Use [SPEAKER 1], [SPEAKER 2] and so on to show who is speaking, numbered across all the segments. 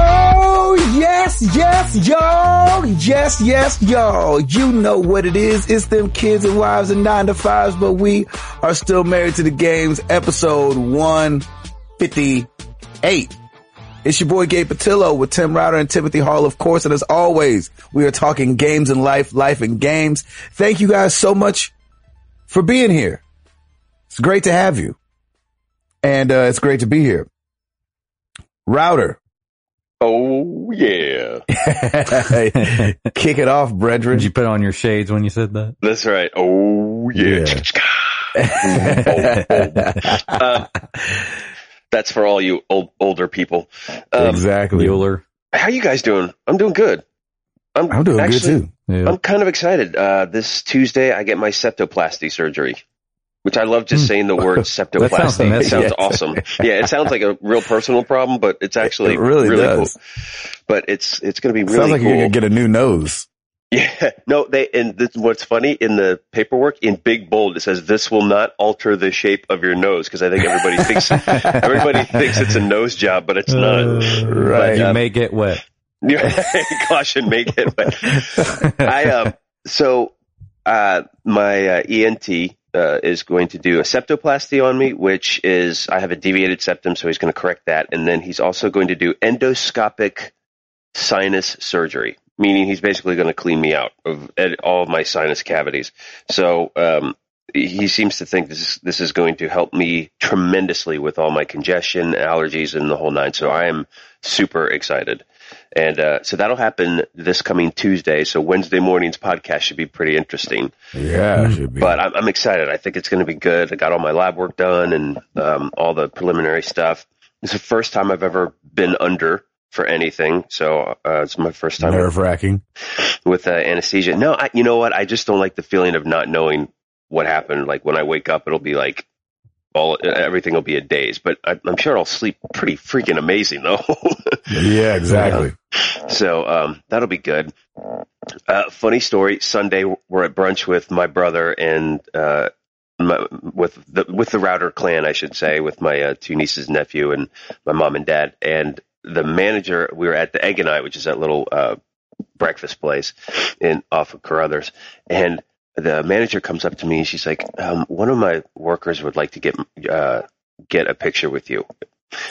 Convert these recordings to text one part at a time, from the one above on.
[SPEAKER 1] Oh, y'all. Yes, yes, y'all. You know what it is. It's them kids and wives and nine to fives, but we are still married to the games episode 158. It's your boy Gabe Patillo with Tim Router and Timothy Hall, of course. And as always, we are talking games and life, life and games. Thank you guys so much for being here. It's great to have you. And, uh, it's great to be here. Router.
[SPEAKER 2] Oh yeah,
[SPEAKER 1] Kick it off, brethren.
[SPEAKER 3] Did you put on your shades when you said that?
[SPEAKER 2] that's right. Oh yeah. Uh, that's for all you old, older people. Um,
[SPEAKER 1] exactly.
[SPEAKER 3] Bueller.
[SPEAKER 2] how you guys doing? I'm doing good.
[SPEAKER 1] I'm doing
[SPEAKER 2] actually-
[SPEAKER 1] good too.
[SPEAKER 3] Yeah.
[SPEAKER 2] I'm kind of excited. Uh, this Tuesday, I get my septoplasty surgery, which I love
[SPEAKER 1] Hmm.
[SPEAKER 2] just saying the word septoplasty.
[SPEAKER 3] sounds
[SPEAKER 2] it
[SPEAKER 3] messy.
[SPEAKER 2] sounds
[SPEAKER 1] Yes.
[SPEAKER 2] awesome. Yeah, it sounds like a real personal problem, but it's actually
[SPEAKER 1] It really does.
[SPEAKER 2] cool. But it's it's going to be really
[SPEAKER 1] Sounds like
[SPEAKER 2] cool.
[SPEAKER 1] you're gonna get a new nose.
[SPEAKER 2] Yeah, no, they and this, what's funny in the paperwork in big bold it says this will not alter the shape of your nose because I think everybody thinks everybody thinks it's a nose job, but it's not.
[SPEAKER 1] Right.
[SPEAKER 3] You
[SPEAKER 2] um,
[SPEAKER 3] may get wet.
[SPEAKER 2] Caution, make it. But
[SPEAKER 3] Uh,
[SPEAKER 2] I um so uh my uh, ENT uh, is going to do a septoplasty on me, which is I have a deviated septum, so he's going to correct that, and then he's also going to do endoscopic sinus surgery, meaning he's basically going to clean me out of ed- all of my sinus cavities. So um, he seems to think this is, this is going to help me tremendously with all my congestion, allergies, and the whole nine. So I am super excited. And uh, so that'll happen this coming Tuesday. So Wednesday morning's podcast should be pretty interesting.
[SPEAKER 1] Yeah, should be.
[SPEAKER 2] But I'm, I'm excited. I think it's going to be good. I got all my lab work done and um, all the preliminary stuff. It's the first time I've ever been under for anything. So uh, it's my first time
[SPEAKER 1] nerve wracking.
[SPEAKER 2] with uh, anesthesia. No, I, you know what? I just don't like the feeling of not knowing what happened. Like when I wake up, it'll be like all everything will be a daze. But I, I'm sure I'll sleep pretty freaking amazing though.
[SPEAKER 1] Yeah, exactly.
[SPEAKER 2] so um, that'll be good. Uh, funny story. Sunday, we're at brunch with my brother and uh, my, with the with the router clan, I should say, with my uh, two nieces, nephew, and my mom and dad. And the manager, we were at the Egg and I, which is that little uh, breakfast place in off of Carruthers, and the manager comes up to me and she's like, um, "One of my workers would like to get uh, get a picture with you."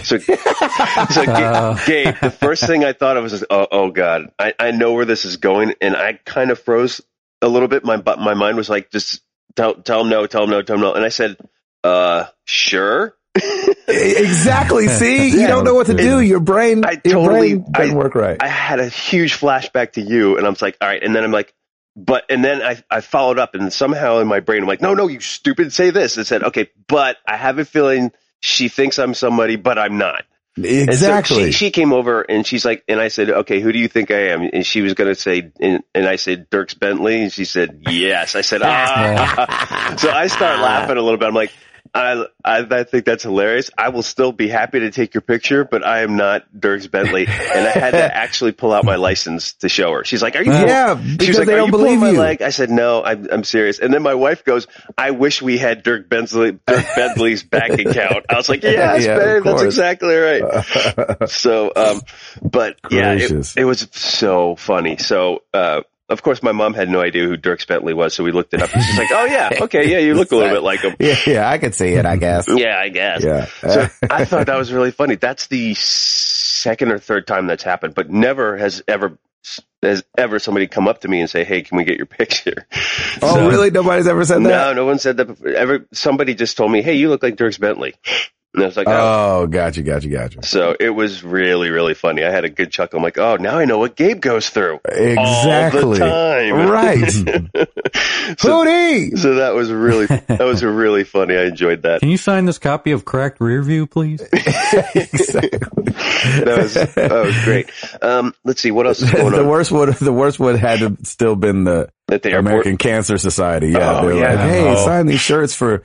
[SPEAKER 2] So, so Ga-
[SPEAKER 3] Oh.
[SPEAKER 2] Gabe, the first thing I thought of was, "Oh, oh God, I, I know where this is going," and I kind of froze a little bit. My bu- my mind was like, "Just tell tell him no, tell him no, tell him no," and I said, "Uh, sure."
[SPEAKER 1] E- Exactly. See, you
[SPEAKER 2] Yeah.
[SPEAKER 1] don't know what to do. Your brain,
[SPEAKER 2] I
[SPEAKER 1] your
[SPEAKER 2] totally-
[SPEAKER 1] brain doesn't
[SPEAKER 2] I-
[SPEAKER 1] work right.
[SPEAKER 2] I had a huge flashback to you, and I was like, all right. And then I'm like, but, and then I, I followed up, and somehow in my brain, I'm like, no, no, you stupid, say this. And said, okay, but I have a feeling she thinks I'm somebody, but I'm not. And so
[SPEAKER 1] exactly.
[SPEAKER 2] she, she came over and she's like, and I said, okay, who do you think I am? And she was going to say, and, and I said, Dirks Bentley. And she said, yes. I said, ah. so I start laughing a little bit. I'm like, I, I, I think that's hilarious. I will still be happy to take your picture, but I am not Dirks Bentley. And I had to actually pull out my license to show her. She's like, are you?
[SPEAKER 1] yeah,
[SPEAKER 2] She
[SPEAKER 1] because
[SPEAKER 2] was like,
[SPEAKER 1] they
[SPEAKER 2] "Are
[SPEAKER 1] don't
[SPEAKER 2] you pulling
[SPEAKER 1] believe
[SPEAKER 2] my
[SPEAKER 1] you.
[SPEAKER 2] leg?" I said, "No, I'm, I'm serious." And then my wife goes, "I wish we had Dirk Bentley, Dirk Bentley's bank account." I was like, "Yes,
[SPEAKER 1] Yeah, of
[SPEAKER 2] babe, that's
[SPEAKER 1] course.
[SPEAKER 2] exactly right." So, um, but yeah,
[SPEAKER 1] Gracious.
[SPEAKER 2] it, it was so funny. So, uh, of course, my mom had no idea who Dirk Bentley was, so we looked it up. and She's like, "Oh yeah, okay, yeah, you look a little bit like him."
[SPEAKER 1] yeah, yeah, I can see it. I guess.
[SPEAKER 2] Yeah, I guess.
[SPEAKER 1] Yeah. Uh,
[SPEAKER 2] So I thought that was really funny. That's the second or third time that's happened, but never has ever has ever somebody come up to me and say, "Hey, can we get your picture?"
[SPEAKER 1] oh,
[SPEAKER 2] So-
[SPEAKER 1] really? Nobody's ever said that.
[SPEAKER 2] No, no one said that. Before. Ever somebody just told me, "Hey, you look like Dirks Bentley," and I was like, "Oh."
[SPEAKER 1] Oh, gotcha, gotcha, gotcha.
[SPEAKER 2] So it was really, really funny. I had a good chuckle. I'm like, "Oh, now I know what Gabe goes through all the
[SPEAKER 1] Exactly.
[SPEAKER 2] time."
[SPEAKER 1] Right.
[SPEAKER 2] so,
[SPEAKER 1] Hootie.
[SPEAKER 2] so that was really that was really funny. I enjoyed that.
[SPEAKER 3] Can you sign this copy of Cracked Rear View, please?
[SPEAKER 1] Exactly.
[SPEAKER 2] That was that was great. Um, let's see what else is going
[SPEAKER 1] the
[SPEAKER 2] on
[SPEAKER 1] worst would the worst would had to still been the
[SPEAKER 2] at the airport.
[SPEAKER 1] American Cancer Society. Yeah,
[SPEAKER 2] Oh,
[SPEAKER 1] they're
[SPEAKER 2] yeah.
[SPEAKER 1] like, hey,
[SPEAKER 2] Oh.
[SPEAKER 1] sign these shirts for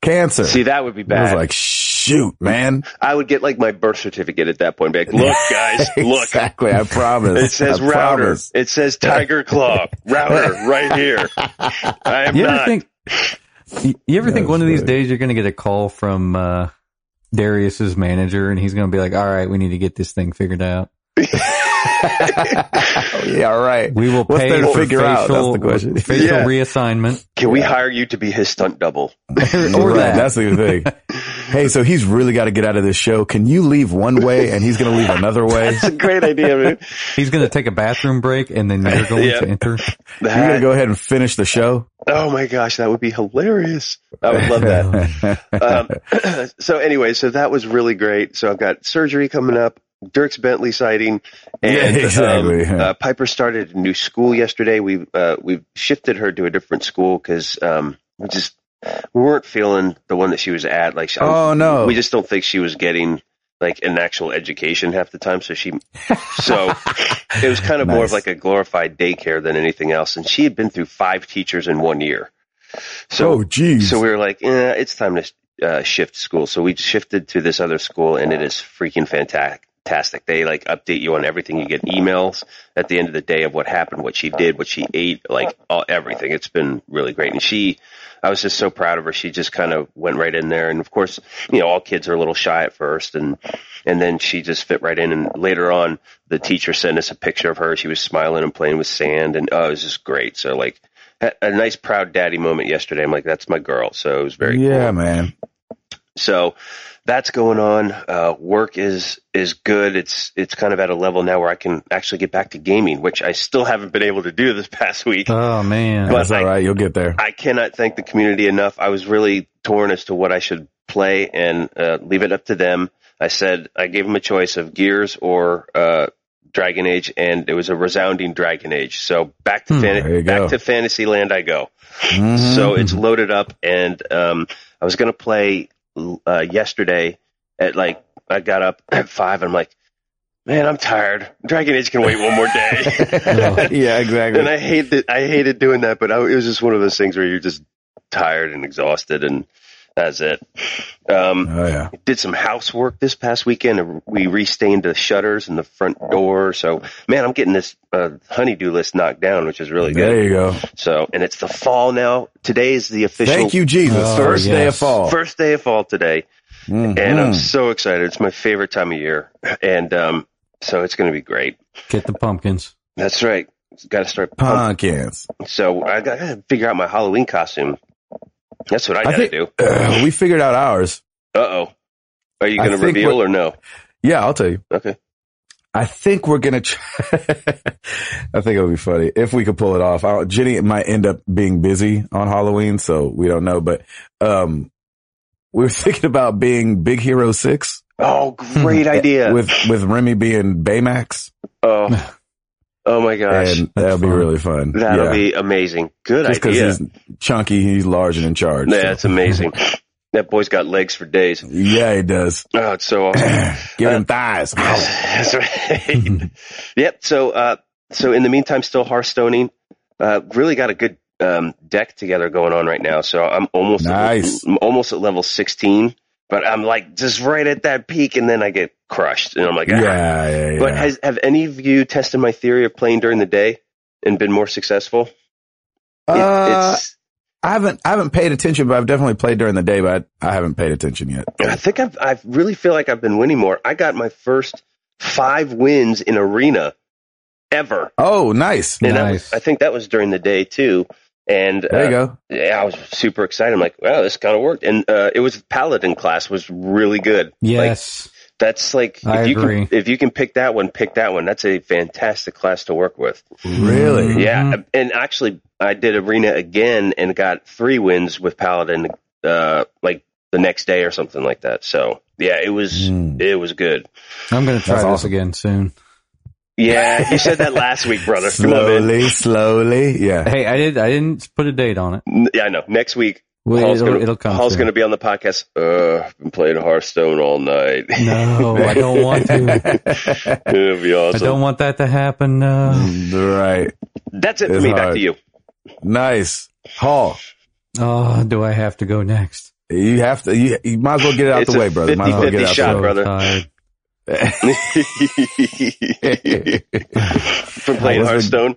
[SPEAKER 1] cancer.
[SPEAKER 2] See, that would be
[SPEAKER 1] I was
[SPEAKER 2] bad.
[SPEAKER 1] like, shoot, man.
[SPEAKER 2] I would get like my birth certificate at that point. Be like, look, guys, look.
[SPEAKER 1] Exactly. I promise.
[SPEAKER 2] It says
[SPEAKER 1] I
[SPEAKER 2] router.
[SPEAKER 1] promise.
[SPEAKER 2] It says Tiger Claw router right here. I am
[SPEAKER 3] You ever
[SPEAKER 2] not.
[SPEAKER 3] think? You, you ever
[SPEAKER 1] That
[SPEAKER 3] think
[SPEAKER 1] was
[SPEAKER 3] one of these
[SPEAKER 1] really-
[SPEAKER 3] days you're going to get a call from uh, Darius's manager and he's going to be like, "All right, we need to get this thing figured out."
[SPEAKER 1] yeah, right.
[SPEAKER 3] We will
[SPEAKER 1] What's
[SPEAKER 3] pay
[SPEAKER 1] there to
[SPEAKER 3] for
[SPEAKER 1] figure out? That's
[SPEAKER 3] facial,
[SPEAKER 1] the question.
[SPEAKER 3] facial
[SPEAKER 2] Yeah.
[SPEAKER 3] reassignment.
[SPEAKER 2] Can we hire you to be his stunt double?
[SPEAKER 3] or
[SPEAKER 1] Right,
[SPEAKER 3] that.
[SPEAKER 1] That's the thing. hey, so he's really got to get out of this show. Can you leave one way and he's going to leave another way?
[SPEAKER 2] That's a great idea, man.
[SPEAKER 3] He's going to take a bathroom break and then you're going
[SPEAKER 2] Yeah.
[SPEAKER 3] to enter.
[SPEAKER 1] You're going
[SPEAKER 2] That-
[SPEAKER 1] to go ahead and finish the show?
[SPEAKER 2] oh my gosh, that would be hilarious. I would love that. um, so anyway, so that was really great. So I've got surgery coming up, Dirk's Bentley sighting, and
[SPEAKER 1] Yeah, exactly.
[SPEAKER 2] um, uh, Piper started a new school yesterday. We've uh, we've shifted her to a different school because um, we just we weren't feeling the one that she was at. Like she-
[SPEAKER 1] Oh, no.
[SPEAKER 2] we just don't think she was getting like an actual education half the time. So she, so it was kind of more of
[SPEAKER 1] Nice.
[SPEAKER 2] like a glorified daycare than anything else. And she had been through five teachers in one year. So
[SPEAKER 1] oh, geez.
[SPEAKER 2] so we were like, eh, it's time to uh, shift school. So we shifted to this other school, and it is freaking fantastic. They like update you on everything. You get emails at the end of the day of what happened, what she did, what she ate, like all, everything. It's been really great. And she, I was just so proud of her. She just kind of went right in there. And of course, you know, all kids are a little shy at first, and and then she just fit right in. And later on, the teacher sent us a picture of her. She was smiling and playing with sand, and oh, it was just great. So like had a nice proud daddy moment yesterday. I'm like, that's my girl. So it was very
[SPEAKER 1] yeah,
[SPEAKER 2] cool.
[SPEAKER 1] man.
[SPEAKER 2] So that's going on. Uh, work is is good. It's it's kind of at a level now where I can actually get back to gaming, which I still haven't been able to do this past week.
[SPEAKER 3] Oh man.
[SPEAKER 2] But
[SPEAKER 1] That's all
[SPEAKER 2] I-
[SPEAKER 1] right. You'll get there.
[SPEAKER 2] I cannot thank the community enough. I was really torn as to what I should play and uh, leave it up to them. I said I gave them a choice of Gears or uh, Dragon Age, and it was a resounding Dragon Age. So back to
[SPEAKER 3] Hmm,
[SPEAKER 2] fan-
[SPEAKER 1] there you
[SPEAKER 2] back
[SPEAKER 1] go.
[SPEAKER 2] to Fantasyland I go.
[SPEAKER 1] Mhm.
[SPEAKER 2] So it's loaded up, and um, I was gonna play uh, yesterday at like I got up at five. And I'm like, man, I'm tired. Dragon Age can wait one more day.
[SPEAKER 1] yeah,
[SPEAKER 2] and
[SPEAKER 1] exactly.
[SPEAKER 2] I hate that. I hated doing that, but I, it was just one of those things where you're just tired and exhausted, and that's it. Um,
[SPEAKER 1] oh, yeah.
[SPEAKER 2] did some housework this past weekend. We restained the shutters and the front door. So man, I'm getting this uh, honeydew list knocked down, which is really good.
[SPEAKER 1] There you go.
[SPEAKER 2] So, and it's the fall now. Today is the official
[SPEAKER 1] Thank you, Jesus.
[SPEAKER 3] Oh,
[SPEAKER 1] First day of
[SPEAKER 3] yes.
[SPEAKER 1] fall.
[SPEAKER 2] first day of fall today,
[SPEAKER 1] Mhm.
[SPEAKER 2] and I'm so excited. It's my favorite time of year, and um, so it's going to be great.
[SPEAKER 3] Get the pumpkins.
[SPEAKER 2] That's right. Got to start. Pump.
[SPEAKER 1] Pumpkins.
[SPEAKER 2] So I got to figure out my Halloween costume. That's what I
[SPEAKER 1] I
[SPEAKER 2] got to
[SPEAKER 1] think-
[SPEAKER 2] do.
[SPEAKER 1] Uh, we figured out ours.
[SPEAKER 2] Uh oh. Are you
[SPEAKER 1] I
[SPEAKER 2] going to
[SPEAKER 1] think
[SPEAKER 2] reveal
[SPEAKER 1] what-
[SPEAKER 2] or no?
[SPEAKER 1] Yeah, I'll tell you.
[SPEAKER 2] Okay.
[SPEAKER 1] I think we're gonna try. I think it'll be funny if we could pull it off. I don't, Jenny might end up being busy on Halloween, so we don't know. But um, we were thinking about being Big Hero Six
[SPEAKER 2] Oh,
[SPEAKER 1] Hmm.
[SPEAKER 2] great idea.
[SPEAKER 1] with with Remy being Baymax,
[SPEAKER 2] oh, oh my gosh,
[SPEAKER 1] and that'll be
[SPEAKER 3] fun.
[SPEAKER 1] really fun.
[SPEAKER 2] that'll
[SPEAKER 1] Yeah.
[SPEAKER 2] be amazing. Good
[SPEAKER 1] just because
[SPEAKER 2] idea.
[SPEAKER 1] he's chunky, he's large and in charge.
[SPEAKER 2] Yeah,
[SPEAKER 1] so.
[SPEAKER 2] it's amazing. that boy's got legs for days.
[SPEAKER 1] Yeah, he does. Uh,
[SPEAKER 2] Oh, it's so awesome.
[SPEAKER 1] Give him thighs.
[SPEAKER 2] That's right. yep. So, uh, so in the meantime, still Hearthstoning. Uh, really got a good um, deck together going on right now. So I'm almost
[SPEAKER 1] Nice.
[SPEAKER 2] I'm almost at level 16, but I'm like just right at that peak, and then I get crushed, and I'm like,
[SPEAKER 1] yeah,
[SPEAKER 2] ah.
[SPEAKER 1] yeah, yeah.
[SPEAKER 2] But has have any of you tested my theory of playing during the day and been more successful? It-
[SPEAKER 1] Uh,
[SPEAKER 2] it's,
[SPEAKER 1] I haven't I haven't paid attention, but I've definitely played during the day, but I, I haven't paid attention yet.
[SPEAKER 2] I think I've I really feel like I've been winning more. I got my first five wins in arena ever.
[SPEAKER 1] Oh, nice.
[SPEAKER 2] And that
[SPEAKER 3] Nice.
[SPEAKER 2] was, I think that was during the day too. And
[SPEAKER 1] There you
[SPEAKER 2] uh,
[SPEAKER 1] go.
[SPEAKER 2] yeah, I was super excited. I'm like, wow, this kind of worked. And uh, it was paladin class was really good. Like,
[SPEAKER 3] Yes.
[SPEAKER 2] that's like
[SPEAKER 3] I
[SPEAKER 2] if you
[SPEAKER 3] agree.
[SPEAKER 2] can if you can pick that one, pick that one. That's a fantastic class to work with.
[SPEAKER 1] Really?
[SPEAKER 3] Mhm.
[SPEAKER 2] Yeah, and actually, I did arena again and got three wins with paladin uh, like the next day or something like that. So yeah, it was
[SPEAKER 1] Mm.
[SPEAKER 2] it was good.
[SPEAKER 3] I'm going to try
[SPEAKER 1] That's
[SPEAKER 3] this
[SPEAKER 1] awesome.
[SPEAKER 3] again soon.
[SPEAKER 2] Yeah, you said that last week, brother. Come on, man.
[SPEAKER 1] Slowly, slowly. Yeah.
[SPEAKER 3] Hey, I did. I didn't put a date on it.
[SPEAKER 2] N- Yeah, I know. Next week,
[SPEAKER 3] Well,
[SPEAKER 2] Paul's
[SPEAKER 3] it'll,
[SPEAKER 2] gonna,
[SPEAKER 3] it'll come.
[SPEAKER 2] Paul's
[SPEAKER 3] soon.
[SPEAKER 2] gonna be on the podcast. Uh, I've been playing Hearthstone all night.
[SPEAKER 3] No, Oh, I don't want to.
[SPEAKER 2] It'll be
[SPEAKER 3] I
[SPEAKER 2] awesome.
[SPEAKER 3] don't want that to happen. Uh,
[SPEAKER 2] Mm.
[SPEAKER 1] right.
[SPEAKER 2] That's it for
[SPEAKER 1] It's
[SPEAKER 2] me. Back
[SPEAKER 1] hard.
[SPEAKER 2] to you.
[SPEAKER 1] Nice. Hall,
[SPEAKER 3] oh, do I have to go next? Oh,
[SPEAKER 1] you have to, you, you might as well get it out
[SPEAKER 2] It's
[SPEAKER 1] the
[SPEAKER 2] a
[SPEAKER 1] way, brother. Might as well get it out
[SPEAKER 2] 50-50 shot,
[SPEAKER 3] So
[SPEAKER 2] brother.
[SPEAKER 3] tired.
[SPEAKER 2] From playing
[SPEAKER 1] What's the-
[SPEAKER 2] Hearthstone.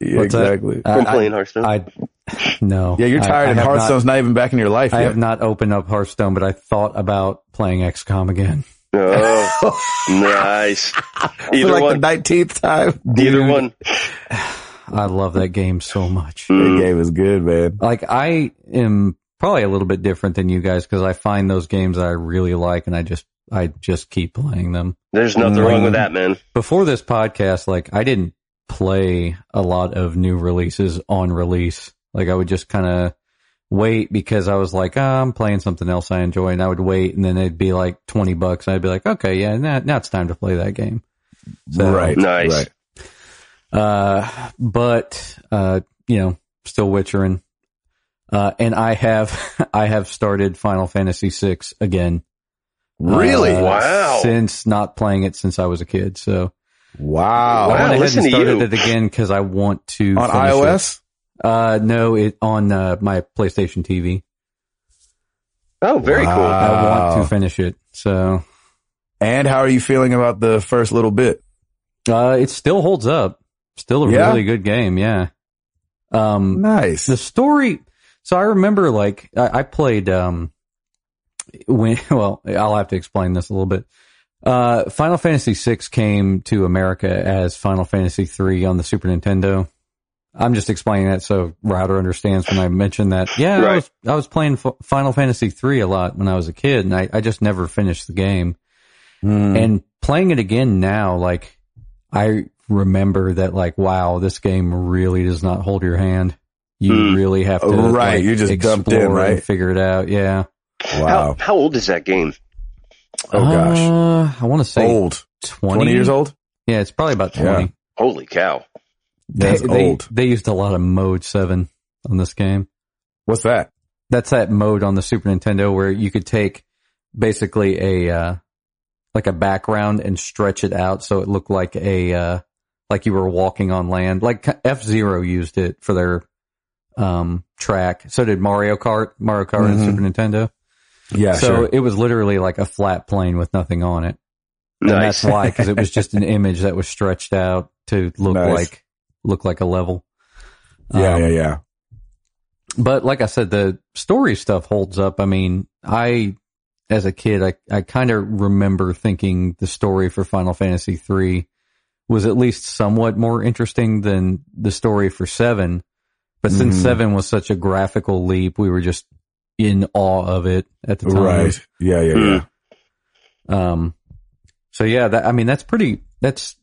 [SPEAKER 1] the way.
[SPEAKER 3] What's that?
[SPEAKER 1] exactly.
[SPEAKER 3] I-
[SPEAKER 2] From
[SPEAKER 3] I-
[SPEAKER 2] playing Hearthstone.
[SPEAKER 3] I no.
[SPEAKER 1] yeah, you're
[SPEAKER 3] I-
[SPEAKER 1] tired
[SPEAKER 3] I
[SPEAKER 1] and
[SPEAKER 3] have not-
[SPEAKER 1] Hearthstone's not even back in your life
[SPEAKER 3] I
[SPEAKER 1] yet.
[SPEAKER 3] have not opened up Hearthstone, but I thought about playing XCOM again.
[SPEAKER 2] Oh, nice.
[SPEAKER 1] for
[SPEAKER 2] Either
[SPEAKER 1] like
[SPEAKER 2] one.
[SPEAKER 1] the 19th time.
[SPEAKER 2] Either one.
[SPEAKER 3] I love that game so much.
[SPEAKER 1] That game is good, man.
[SPEAKER 3] Like I am probably a little bit different than you guys because I find those games I really like and I just I just keep playing them.
[SPEAKER 2] There's nothing wrong with that, man.
[SPEAKER 3] Before this podcast, like I didn't play a lot of new releases on release. Like I would just kind of wait because I was like, ah, I'm playing something else I enjoy and I would wait and then it'd be like 20 bucks. And I'd be like, okay, yeah, now, now it's time to play that game. So-
[SPEAKER 1] right.
[SPEAKER 2] Nice.
[SPEAKER 1] Right.
[SPEAKER 3] Uh, but uh, you know, still Witchering. Uh, and I have I have started Final Fantasy VI again.
[SPEAKER 1] Really?
[SPEAKER 3] Uh,
[SPEAKER 2] Wow.
[SPEAKER 3] Since not playing it since I was a kid, so
[SPEAKER 1] wow.
[SPEAKER 2] Oh, Wow,
[SPEAKER 3] I went ahead
[SPEAKER 2] listen
[SPEAKER 3] and
[SPEAKER 2] to
[SPEAKER 3] started
[SPEAKER 2] you.
[SPEAKER 3] it again because I want to
[SPEAKER 1] On
[SPEAKER 3] finish it.
[SPEAKER 1] iOS?
[SPEAKER 3] Uh, no, it on uh, my PlayStation TV.
[SPEAKER 2] Oh, very
[SPEAKER 1] Wow.
[SPEAKER 3] I want
[SPEAKER 2] Oh.
[SPEAKER 1] Wow.
[SPEAKER 3] to finish it, so
[SPEAKER 1] And how are you feeling about the first little bit?
[SPEAKER 3] uh, it still holds up. Still a
[SPEAKER 1] Yeah?
[SPEAKER 3] really good game. Yeah. Um,
[SPEAKER 1] Nice.
[SPEAKER 3] the story so i remember like i, I played um when well i'll have to explain this a little bit uh final fantasy VI came to america as final fantasy 3 on the super nintendo i'm just explaining that so router understands when i mention that yeah i
[SPEAKER 2] Right.
[SPEAKER 3] was i was playing F- final fantasy 3 a lot when i was a kid and I, I just never finished the game
[SPEAKER 1] Hmm.
[SPEAKER 3] and playing it again now, like I remember that, like wow, this game really does not hold your hand. You
[SPEAKER 2] Hmm.
[SPEAKER 3] really have to,
[SPEAKER 1] Oh, right,
[SPEAKER 3] like,
[SPEAKER 1] you're just dumped in,
[SPEAKER 3] explore and
[SPEAKER 1] right?
[SPEAKER 3] figure it out. Yeah.
[SPEAKER 2] cool.
[SPEAKER 1] wow.
[SPEAKER 2] How, how old is that game?
[SPEAKER 1] Oh, gosh.
[SPEAKER 3] Uh, I want to say
[SPEAKER 1] old.
[SPEAKER 3] 20?
[SPEAKER 1] 20, years old?
[SPEAKER 3] Yeah, it's probably about
[SPEAKER 1] Yeah.
[SPEAKER 3] twenty.
[SPEAKER 2] Holy cow.
[SPEAKER 1] That's
[SPEAKER 3] they, they-
[SPEAKER 1] old.
[SPEAKER 3] They, used a lot of mode seven on this game.
[SPEAKER 1] What's that?
[SPEAKER 3] That's that mode on the Super Nintendo where you could take basically a uh, like a background and stretch it out so it looked like a uh, like you were walking on land. Like F Zero used it for their um, track. So did Mario Kart, Mario Kart, and
[SPEAKER 1] Mhm.
[SPEAKER 3] Super Nintendo.
[SPEAKER 1] Yeah,
[SPEAKER 3] so
[SPEAKER 1] sure.
[SPEAKER 3] it was literally like a flat plane with nothing on it, and
[SPEAKER 2] Nice.
[SPEAKER 3] that's why because it was just an image that was stretched out to look
[SPEAKER 1] Nice.
[SPEAKER 3] like look like a level.
[SPEAKER 1] Yeah,
[SPEAKER 3] Um,
[SPEAKER 1] yeah, yeah.
[SPEAKER 3] but like I said, the story stuff holds up. I mean, I, as a kid, I, I kind of remember thinking the story for Final Fantasy three was at least somewhat more interesting than the story for seven. But since
[SPEAKER 1] Mhm.
[SPEAKER 3] seven was such a graphical leap, we were just in awe of it at the time. Hmm.
[SPEAKER 1] Right. Yeah, yeah, yeah.
[SPEAKER 3] Um, so yeah, that, I mean, that's pretty, that's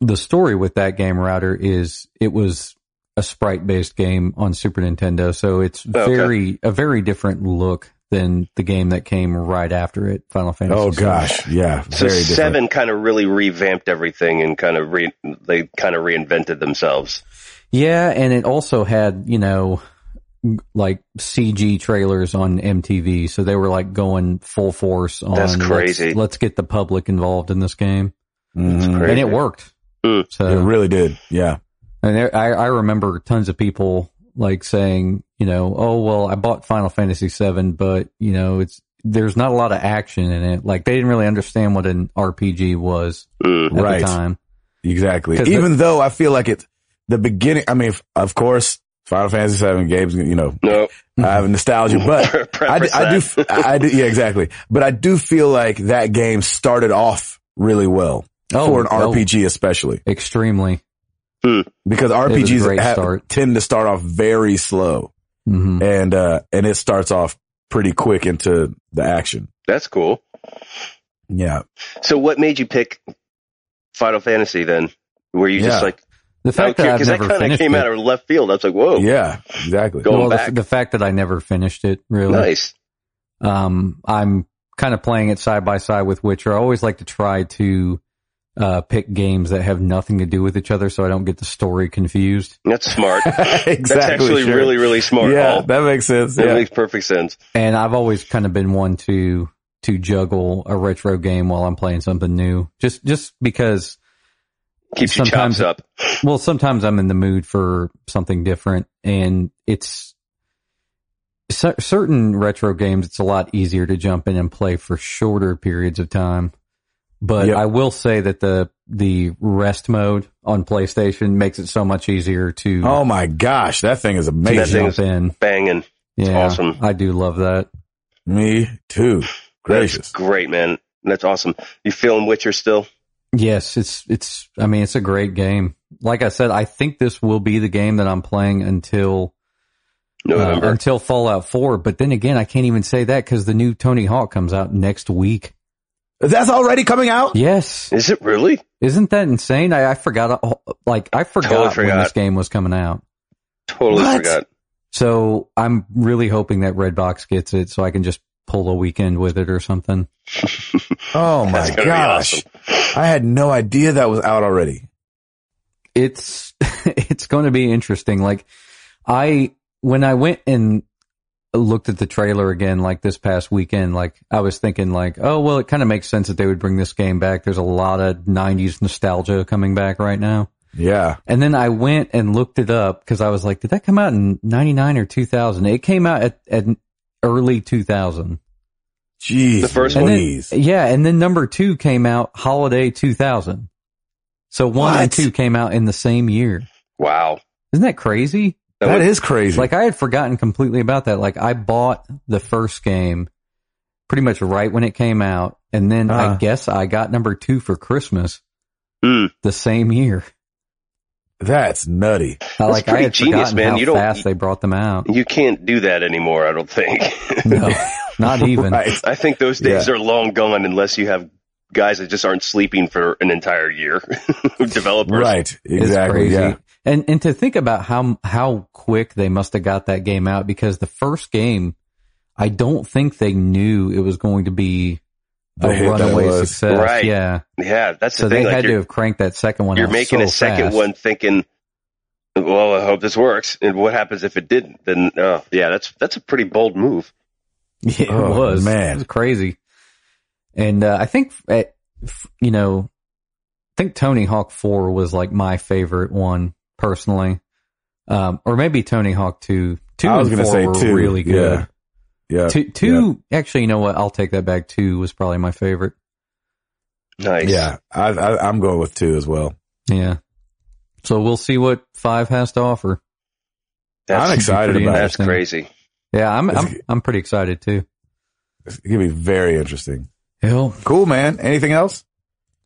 [SPEAKER 3] the story with that game router is it was a sprite based game on Super Nintendo. So it's
[SPEAKER 2] Oh, Okay.
[SPEAKER 3] very, a very different look than the game that came right after it, Final Fantasy.
[SPEAKER 1] Oh
[SPEAKER 3] VII.
[SPEAKER 1] gosh. Yeah.
[SPEAKER 2] So
[SPEAKER 1] Very different.
[SPEAKER 2] seven kind of really revamped everything and kind of re- they kind of reinvented themselves.
[SPEAKER 3] Yeah. And it also had, you know, like CG trailers on MTV. So they were like going full force on
[SPEAKER 2] That's
[SPEAKER 3] let's-
[SPEAKER 2] crazy.
[SPEAKER 3] Let's, get the public involved in this game.
[SPEAKER 1] Mhm.
[SPEAKER 2] crazy.
[SPEAKER 3] And it worked.
[SPEAKER 2] Mm.
[SPEAKER 3] So
[SPEAKER 1] It really did. Yeah.
[SPEAKER 3] And there, I, I remember tons of people like saying, you know, oh well, I bought Final Fantasy VII, but you know, it's there's not a lot of action in it. Like they didn't really understand what an RPG was
[SPEAKER 2] Mm.
[SPEAKER 3] at
[SPEAKER 1] Right.
[SPEAKER 3] the time.
[SPEAKER 1] Exactly.
[SPEAKER 3] 'Cause
[SPEAKER 1] Even though I feel like it's the beginning. I mean, if- of course, Final Fantasy Seven games. You know,
[SPEAKER 2] No,
[SPEAKER 1] I have
[SPEAKER 3] Mm-hmm.
[SPEAKER 1] nostalgia, but I, do-
[SPEAKER 2] preference
[SPEAKER 1] I
[SPEAKER 2] that.
[SPEAKER 1] do. I do. Yeah, exactly. But I do feel like that game started off really well
[SPEAKER 3] Oh,
[SPEAKER 1] for an
[SPEAKER 3] oh,
[SPEAKER 1] RPG, especially
[SPEAKER 3] extremely.
[SPEAKER 2] Hmm,
[SPEAKER 1] because
[SPEAKER 3] great
[SPEAKER 1] RPGs
[SPEAKER 3] start.
[SPEAKER 1] tend to start off very slow,
[SPEAKER 3] hmm
[SPEAKER 1] and uh, and it starts off pretty quick into the action.
[SPEAKER 2] That's cool.
[SPEAKER 1] Yeah.
[SPEAKER 2] So what made you pick Final Fantasy then? Were you
[SPEAKER 1] Yeah.
[SPEAKER 2] just like,
[SPEAKER 3] The fact that I've
[SPEAKER 2] because that
[SPEAKER 3] never
[SPEAKER 2] kind of
[SPEAKER 3] finished
[SPEAKER 2] came
[SPEAKER 3] it.
[SPEAKER 2] out of left field. I was like, whoa,
[SPEAKER 1] Oh. Yeah. Exactly.
[SPEAKER 2] Go- going
[SPEAKER 3] well, the-
[SPEAKER 2] back.
[SPEAKER 3] The, fact that I never finished it really.
[SPEAKER 2] nice.
[SPEAKER 3] Um, I'm kind of playing it side by side with Witcher. I always like to try to uh, pick games that have nothing to do with each other, so I don't get the story confused.
[SPEAKER 2] That's smart.
[SPEAKER 1] exactly.
[SPEAKER 2] That's actually
[SPEAKER 1] sure.
[SPEAKER 2] really, really smart. Oh.
[SPEAKER 1] Yeah,
[SPEAKER 2] Paul.
[SPEAKER 1] that makes sense.
[SPEAKER 2] That
[SPEAKER 1] Yeah.
[SPEAKER 2] makes perfect sense.
[SPEAKER 3] And I've always kind of been one to to juggle a retro game while I'm playing something new. Just just because
[SPEAKER 2] Keeps your
[SPEAKER 3] Sometimes-
[SPEAKER 2] chops up.
[SPEAKER 3] well, sometimes I'm in the mood for something different and it's cer- certain retro games it's a lot easier to jump in and play for shorter periods of time. But
[SPEAKER 1] Yep.
[SPEAKER 3] I will say that the the rest mode on PlayStation makes it so much easier to
[SPEAKER 1] Oh my gosh, that thing is
[SPEAKER 3] to
[SPEAKER 1] amazing.
[SPEAKER 2] That thing
[SPEAKER 3] jump
[SPEAKER 2] is-
[SPEAKER 3] in.
[SPEAKER 2] Banging.
[SPEAKER 3] Yeah,
[SPEAKER 2] awesome.
[SPEAKER 3] I do love that.
[SPEAKER 1] Me too.
[SPEAKER 2] That's
[SPEAKER 1] Gracious.
[SPEAKER 2] great, man. That's awesome. You feeling Witcher still?
[SPEAKER 3] Yes, it's it's. I mean, it's a great game. Like I said, I think this will be the game that I'm playing until uh,
[SPEAKER 2] November.
[SPEAKER 3] until Fallout Four. But then again, I can't even say that because the new Tony Hawk comes out next week.
[SPEAKER 1] That's already coming out.
[SPEAKER 3] Yes,
[SPEAKER 2] Is it really?
[SPEAKER 3] isn't that insane? I, I forgot. uh, Like I forgot,
[SPEAKER 2] Totally
[SPEAKER 3] when
[SPEAKER 2] forgot.
[SPEAKER 3] this game was coming out.
[SPEAKER 2] Totally
[SPEAKER 1] What?
[SPEAKER 2] forgot.
[SPEAKER 3] So I'm really hoping that Redbox gets it, so I can just pull a weekend with it or something.
[SPEAKER 1] Oh my
[SPEAKER 2] That's gonna be
[SPEAKER 1] gosh! I had no idea that was out already.
[SPEAKER 3] it's it's going to be interesting. Like I when I went and looked at the trailer again, like this past weekend, like I was thinking, like, oh well, it kind of makes sense that they would bring this game back. There's a lot of '90s nostalgia coming back right now.
[SPEAKER 1] Yeah.
[SPEAKER 3] And then I went and looked it up because I was like, did that come out in '99 or 2000? It came out at, at early 2000.
[SPEAKER 1] Jeez.
[SPEAKER 2] The first
[SPEAKER 3] And
[SPEAKER 2] one?
[SPEAKER 1] Louise.
[SPEAKER 3] then, yeah, and then number two came out holiday 2000. So one and
[SPEAKER 1] What?
[SPEAKER 3] two came out in the same year.
[SPEAKER 2] Wow.
[SPEAKER 3] Isn't that crazy?
[SPEAKER 1] that
[SPEAKER 2] was-
[SPEAKER 1] is crazy.
[SPEAKER 3] Like I had forgotten completely about that. Like I bought the first game pretty much right when it came out, and then
[SPEAKER 1] Uh-huh.
[SPEAKER 3] I guess I got number two for Christmas
[SPEAKER 2] Hmm.
[SPEAKER 3] the same year.
[SPEAKER 1] That's nutty.
[SPEAKER 3] I, like I
[SPEAKER 2] pretty
[SPEAKER 3] had
[SPEAKER 2] genius,
[SPEAKER 3] forgotten
[SPEAKER 2] man.
[SPEAKER 3] how
[SPEAKER 2] You don't-
[SPEAKER 3] fast they brought them out.
[SPEAKER 2] You can't do that anymore, I don't think.
[SPEAKER 3] No, not even.
[SPEAKER 1] Right.
[SPEAKER 2] I think those days are long gone unless you have guys that just aren't sleeping for an entire year. Developers.
[SPEAKER 1] Right.
[SPEAKER 3] It's
[SPEAKER 1] Exactly.
[SPEAKER 3] crazy.
[SPEAKER 1] Yeah.
[SPEAKER 3] And and to think about how how quick they must have got that game out because the first game, I don't think they knew it was going to be a
[SPEAKER 1] The hit that
[SPEAKER 3] runaway
[SPEAKER 1] was.
[SPEAKER 3] success.
[SPEAKER 2] Right.
[SPEAKER 3] Yeah.
[SPEAKER 2] Yeah, that's
[SPEAKER 3] So
[SPEAKER 2] the
[SPEAKER 3] they
[SPEAKER 2] thing. Like
[SPEAKER 3] had to
[SPEAKER 2] you're,
[SPEAKER 3] have cranked that second one.
[SPEAKER 2] you're
[SPEAKER 3] out
[SPEAKER 2] making
[SPEAKER 3] so
[SPEAKER 2] a second
[SPEAKER 3] fast.
[SPEAKER 2] one thinking, well, I hope this works. And what happens if it didn't? Then, uh, yeah, that's that's a pretty bold move.
[SPEAKER 3] Yeah, it
[SPEAKER 1] Oh,
[SPEAKER 3] was
[SPEAKER 1] man.
[SPEAKER 3] It was crazy. And uh, I think uh, f you know, I think Tony Hawk Four was like my favorite one personally, um, or maybe Tony Hawk Two. Two
[SPEAKER 1] I was
[SPEAKER 3] and
[SPEAKER 1] gonna
[SPEAKER 3] four
[SPEAKER 1] say
[SPEAKER 3] were
[SPEAKER 1] two, Uh,
[SPEAKER 3] really good.
[SPEAKER 1] Yeah.
[SPEAKER 3] Two, two actually, you know what? I'll take that back. Two was probably my favorite.
[SPEAKER 2] Nice.
[SPEAKER 1] Yeah. I, I, I'm going with two as well.
[SPEAKER 3] Yeah. So we'll see what five has to offer.
[SPEAKER 1] I'm
[SPEAKER 2] That's,
[SPEAKER 1] excited
[SPEAKER 3] pretty
[SPEAKER 1] about it.
[SPEAKER 2] that's crazy.
[SPEAKER 3] Yeah, I'm
[SPEAKER 1] It's-
[SPEAKER 3] I'm, I'm pretty excited too.
[SPEAKER 1] It's going to be very interesting.
[SPEAKER 3] Hell,
[SPEAKER 1] Cool, man. Anything else?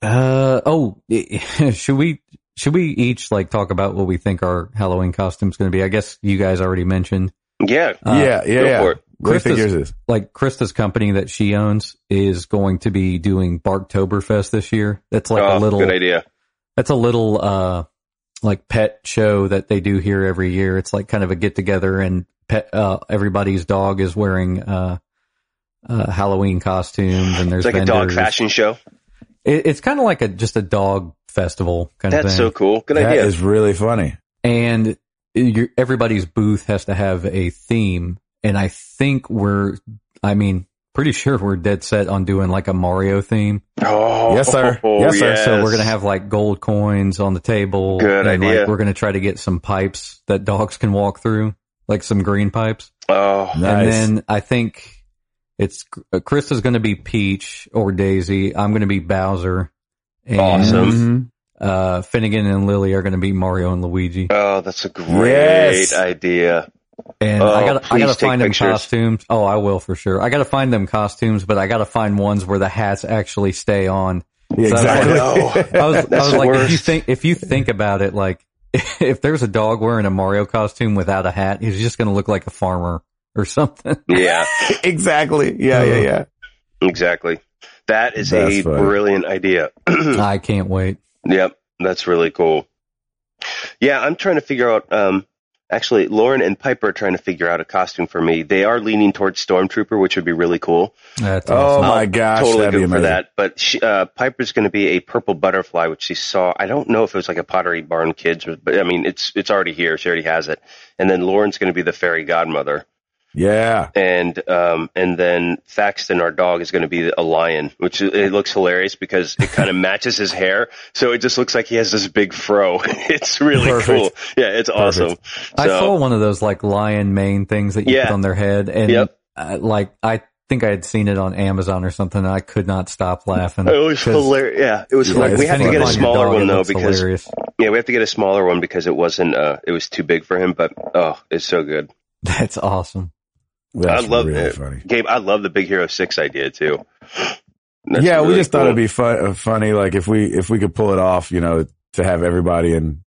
[SPEAKER 3] Uh oh, should we should we each like talk about what we think our Halloween costume's going to be? I guess you guys already mentioned.
[SPEAKER 2] Yeah.
[SPEAKER 3] Uh,
[SPEAKER 1] yeah. Yeah.
[SPEAKER 2] Go
[SPEAKER 1] yeah.
[SPEAKER 2] for it.
[SPEAKER 1] What do you think
[SPEAKER 3] Krista's-
[SPEAKER 1] yours is?
[SPEAKER 3] Like Krista's company that she owns is going to be doing Barktoberfest this year. That's like
[SPEAKER 2] oh,
[SPEAKER 3] a little
[SPEAKER 2] good idea.
[SPEAKER 3] that's a little uh like pet show that they do here every year. It's like kind of a get together and pet uh everybody's dog is wearing uh uh, Halloween costumes and there's
[SPEAKER 2] It's like a dog
[SPEAKER 3] vendors.
[SPEAKER 2] fashion show.
[SPEAKER 3] It, it's kind of like a just a dog festival kind of
[SPEAKER 2] That's
[SPEAKER 3] thing.
[SPEAKER 2] so cool. Good
[SPEAKER 1] That
[SPEAKER 2] idea.
[SPEAKER 1] is really funny.
[SPEAKER 3] and you everybody's booth has to have a theme. And I think we're, I mean, pretty sure we're dead set on doing like a Mario theme.
[SPEAKER 2] oh,
[SPEAKER 1] Yes, sir. Yes, sir.
[SPEAKER 3] So we're
[SPEAKER 2] yes.
[SPEAKER 3] going to have like gold coins on the table.
[SPEAKER 2] Good
[SPEAKER 3] and,
[SPEAKER 2] idea.
[SPEAKER 3] Like, we're going to try to get some pipes that dogs can walk through, like some green pipes.
[SPEAKER 2] Oh,
[SPEAKER 1] Nice.
[SPEAKER 3] And then I think it's uh, Krista's going to be Peach or Daisy. I'm going to be Bowser. And,
[SPEAKER 2] Awesome.
[SPEAKER 1] Mhm.
[SPEAKER 3] Uh, Finnegan and Lily are going to be Mario and Luigi.
[SPEAKER 2] oh, that's a great
[SPEAKER 1] Yes.
[SPEAKER 2] idea.
[SPEAKER 3] And
[SPEAKER 2] Oh,
[SPEAKER 3] I gotta, I
[SPEAKER 2] please
[SPEAKER 3] gotta
[SPEAKER 2] take
[SPEAKER 3] find them
[SPEAKER 2] pictures.
[SPEAKER 3] costumes. Oh, I will for sure. I gotta find them costumes, but I gotta find ones where the hats actually stay on.
[SPEAKER 1] Yeah,
[SPEAKER 3] So I
[SPEAKER 1] exactly.
[SPEAKER 2] know.
[SPEAKER 3] I was, I
[SPEAKER 2] That's
[SPEAKER 3] was
[SPEAKER 2] the
[SPEAKER 3] Mm-hmm. like, if you
[SPEAKER 2] worst.
[SPEAKER 3] think, if you think about it, like, if there's a dog wearing a Mario costume without a hat, he's just gonna look like a farmer or something.
[SPEAKER 2] Yeah,
[SPEAKER 1] exactly. Yeah. Yeah. Yeah.
[SPEAKER 2] exactly. That is
[SPEAKER 1] That's
[SPEAKER 2] a
[SPEAKER 1] funny.
[SPEAKER 2] brilliant idea.
[SPEAKER 3] I can't wait.
[SPEAKER 2] Yep, that's really cool. Yeah, I'm trying to figure out. Um, actually, Lauren and Piper are trying to figure out a costume for me. They are leaning towards Stormtrooper, which would be really cool.
[SPEAKER 3] That's
[SPEAKER 1] Oh
[SPEAKER 3] awesome.
[SPEAKER 1] my gosh.
[SPEAKER 2] totally
[SPEAKER 1] that'd be
[SPEAKER 2] good for
[SPEAKER 1] amazing.
[SPEAKER 2] that. But she, uh, Piper's going to be a purple butterfly, which she saw. I don't know if it was like a Pottery Barn Kids, but, but I mean, it's it's already here. She already has it. And then Lauren's going to be the fairy godmother,
[SPEAKER 1] Yeah.
[SPEAKER 2] and um, and then Thaxton, our dog, is going to be a lion, which i- it looks hilarious because it kind of matches his hair, so it just looks like he has this big fro. it's really
[SPEAKER 1] Perfect.
[SPEAKER 2] cool. Yeah, it's awesome.
[SPEAKER 3] I
[SPEAKER 2] So-
[SPEAKER 3] saw one of those like lion mane things that you
[SPEAKER 2] Yeah.
[SPEAKER 3] put on their head and
[SPEAKER 2] Yep.
[SPEAKER 3] uh, like, I think I had seen it on Amazon or something and I could not stop laughing.
[SPEAKER 2] It was
[SPEAKER 3] 'Cause,
[SPEAKER 2] hilarious. Yeah, it was.
[SPEAKER 1] Yeah, it's
[SPEAKER 2] hilarious. Oh, we have to
[SPEAKER 1] funny.
[SPEAKER 2] get a
[SPEAKER 1] On your
[SPEAKER 2] smaller
[SPEAKER 3] dog, it
[SPEAKER 2] one though
[SPEAKER 3] looks
[SPEAKER 2] because
[SPEAKER 3] hilarious.
[SPEAKER 2] yeah, we have to get a smaller one because it wasn't. Uh, it was too big for him. But oh, it's so good.
[SPEAKER 3] That's awesome.
[SPEAKER 1] That's
[SPEAKER 2] I love
[SPEAKER 1] really
[SPEAKER 2] it.
[SPEAKER 1] funny.
[SPEAKER 2] Gabe, I love the Big Hero Six idea too. That's
[SPEAKER 1] yeah, we
[SPEAKER 2] really
[SPEAKER 1] just thought
[SPEAKER 2] cool.
[SPEAKER 1] it'd be fun, uh, funny, like if we if we could pull it off, you know, to have everybody in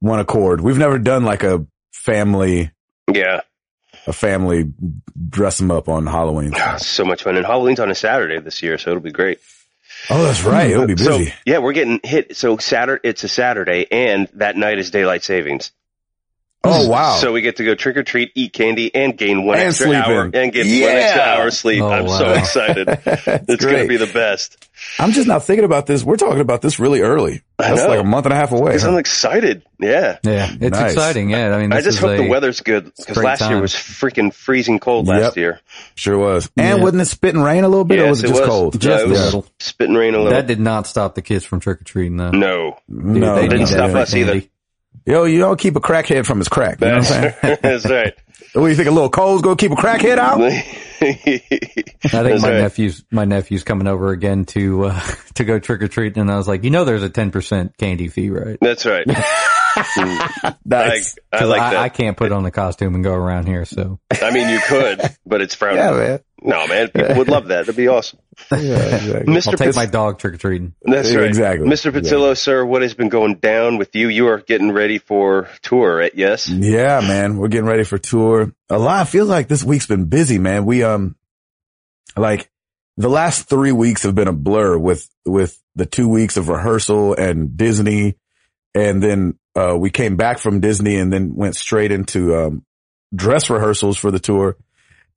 [SPEAKER 1] one accord. We've never done like a family
[SPEAKER 2] yeah,
[SPEAKER 1] a family dress them up on Halloween.
[SPEAKER 2] so much fun. And Halloween's on a Saturday this year, so it'll be great.
[SPEAKER 1] Oh, that's right. It'll be
[SPEAKER 2] Hmm, So
[SPEAKER 1] busy.
[SPEAKER 2] yeah, we're getting hit. So Saturday, it's a Saturday, and that night is daylight savings.
[SPEAKER 1] oh wow.
[SPEAKER 2] So we get to go trick or treat, eat candy, and gain one
[SPEAKER 1] And
[SPEAKER 2] extra
[SPEAKER 1] sleep
[SPEAKER 2] hour
[SPEAKER 1] in.
[SPEAKER 2] and get
[SPEAKER 1] Yeah.
[SPEAKER 2] one extra hour of sleep.
[SPEAKER 3] Oh,
[SPEAKER 2] I'm so
[SPEAKER 3] wow.
[SPEAKER 2] excited. it's going to
[SPEAKER 1] great.
[SPEAKER 2] be the best.
[SPEAKER 1] I'm just not thinking about this. We're talking about this really early.
[SPEAKER 2] I
[SPEAKER 1] That's
[SPEAKER 2] know.
[SPEAKER 1] like a month and a half away.
[SPEAKER 2] Because
[SPEAKER 1] huh?
[SPEAKER 2] I'm excited. Yeah.
[SPEAKER 3] Yeah, it's
[SPEAKER 1] Nice.
[SPEAKER 3] exciting. Yeah, I mean,
[SPEAKER 2] I
[SPEAKER 3] this
[SPEAKER 2] just
[SPEAKER 3] is
[SPEAKER 2] hope
[SPEAKER 3] a-
[SPEAKER 2] the weather's good because
[SPEAKER 3] great
[SPEAKER 2] last year
[SPEAKER 3] time.
[SPEAKER 2] was freaking freezing cold last
[SPEAKER 1] Yep.
[SPEAKER 2] year.
[SPEAKER 1] Sure was. And
[SPEAKER 3] Yeah.
[SPEAKER 1] wasn't it spit and rain a little bit, or
[SPEAKER 2] Yes,
[SPEAKER 1] was it
[SPEAKER 2] it
[SPEAKER 1] just
[SPEAKER 2] was.
[SPEAKER 1] cold?
[SPEAKER 2] Yeah,
[SPEAKER 3] Just
[SPEAKER 2] it
[SPEAKER 3] a
[SPEAKER 2] was-
[SPEAKER 3] little.
[SPEAKER 2] Spit and rain a little.
[SPEAKER 3] That did not stop the kids from trick or treating, though.
[SPEAKER 2] no,
[SPEAKER 1] no,
[SPEAKER 2] didn't
[SPEAKER 1] no,
[SPEAKER 2] stop
[SPEAKER 1] no.
[SPEAKER 2] us either.
[SPEAKER 1] Yo, you don't keep a crackhead from his crack. You know what I'm
[SPEAKER 2] that's,
[SPEAKER 1] saying?
[SPEAKER 2] that's right.
[SPEAKER 1] What do you think? A little cold's gonna keep a crackhead out?
[SPEAKER 3] I think
[SPEAKER 2] That's
[SPEAKER 3] my
[SPEAKER 2] right.
[SPEAKER 3] nephew's my nephew's coming over again to uh, to go trick or treating, and I was like, you know, there's a ten percent candy fee, right?
[SPEAKER 2] That's right. Hmm, I,
[SPEAKER 1] Nice.
[SPEAKER 2] I
[SPEAKER 3] 'Cause
[SPEAKER 2] like
[SPEAKER 3] I, I
[SPEAKER 2] that.
[SPEAKER 3] can't put on a costume and go around here, so
[SPEAKER 2] I, mean, you could, but it's frowned.
[SPEAKER 1] yeah,
[SPEAKER 2] Yeah.
[SPEAKER 1] man.
[SPEAKER 2] No, man, people would love that. It'd be awesome.
[SPEAKER 1] Yeah, exactly.
[SPEAKER 2] Mr.
[SPEAKER 3] I'll take
[SPEAKER 2] Pit-
[SPEAKER 3] my dog trick or treating.
[SPEAKER 2] That's right.
[SPEAKER 1] Exactly.
[SPEAKER 2] Mr. Patillo, sir, what has been going down with you? You are getting ready for tour at Yes.
[SPEAKER 1] Yeah, man. We're getting ready for tour. A lot. I feel like this week's been busy, man. We, um, like the last three weeks have been a blur with, with the two weeks of rehearsal and Disney. And then, uh, we came back from Disney and then went straight into, um, dress rehearsals for the tour.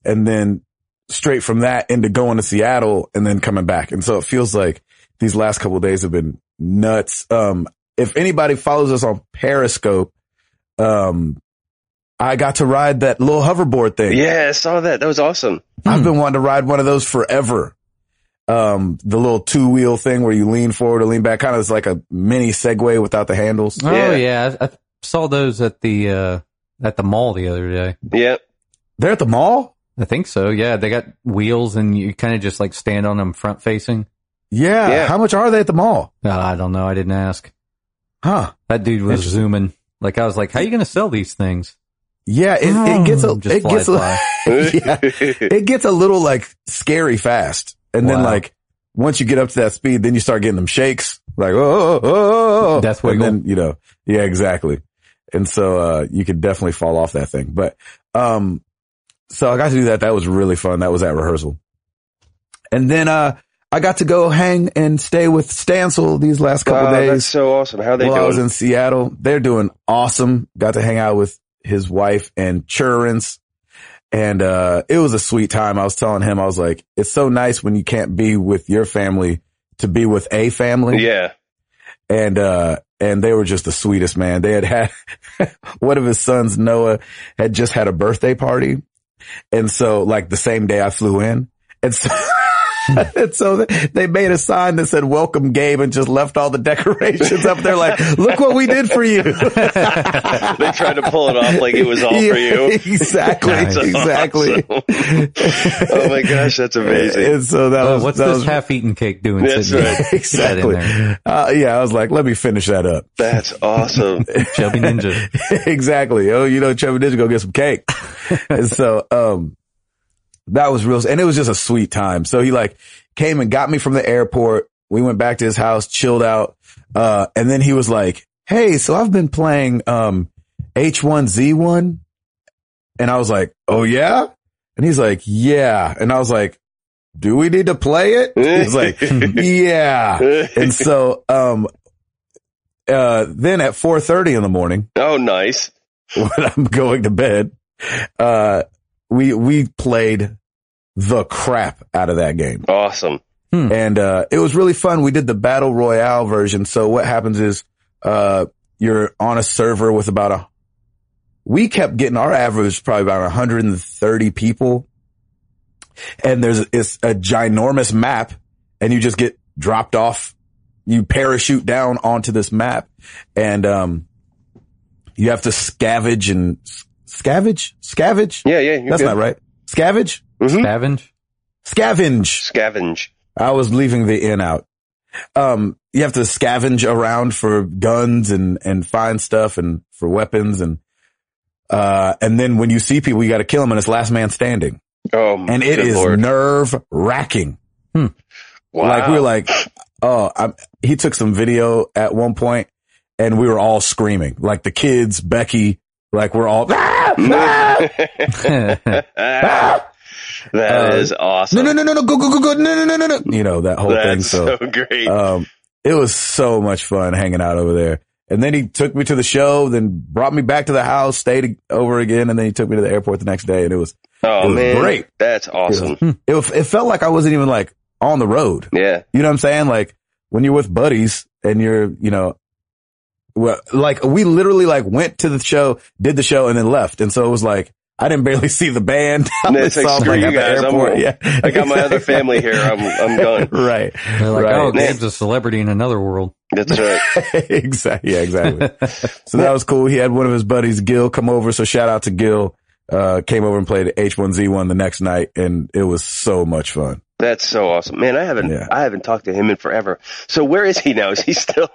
[SPEAKER 1] And then straight from that into going to Seattle and then coming back. And so it feels like these last couple of days have been nuts. Um, if anybody follows us on Periscope, um, I got to ride that little hoverboard thing.
[SPEAKER 2] Yeah, I saw that. That was awesome.
[SPEAKER 1] I've been wanting to ride one of those forever. Um, the little two wheel thing where you lean forward or lean back, kind of is like a mini Segway without the handles.
[SPEAKER 3] Oh
[SPEAKER 2] Yeah.
[SPEAKER 3] yeah, I, I saw those at the uh, at the mall the other day.
[SPEAKER 2] Yeah.
[SPEAKER 1] They're at the mall.
[SPEAKER 3] I think so. Yeah, they got wheels, and you kind of just like stand on them front facing.
[SPEAKER 1] Yeah.
[SPEAKER 2] Yeah.
[SPEAKER 1] How much are they at the mall?
[SPEAKER 3] Uh, I don't know. I didn't ask.
[SPEAKER 1] Huh?
[SPEAKER 3] That dude was
[SPEAKER 1] Interesting.
[SPEAKER 3] zooming. Like I was like, how you going to sell these things?
[SPEAKER 1] Yeah. It, it gets a,
[SPEAKER 3] Mm, Just
[SPEAKER 1] it
[SPEAKER 3] fly,
[SPEAKER 1] gets a,
[SPEAKER 3] fly.
[SPEAKER 1] yeah, it gets a little like scary fast. And then
[SPEAKER 3] Wow.
[SPEAKER 1] like once you get up to that speed, then you start getting them shakes like, oh, oh, oh, oh.
[SPEAKER 3] Death
[SPEAKER 1] And
[SPEAKER 3] wiggle.
[SPEAKER 1] then, you know, yeah, exactly. And so, uh, you could definitely fall off that thing. But, um, so I got to do that. That was really fun. That was at rehearsal. And then, uh, I got to go hang and stay with Stancil these last couple
[SPEAKER 2] Wow, that's
[SPEAKER 1] days
[SPEAKER 2] so awesome. How are they
[SPEAKER 1] while I was
[SPEAKER 2] doing?
[SPEAKER 1] in Seattle. They're doing awesome. Got to hang out with his wife and Churins. And, uh, it was a sweet time. I was telling him, I was like, it's so nice when you can't be with your family to be with a family.
[SPEAKER 2] yeah.
[SPEAKER 1] And, uh, and they were just the sweetest man. They had had one of his sons, Noah, had just had a birthday party. And so like the same day I flew in and so. And so they they made a sign that said "Welcome, Gabe," and just left all the decorations up there. Like, look what we did for you.
[SPEAKER 2] They tried to pull it off like it was all for
[SPEAKER 1] Yeah,
[SPEAKER 2] you.
[SPEAKER 1] Exactly,
[SPEAKER 2] That's
[SPEAKER 1] exactly.
[SPEAKER 2] awesome. oh my gosh, that's amazing.
[SPEAKER 1] And so that
[SPEAKER 3] Oh,
[SPEAKER 1] was
[SPEAKER 3] what's
[SPEAKER 1] that
[SPEAKER 3] this
[SPEAKER 1] was-
[SPEAKER 3] half-eaten cake doing?
[SPEAKER 2] That's
[SPEAKER 3] sitting
[SPEAKER 2] right.
[SPEAKER 3] there? Get that in
[SPEAKER 1] exactly.
[SPEAKER 3] there.
[SPEAKER 1] Uh, yeah, I was like, let me finish that up.
[SPEAKER 2] That's awesome.
[SPEAKER 3] Chubby Ninja.
[SPEAKER 1] exactly. Oh, you know, Trevor did go get some cake. and so, um, that was real. And it was just a sweet time. So he like came and got me from the airport. We went back to his house, chilled out. Uh, and then he was like, Hey, so I've been playing, um, H1Z1. And I was like, Oh yeah. And he's like, yeah. And I was like, do we need to play it? He's like, hmm. yeah. And so, um, uh, then at 4.30 in the morning,
[SPEAKER 2] oh, nice.
[SPEAKER 1] when I'm going to bed. Uh, we, we played the crap out of that game.
[SPEAKER 2] Awesome.
[SPEAKER 1] And, uh, it was really fun. We did the battle royale version. So what happens is, uh, you're on a server with about a, we kept getting our average probably about 130 people. And there's, it's a ginormous map and you just get dropped off. You parachute down onto this map and, um, you have to scavenge and scavenge, scavenge.
[SPEAKER 2] Yeah, yeah. you're
[SPEAKER 1] That's
[SPEAKER 2] good.
[SPEAKER 1] not right. Scavenge?
[SPEAKER 2] Mhm.
[SPEAKER 3] Savage.
[SPEAKER 1] Scavenge.
[SPEAKER 2] Scavenge.
[SPEAKER 1] I was leaving the inn out. Um, you have to scavenge around for guns and, and find stuff and for weapons and, uh, and then when you see people, you got to kill them and it's last man standing.
[SPEAKER 2] Oh,
[SPEAKER 1] And it
[SPEAKER 2] good
[SPEAKER 1] is
[SPEAKER 2] Lord.
[SPEAKER 1] nerve wracking.
[SPEAKER 2] Wow.
[SPEAKER 1] Like we were like, oh, I'm, he took some video at one point and we were all screaming. Like the kids, Becky, like we're all, "Ah! Ah!"
[SPEAKER 2] That
[SPEAKER 1] Uh,
[SPEAKER 2] is awesome.
[SPEAKER 1] no, no, no, no, no, go, go, go, go, no, no, no, no, no. You know, that whole
[SPEAKER 2] That's
[SPEAKER 1] thing.
[SPEAKER 2] so, great.
[SPEAKER 1] um, it was so much fun hanging out over there. And then he took me to the show, then brought me back to the house, stayed over again, and then he took me to the airport the next day. And it was,
[SPEAKER 2] oh
[SPEAKER 1] it was
[SPEAKER 2] man,
[SPEAKER 1] great.
[SPEAKER 2] That's awesome.
[SPEAKER 1] it, was- it felt like I wasn't even like on the road.
[SPEAKER 2] Yeah,
[SPEAKER 1] You know what I'm saying? Like when you're with buddies and you're, you know, well, like we literally like went to the show, did the show and then left. And so it was like, I didn't barely see the band. I
[SPEAKER 2] No, it's
[SPEAKER 1] only
[SPEAKER 2] like,
[SPEAKER 1] saw them,
[SPEAKER 2] screw you
[SPEAKER 1] at the
[SPEAKER 2] guys, I'm-
[SPEAKER 1] airport. yeah.
[SPEAKER 2] I got my other family here. I'm I'm gone.
[SPEAKER 1] right.
[SPEAKER 3] They're like,
[SPEAKER 1] Right.
[SPEAKER 3] oh,
[SPEAKER 2] Man.
[SPEAKER 3] Gabe's a celebrity in another world.
[SPEAKER 2] That's right.
[SPEAKER 1] exactly. Yeah, exactly. so that was cool. He had one of his buddies, Gil, come over. So shout out to Gil. Uh, came over and played H1Z1 the next night and it was so much fun.
[SPEAKER 2] That's so awesome, man. I haven't
[SPEAKER 1] Yeah.
[SPEAKER 2] I haven't talked to him in forever. So where is he now? Is he still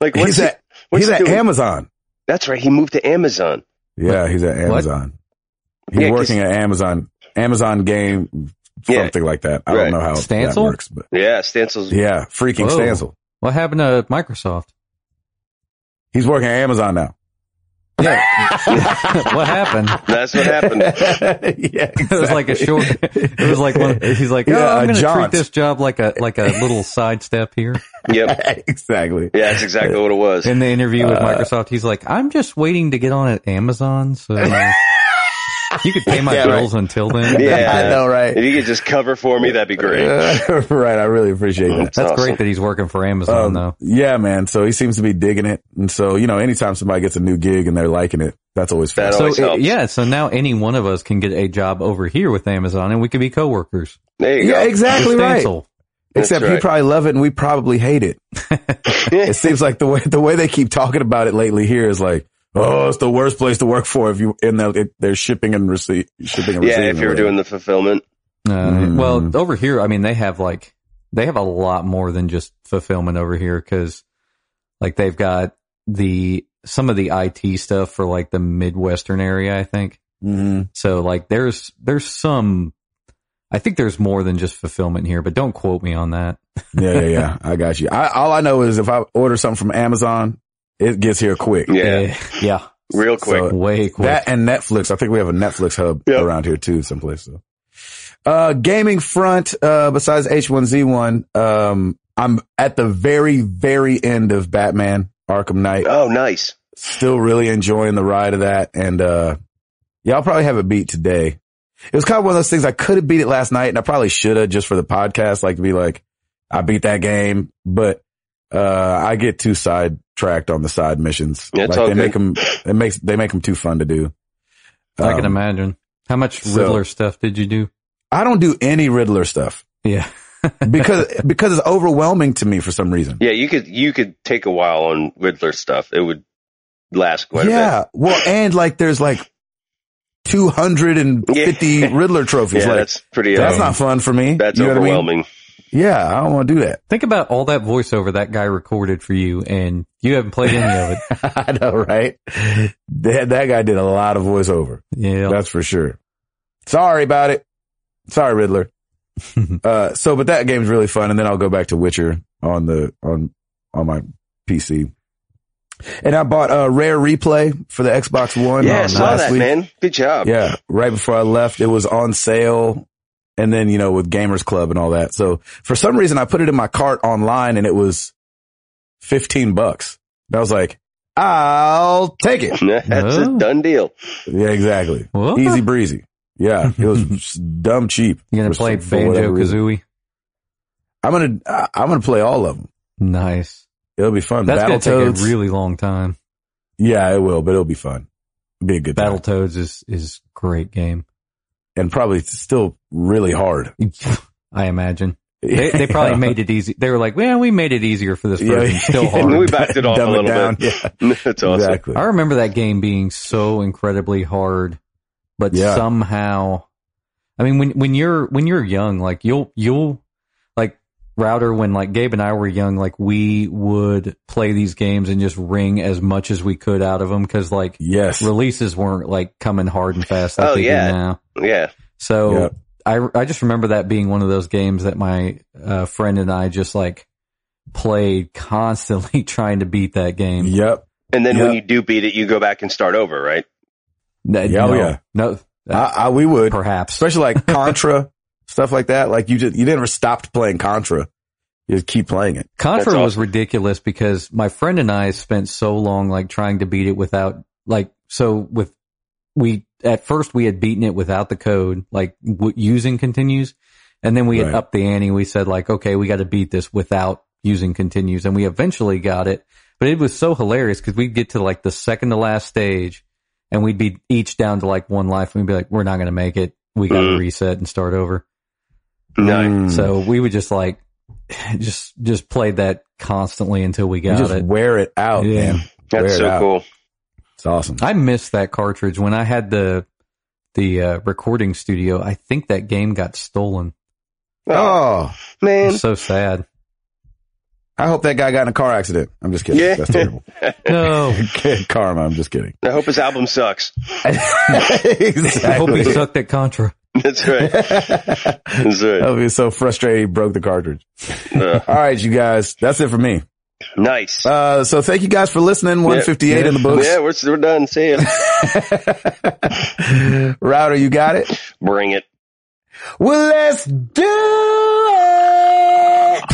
[SPEAKER 2] like what's
[SPEAKER 1] he's
[SPEAKER 2] he,
[SPEAKER 1] at,
[SPEAKER 2] what's
[SPEAKER 1] he's
[SPEAKER 2] he
[SPEAKER 1] at
[SPEAKER 2] doing?
[SPEAKER 1] Amazon.
[SPEAKER 2] That's right. He moved to Amazon.
[SPEAKER 1] Yeah, he's at
[SPEAKER 3] What?
[SPEAKER 1] Amazon. He's
[SPEAKER 2] Yeah, 'cause-
[SPEAKER 1] working at Amazon, Amazon game,
[SPEAKER 2] Yeah.
[SPEAKER 1] something like that. I
[SPEAKER 2] Right.
[SPEAKER 1] don't know how that
[SPEAKER 3] Stancil?
[SPEAKER 1] works, but
[SPEAKER 2] Yeah, Stansel's.
[SPEAKER 1] yeah, freaking
[SPEAKER 3] Whoa.
[SPEAKER 1] Stancil.
[SPEAKER 3] What happened to Microsoft?
[SPEAKER 1] He's working at Amazon now.
[SPEAKER 3] Yeah. what happened?
[SPEAKER 2] That's what happened.
[SPEAKER 1] yeah,
[SPEAKER 3] It was like a
[SPEAKER 1] exactly.
[SPEAKER 3] short. It was like one. He's like, oh,
[SPEAKER 1] Yeah,
[SPEAKER 3] I'm
[SPEAKER 1] a
[SPEAKER 3] going to treat
[SPEAKER 1] jaunt.
[SPEAKER 3] this job like a like a little sidestep here.
[SPEAKER 2] yep.
[SPEAKER 1] exactly.
[SPEAKER 2] Yeah, that's exactly what it was.
[SPEAKER 3] In the interview with
[SPEAKER 1] Uh,
[SPEAKER 3] Microsoft, he's like, I'm just waiting to get on at Amazon, so you could pay my
[SPEAKER 1] Yeah, right.
[SPEAKER 3] bills until then. That'd be
[SPEAKER 2] Yeah.
[SPEAKER 1] I
[SPEAKER 3] great.
[SPEAKER 1] know, right?
[SPEAKER 2] If you could just cover for me, that'd be great.
[SPEAKER 1] Uh, right. I really appreciate that.
[SPEAKER 2] That's
[SPEAKER 3] That's
[SPEAKER 2] awesome.
[SPEAKER 3] great that he's working for Amazon
[SPEAKER 1] Um,
[SPEAKER 3] though.
[SPEAKER 1] yeah, man. So he seems to be digging it. And so, you know, anytime somebody gets a new gig and they're liking it, that's always fun.
[SPEAKER 2] That
[SPEAKER 3] So
[SPEAKER 2] always
[SPEAKER 3] uh,
[SPEAKER 2] helps.
[SPEAKER 3] yeah, so now any one of us can get a job over here with Amazon, and we could be coworkers.
[SPEAKER 2] There you
[SPEAKER 1] yeah,
[SPEAKER 2] go.
[SPEAKER 1] exactly
[SPEAKER 3] With
[SPEAKER 1] right.
[SPEAKER 3] Stancil.
[SPEAKER 2] That's
[SPEAKER 1] Except you
[SPEAKER 2] right.
[SPEAKER 1] probably love it and we probably hate it. it seems like the way the way they keep talking about it lately here is like, oh, it's the worst place to work for if you and they're, they're shipping and receive shipping and
[SPEAKER 2] Yeah,
[SPEAKER 1] receiving
[SPEAKER 2] if
[SPEAKER 1] or
[SPEAKER 2] you're
[SPEAKER 1] whatever.
[SPEAKER 2] doing the fulfillment.
[SPEAKER 3] Uh,
[SPEAKER 1] Mm.
[SPEAKER 3] Well, over here, I mean, they have like they have a lot more than just fulfillment over here because like they've got the some of the IT stuff for like the Midwestern area, I think.
[SPEAKER 1] Mhm.
[SPEAKER 3] So like there's there's some. I think there's more than just fulfillment here, but don't quote me on that.
[SPEAKER 1] yeah, yeah, yeah. I got you. I, all I know is if I order something from Amazon, it gets here quick.
[SPEAKER 2] Yeah,
[SPEAKER 3] yeah,
[SPEAKER 2] real quick.
[SPEAKER 1] So-
[SPEAKER 3] way quick.
[SPEAKER 1] That and Netflix. I think we have a Netflix hub
[SPEAKER 2] Yeah.
[SPEAKER 1] around here too, someplace. So. Uh, gaming front, uh, besides H1Z1, um, I'm at the very, very end of Batman Arkham Knight.
[SPEAKER 2] oh, nice.
[SPEAKER 1] Still really enjoying the ride of that. And, uh, yeah, I'll probably have it beat today. It was kind of one of those things I could have beat it last night and I probably should have just for the podcast, like to be like, I beat that game, but, uh, I get too sidetracked on the side missions.
[SPEAKER 2] Yeah, it's
[SPEAKER 1] like
[SPEAKER 2] all
[SPEAKER 1] they
[SPEAKER 2] good.
[SPEAKER 1] make 'em make them, it makes, they make them too fun to do.
[SPEAKER 3] I can
[SPEAKER 1] Um,
[SPEAKER 3] imagine. How much
[SPEAKER 1] so-
[SPEAKER 3] Riddler stuff did you do?
[SPEAKER 1] I don't do any Riddler stuff
[SPEAKER 3] Yeah,
[SPEAKER 1] because, because it's overwhelming to me for some reason.
[SPEAKER 2] Yeah, you could you could take a while on Riddler stuff. It would last quite a bit.
[SPEAKER 1] yeah. Well, and like there's like 250
[SPEAKER 2] Yeah.
[SPEAKER 1] Riddler trophies.
[SPEAKER 2] yeah,
[SPEAKER 1] like,
[SPEAKER 2] that's pretty.
[SPEAKER 1] that's
[SPEAKER 2] um,
[SPEAKER 1] not fun for me.
[SPEAKER 2] that's
[SPEAKER 1] You know what I mean?
[SPEAKER 2] overwhelming.
[SPEAKER 1] Yeah, I don't want to do that.
[SPEAKER 3] think about all that voiceover that guy recorded for you, and you haven't played any of it.
[SPEAKER 1] I know, right? That, that guy did a lot of voiceover.
[SPEAKER 3] Yeah,
[SPEAKER 1] That's for sure. Sorry about it. Sorry, Riddler. uh, so, but that game's really fun. And then I'll go back to Witcher on the, on, on my PC. And I bought a rare replay for the Xbox One
[SPEAKER 2] yeah, I
[SPEAKER 1] um,
[SPEAKER 2] saw
[SPEAKER 1] last
[SPEAKER 2] that,
[SPEAKER 1] week.
[SPEAKER 2] man. Good job.
[SPEAKER 1] Yeah. Right before I left, it was on sale. And then, you know, with Gamers Club and all that. So for some reason, I put it in my cart online and it was 15 bucks. And I was like, I'll take it.
[SPEAKER 2] that's a
[SPEAKER 3] Oh.
[SPEAKER 2] done deal.
[SPEAKER 1] Yeah, exactly.
[SPEAKER 3] What?
[SPEAKER 1] Easy breezy. Yeah. It was dumb cheap.
[SPEAKER 3] You gonna
[SPEAKER 1] for-
[SPEAKER 3] play
[SPEAKER 1] for whatever
[SPEAKER 3] Banjo
[SPEAKER 1] reason.
[SPEAKER 3] Kazooie?
[SPEAKER 1] I'm going to, I'm going to play all of them.
[SPEAKER 3] Nice.
[SPEAKER 1] It'll be fun.
[SPEAKER 3] That's gonna take
[SPEAKER 1] Battletoads.
[SPEAKER 3] a really long time.
[SPEAKER 1] yeah, it will, but it'll be fun. It'll be a good battle
[SPEAKER 3] Battletoads is is great game.
[SPEAKER 1] and probably still really hard.
[SPEAKER 3] I imagine they they probably made it easy. They were like, well, we made it easier for this version. Still hard.
[SPEAKER 2] We backed it off a
[SPEAKER 1] Dumb
[SPEAKER 2] little
[SPEAKER 1] down.
[SPEAKER 2] bit.
[SPEAKER 1] Yeah.
[SPEAKER 2] that's awesome.
[SPEAKER 1] Exactly.
[SPEAKER 3] I remember that game being so incredibly hard, but
[SPEAKER 1] Yeah.
[SPEAKER 3] somehow, I mean, when when you're when you're young, like you'll you'll like router when like Gabe and I were young, like we would play these games and just wring as much as we could out of them because like
[SPEAKER 1] Yes.
[SPEAKER 3] releases weren't like coming hard and fast like
[SPEAKER 2] Oh,
[SPEAKER 3] they
[SPEAKER 2] yeah.
[SPEAKER 3] do now.
[SPEAKER 2] Yeah,
[SPEAKER 3] So
[SPEAKER 1] Yep.
[SPEAKER 3] I I just remember that being one of those games that my uh, friend and I just like played constantly trying to beat that game.
[SPEAKER 1] Yep.
[SPEAKER 2] And then
[SPEAKER 1] Yeah.
[SPEAKER 2] when you do beat it, you go back and start over, right?
[SPEAKER 3] That-
[SPEAKER 1] Yeah, oh,
[SPEAKER 3] no,
[SPEAKER 1] yeah.
[SPEAKER 3] No,
[SPEAKER 1] I, I, we would,
[SPEAKER 3] perhaps.
[SPEAKER 1] especially like Contra, stuff like that. Like you just, you never stopped playing Contra. You just keep playing it.
[SPEAKER 3] Contra
[SPEAKER 2] That's
[SPEAKER 3] was ridiculous because my friend and I spent so long like trying to beat it without like so with we at first we had beaten it without the code like w- using continues and then we
[SPEAKER 1] Right.
[SPEAKER 3] had upped the ante we said like okay we got to beat this without using continues and we eventually got it but it was so hilarious because we'd get to like the second to last stage and we'd be each down to like one life and we'd be like we're not going to make it we got to
[SPEAKER 2] Mm.
[SPEAKER 3] reset and start over
[SPEAKER 1] Mm-hmm.
[SPEAKER 2] No.
[SPEAKER 1] Mm.
[SPEAKER 3] so we would just like, just just played that constantly until we
[SPEAKER 1] you
[SPEAKER 3] got
[SPEAKER 1] just
[SPEAKER 3] it.
[SPEAKER 1] wear it out,
[SPEAKER 3] Yeah.
[SPEAKER 1] man. Wear
[SPEAKER 2] That's
[SPEAKER 1] it
[SPEAKER 2] so
[SPEAKER 1] out.
[SPEAKER 2] cool.
[SPEAKER 1] It's awesome.
[SPEAKER 3] I missed that cartridge when I had the the uh, recording studio. I think that game got stolen.
[SPEAKER 2] Oh,
[SPEAKER 1] Oh,
[SPEAKER 2] man.
[SPEAKER 3] It's so sad.
[SPEAKER 1] I hope that guy got in a car accident. I'm just kidding.
[SPEAKER 2] Yeah.
[SPEAKER 1] That's terrible.
[SPEAKER 3] No,
[SPEAKER 1] Good karma. I'm just kidding.
[SPEAKER 2] I hope his album sucks.
[SPEAKER 1] exactly.
[SPEAKER 3] I hope he sucked at Contra.
[SPEAKER 2] That's right.
[SPEAKER 1] that
[SPEAKER 2] That's right.
[SPEAKER 1] would be so frustrated he broke the cartridge.
[SPEAKER 2] Uh,
[SPEAKER 1] All right, you guys. That's it for me.
[SPEAKER 2] nice.
[SPEAKER 1] Uh, so thank you guys for listening. 158 in the books.
[SPEAKER 2] Yeah, we're, we're done. See ya.
[SPEAKER 1] Router, you got it?
[SPEAKER 2] Bring it.
[SPEAKER 1] Well, let's do it!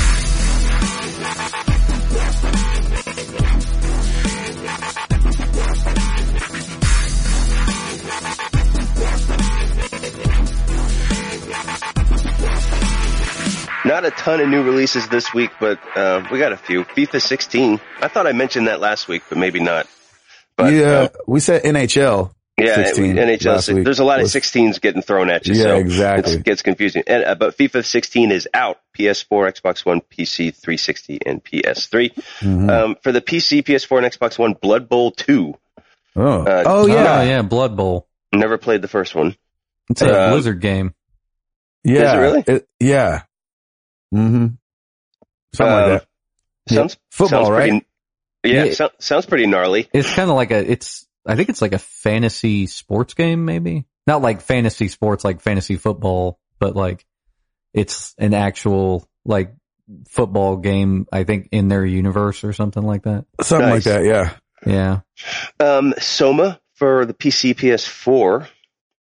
[SPEAKER 2] Not a ton of new releases this week, but uh, we got a few. FIFA 16. I thought I mentioned that last week, but maybe not. But
[SPEAKER 1] yeah,
[SPEAKER 2] uh,
[SPEAKER 1] we said NHL.
[SPEAKER 2] yeah,
[SPEAKER 1] 16
[SPEAKER 2] NHL.
[SPEAKER 1] last week
[SPEAKER 2] there's a lot of
[SPEAKER 1] was-
[SPEAKER 2] 16s getting thrown at you.
[SPEAKER 1] Yeah,
[SPEAKER 2] so
[SPEAKER 1] exactly.
[SPEAKER 2] It gets confusing. And, uh, but FIFA 16 is out. PS4, Xbox One, PC 360, and PS3.
[SPEAKER 1] Mm-hmm. Hmm.
[SPEAKER 2] Um, for the PC, PS4, and Xbox One, Blood Bowl 2.
[SPEAKER 1] oh.
[SPEAKER 2] uh,
[SPEAKER 1] oh, yeah.
[SPEAKER 3] Oh,
[SPEAKER 1] yeah.
[SPEAKER 3] yeah, Blood Bowl.
[SPEAKER 2] Never played the first one.
[SPEAKER 3] It's a
[SPEAKER 2] Uh,
[SPEAKER 3] Blizzard game.
[SPEAKER 2] it really?
[SPEAKER 1] It- yeah. Mm-hmm. Something
[SPEAKER 2] Um,
[SPEAKER 1] like that. Yeah.
[SPEAKER 2] Sounds
[SPEAKER 1] Football,
[SPEAKER 2] sounds
[SPEAKER 1] right?
[SPEAKER 2] Pretty, yeah,
[SPEAKER 3] Yeah.
[SPEAKER 2] so- sounds pretty gnarly.
[SPEAKER 3] It's kind of like a. It's I think it's like a fantasy sports game, maybe not like fantasy sports like fantasy football, but like it's an actual like football game. I think in their universe or something like that.
[SPEAKER 1] Something
[SPEAKER 2] Nice.
[SPEAKER 1] like that, yeah.
[SPEAKER 3] Yeah.
[SPEAKER 2] Um, Soma for the PC PS4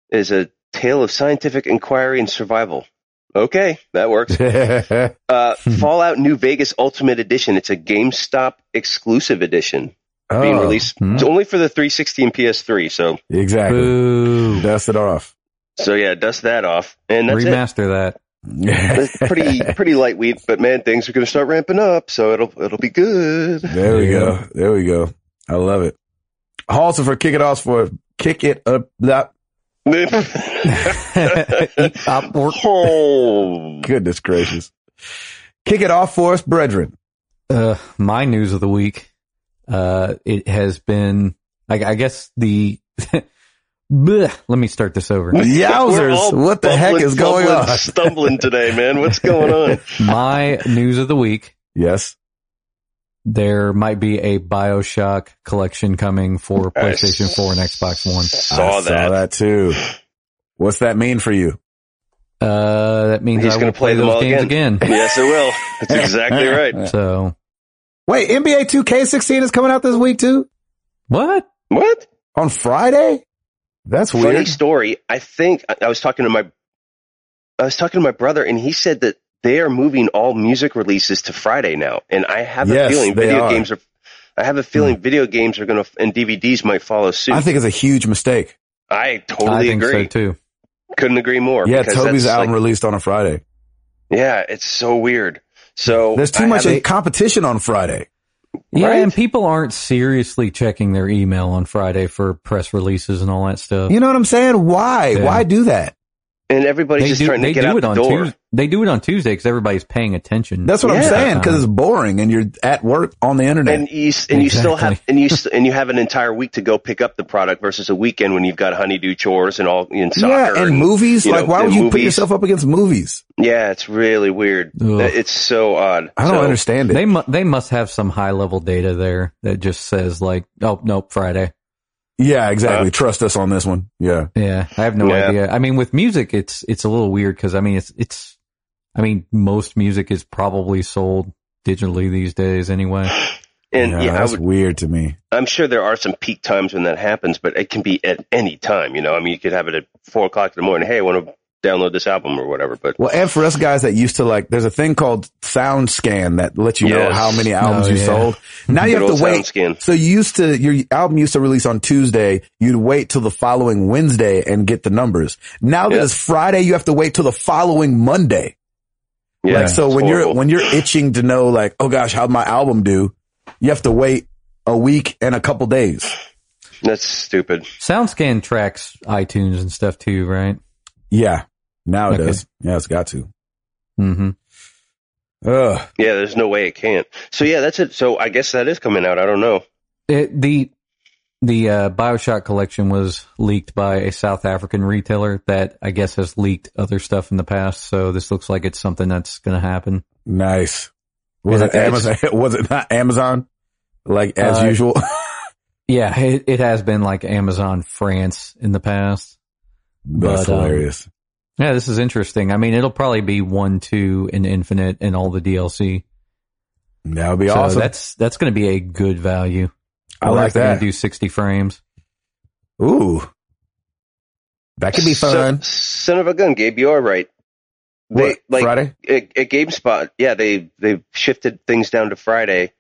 [SPEAKER 2] is a tale of scientific inquiry and survival. Okay, that works. Uh, Fallout New Vegas Ultimate Edition. It's a GameStop exclusive edition
[SPEAKER 1] Oh,
[SPEAKER 2] being released.
[SPEAKER 3] Hmm.
[SPEAKER 2] It's only for the 360 and PS3. So,
[SPEAKER 1] Exactly.
[SPEAKER 3] Boo.
[SPEAKER 1] Dust it off.
[SPEAKER 2] so yeah, dust that off, and that's it.
[SPEAKER 3] Remaster that.
[SPEAKER 2] That's pretty pretty lightweight, but man, things are going to start ramping up, so it'll it'll be good.
[SPEAKER 1] There we
[SPEAKER 3] Yeah.
[SPEAKER 1] go. There we go. I love it. Also for kick it off for kick it up that
[SPEAKER 3] Eat up work.
[SPEAKER 2] oh,
[SPEAKER 1] goodness gracious. Kick it off for us, brethren.
[SPEAKER 3] Uh, my news of the week. Uh, it has been. I, I guess the. Bleh. let me start this over.
[SPEAKER 2] We're
[SPEAKER 1] Yowzers,
[SPEAKER 2] all
[SPEAKER 1] what the heck
[SPEAKER 2] bumbling,
[SPEAKER 1] is going
[SPEAKER 2] fumbling,
[SPEAKER 1] on?
[SPEAKER 2] Stumbling today, man. What's going on?
[SPEAKER 3] My news of the week
[SPEAKER 1] Yes.
[SPEAKER 3] there might be a Bioshock collection coming for PlayStation 4 and Xbox One.
[SPEAKER 2] Saw
[SPEAKER 1] I
[SPEAKER 2] that.
[SPEAKER 1] saw that too. What's that mean for you?
[SPEAKER 3] Uh, that means
[SPEAKER 2] He's
[SPEAKER 3] I
[SPEAKER 2] gonna
[SPEAKER 3] will
[SPEAKER 2] play
[SPEAKER 3] play,
[SPEAKER 2] them all
[SPEAKER 3] those games again.
[SPEAKER 2] Yes, it will. That's exactly right.
[SPEAKER 3] So
[SPEAKER 1] Wait, NBA 2K16 is coming out this week too?
[SPEAKER 3] what?
[SPEAKER 2] What?
[SPEAKER 1] On Friday? That's
[SPEAKER 2] Funny
[SPEAKER 1] weird.
[SPEAKER 2] story. I think I, I was talking to my, I was talking to my brother, and he said that they are moving all music releases to Friday now, and I have
[SPEAKER 1] Yes,
[SPEAKER 2] a feeling
[SPEAKER 1] they
[SPEAKER 2] video
[SPEAKER 1] are.
[SPEAKER 2] games are. I have a
[SPEAKER 3] Hmm.
[SPEAKER 2] feeling video games are going to and DVDs might follow suit.
[SPEAKER 1] I
[SPEAKER 2] I,
[SPEAKER 1] think it's a huge mistake.
[SPEAKER 2] totally
[SPEAKER 3] I think
[SPEAKER 2] agree.
[SPEAKER 3] so too.
[SPEAKER 2] Couldn't agree more.
[SPEAKER 1] Yeah,
[SPEAKER 2] because
[SPEAKER 1] Toby's
[SPEAKER 2] that's
[SPEAKER 1] album
[SPEAKER 2] like-
[SPEAKER 1] released on a Friday.
[SPEAKER 2] yeah, it's so weird. So
[SPEAKER 1] There's too
[SPEAKER 2] I
[SPEAKER 1] much
[SPEAKER 2] haven't-
[SPEAKER 1] competition on Friday.
[SPEAKER 3] Yeah,
[SPEAKER 2] Right?
[SPEAKER 3] and people aren't seriously checking their email on Friday for press releases and all that stuff.
[SPEAKER 1] You know what I'm saying? Why?
[SPEAKER 3] Yeah.
[SPEAKER 1] Why do that?
[SPEAKER 2] and everybody's
[SPEAKER 3] they
[SPEAKER 2] just
[SPEAKER 3] do,
[SPEAKER 2] trying to
[SPEAKER 3] they
[SPEAKER 2] get
[SPEAKER 3] do
[SPEAKER 2] out
[SPEAKER 3] it
[SPEAKER 2] the
[SPEAKER 3] on
[SPEAKER 2] door.
[SPEAKER 3] Tuesday. They do it on Tuesday because everybody's paying attention.
[SPEAKER 1] That's what I'm
[SPEAKER 2] Yeah.
[SPEAKER 1] saying because it's boring and you're at work on the internet.
[SPEAKER 2] and you s- and you still have and you s- and you have an entire week to go pick up the product versus a weekend when you've got honeydew chores and all in soccer.
[SPEAKER 1] yeah, and movies.
[SPEAKER 2] you
[SPEAKER 1] Like,
[SPEAKER 2] know,
[SPEAKER 1] why
[SPEAKER 2] and
[SPEAKER 1] would you put
[SPEAKER 2] movies.
[SPEAKER 1] yourself up against movies?
[SPEAKER 2] yeah, it's really weird.
[SPEAKER 3] Ugh.
[SPEAKER 2] That- It's so odd.
[SPEAKER 1] I don't
[SPEAKER 2] So,
[SPEAKER 1] understand it.
[SPEAKER 3] they mu- they must have some high level data there that just says like, oh nope, Friday.
[SPEAKER 1] Yeah,
[SPEAKER 2] Uh,
[SPEAKER 1] exactly. Trust us on this one. Yeah.
[SPEAKER 3] Yeah, I have no
[SPEAKER 2] Yeah.
[SPEAKER 3] idea. I mean, with music, it's it's a little weird because I mean, it's it's, I mean, most music is probably sold digitally these days anyway.
[SPEAKER 2] And
[SPEAKER 1] yeah,
[SPEAKER 2] yeah, I
[SPEAKER 1] that's
[SPEAKER 2] would,
[SPEAKER 1] weird to me.
[SPEAKER 2] I'm sure there are some peak times when that happens, but it can be at any time. You know, I mean, you could have it at four o'clock in the morning. Hey, I want to download this album or whatever. But
[SPEAKER 1] Well, and for us guys that used to like, there's a thing called sound scan that lets you know
[SPEAKER 2] Yes.
[SPEAKER 1] how many albums
[SPEAKER 3] Oh,
[SPEAKER 1] you
[SPEAKER 3] yeah.
[SPEAKER 1] sold. Now you
[SPEAKER 2] good
[SPEAKER 1] have
[SPEAKER 2] old
[SPEAKER 1] to wait.
[SPEAKER 2] SoundScan.
[SPEAKER 1] So you used to, your album used to release on Tuesday. You'd wait till the following Wednesday and get the numbers. Now that
[SPEAKER 2] Yeah.
[SPEAKER 1] it's Friday, you have to wait till the following Monday.
[SPEAKER 2] Yeah,
[SPEAKER 1] like, so
[SPEAKER 2] it's
[SPEAKER 1] when you're,
[SPEAKER 2] horrible.
[SPEAKER 1] when you're itching to know like, oh gosh, how'd my album do? You have to wait a week and a couple days.
[SPEAKER 2] that's stupid.
[SPEAKER 3] SoundScan tracks iTunes and stuff too, right?
[SPEAKER 1] Yeah. Now it
[SPEAKER 3] Okay.
[SPEAKER 1] does. Yeah, it's got to.
[SPEAKER 3] Mm-hmm.
[SPEAKER 1] Ugh.
[SPEAKER 2] Yeah, there's no way it can't. So yeah, that's it. So I guess that is coming out. I don't know.
[SPEAKER 3] It, the the uh, Bioshock collection was leaked by a South African retailer that I guess has leaked other stuff in the past. So this looks like it's something that's going to happen.
[SPEAKER 1] Nice. Was
[SPEAKER 3] Yeah,
[SPEAKER 1] it Amazon? Was it not Amazon? Like as
[SPEAKER 3] Uh,
[SPEAKER 1] usual.
[SPEAKER 3] Yeah, it, it has been like Amazon France in the past.
[SPEAKER 1] That's
[SPEAKER 3] but, um,
[SPEAKER 1] hilarious.
[SPEAKER 3] Yeah, this is interesting. I mean, it'll probably be one, two, and infinite, and all the DLC.
[SPEAKER 1] that would be
[SPEAKER 3] so
[SPEAKER 1] awesome.
[SPEAKER 3] that's that's going to be a good value.
[SPEAKER 1] I
[SPEAKER 3] wonder
[SPEAKER 1] like
[SPEAKER 3] if they're gonna
[SPEAKER 1] that.
[SPEAKER 3] Do sixty frames.
[SPEAKER 1] Ooh. That could be
[SPEAKER 2] Son,
[SPEAKER 1] fun.
[SPEAKER 2] son of a gun, Gabe. You are right. They
[SPEAKER 1] What,
[SPEAKER 2] like
[SPEAKER 1] Friday?
[SPEAKER 2] at, at GameSpot, yeah, they they shifted things down to Friday,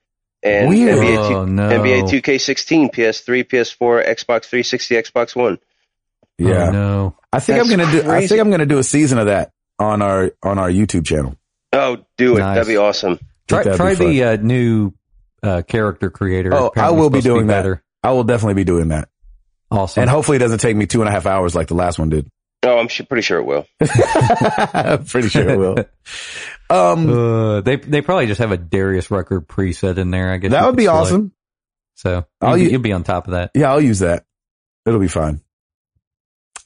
[SPEAKER 2] and
[SPEAKER 1] Weird.
[SPEAKER 2] NBA,
[SPEAKER 3] Oh no!
[SPEAKER 2] NBA 2K16, PS3, PS4, Xbox 360, Xbox One.
[SPEAKER 3] Oh,
[SPEAKER 1] Yeah.
[SPEAKER 3] no.
[SPEAKER 1] I think I'm
[SPEAKER 2] That's
[SPEAKER 1] gonna do I
[SPEAKER 2] crazy.
[SPEAKER 1] think I'm gonna do a season of that on our on our YouTube channel.
[SPEAKER 2] Oh, do it.
[SPEAKER 3] Nice.
[SPEAKER 2] That'd be awesome.
[SPEAKER 3] Try
[SPEAKER 1] that'd be
[SPEAKER 3] try
[SPEAKER 1] fun.
[SPEAKER 3] the uh, new uh, character creator.
[SPEAKER 1] Oh,
[SPEAKER 3] Apparently
[SPEAKER 1] I will be
[SPEAKER 3] supposed to
[SPEAKER 1] doing that.
[SPEAKER 3] Better.
[SPEAKER 1] I will definitely be doing that.
[SPEAKER 3] Awesome.
[SPEAKER 1] And hopefully it doesn't take me two and a half hours like the last one did.
[SPEAKER 2] Oh, I'm su pretty sure it will.
[SPEAKER 1] I'm pretty sure it will. Um
[SPEAKER 3] uh, they they probably just have a Darius Rucker preset in there. I guess
[SPEAKER 1] that
[SPEAKER 3] you
[SPEAKER 1] would
[SPEAKER 3] could
[SPEAKER 1] be
[SPEAKER 3] select.
[SPEAKER 1] awesome. Oh,
[SPEAKER 3] So
[SPEAKER 1] I'll
[SPEAKER 3] you'll,
[SPEAKER 1] u-
[SPEAKER 3] be- you'll be on top of that.
[SPEAKER 1] Yeah, I'll use that. It'll be fine.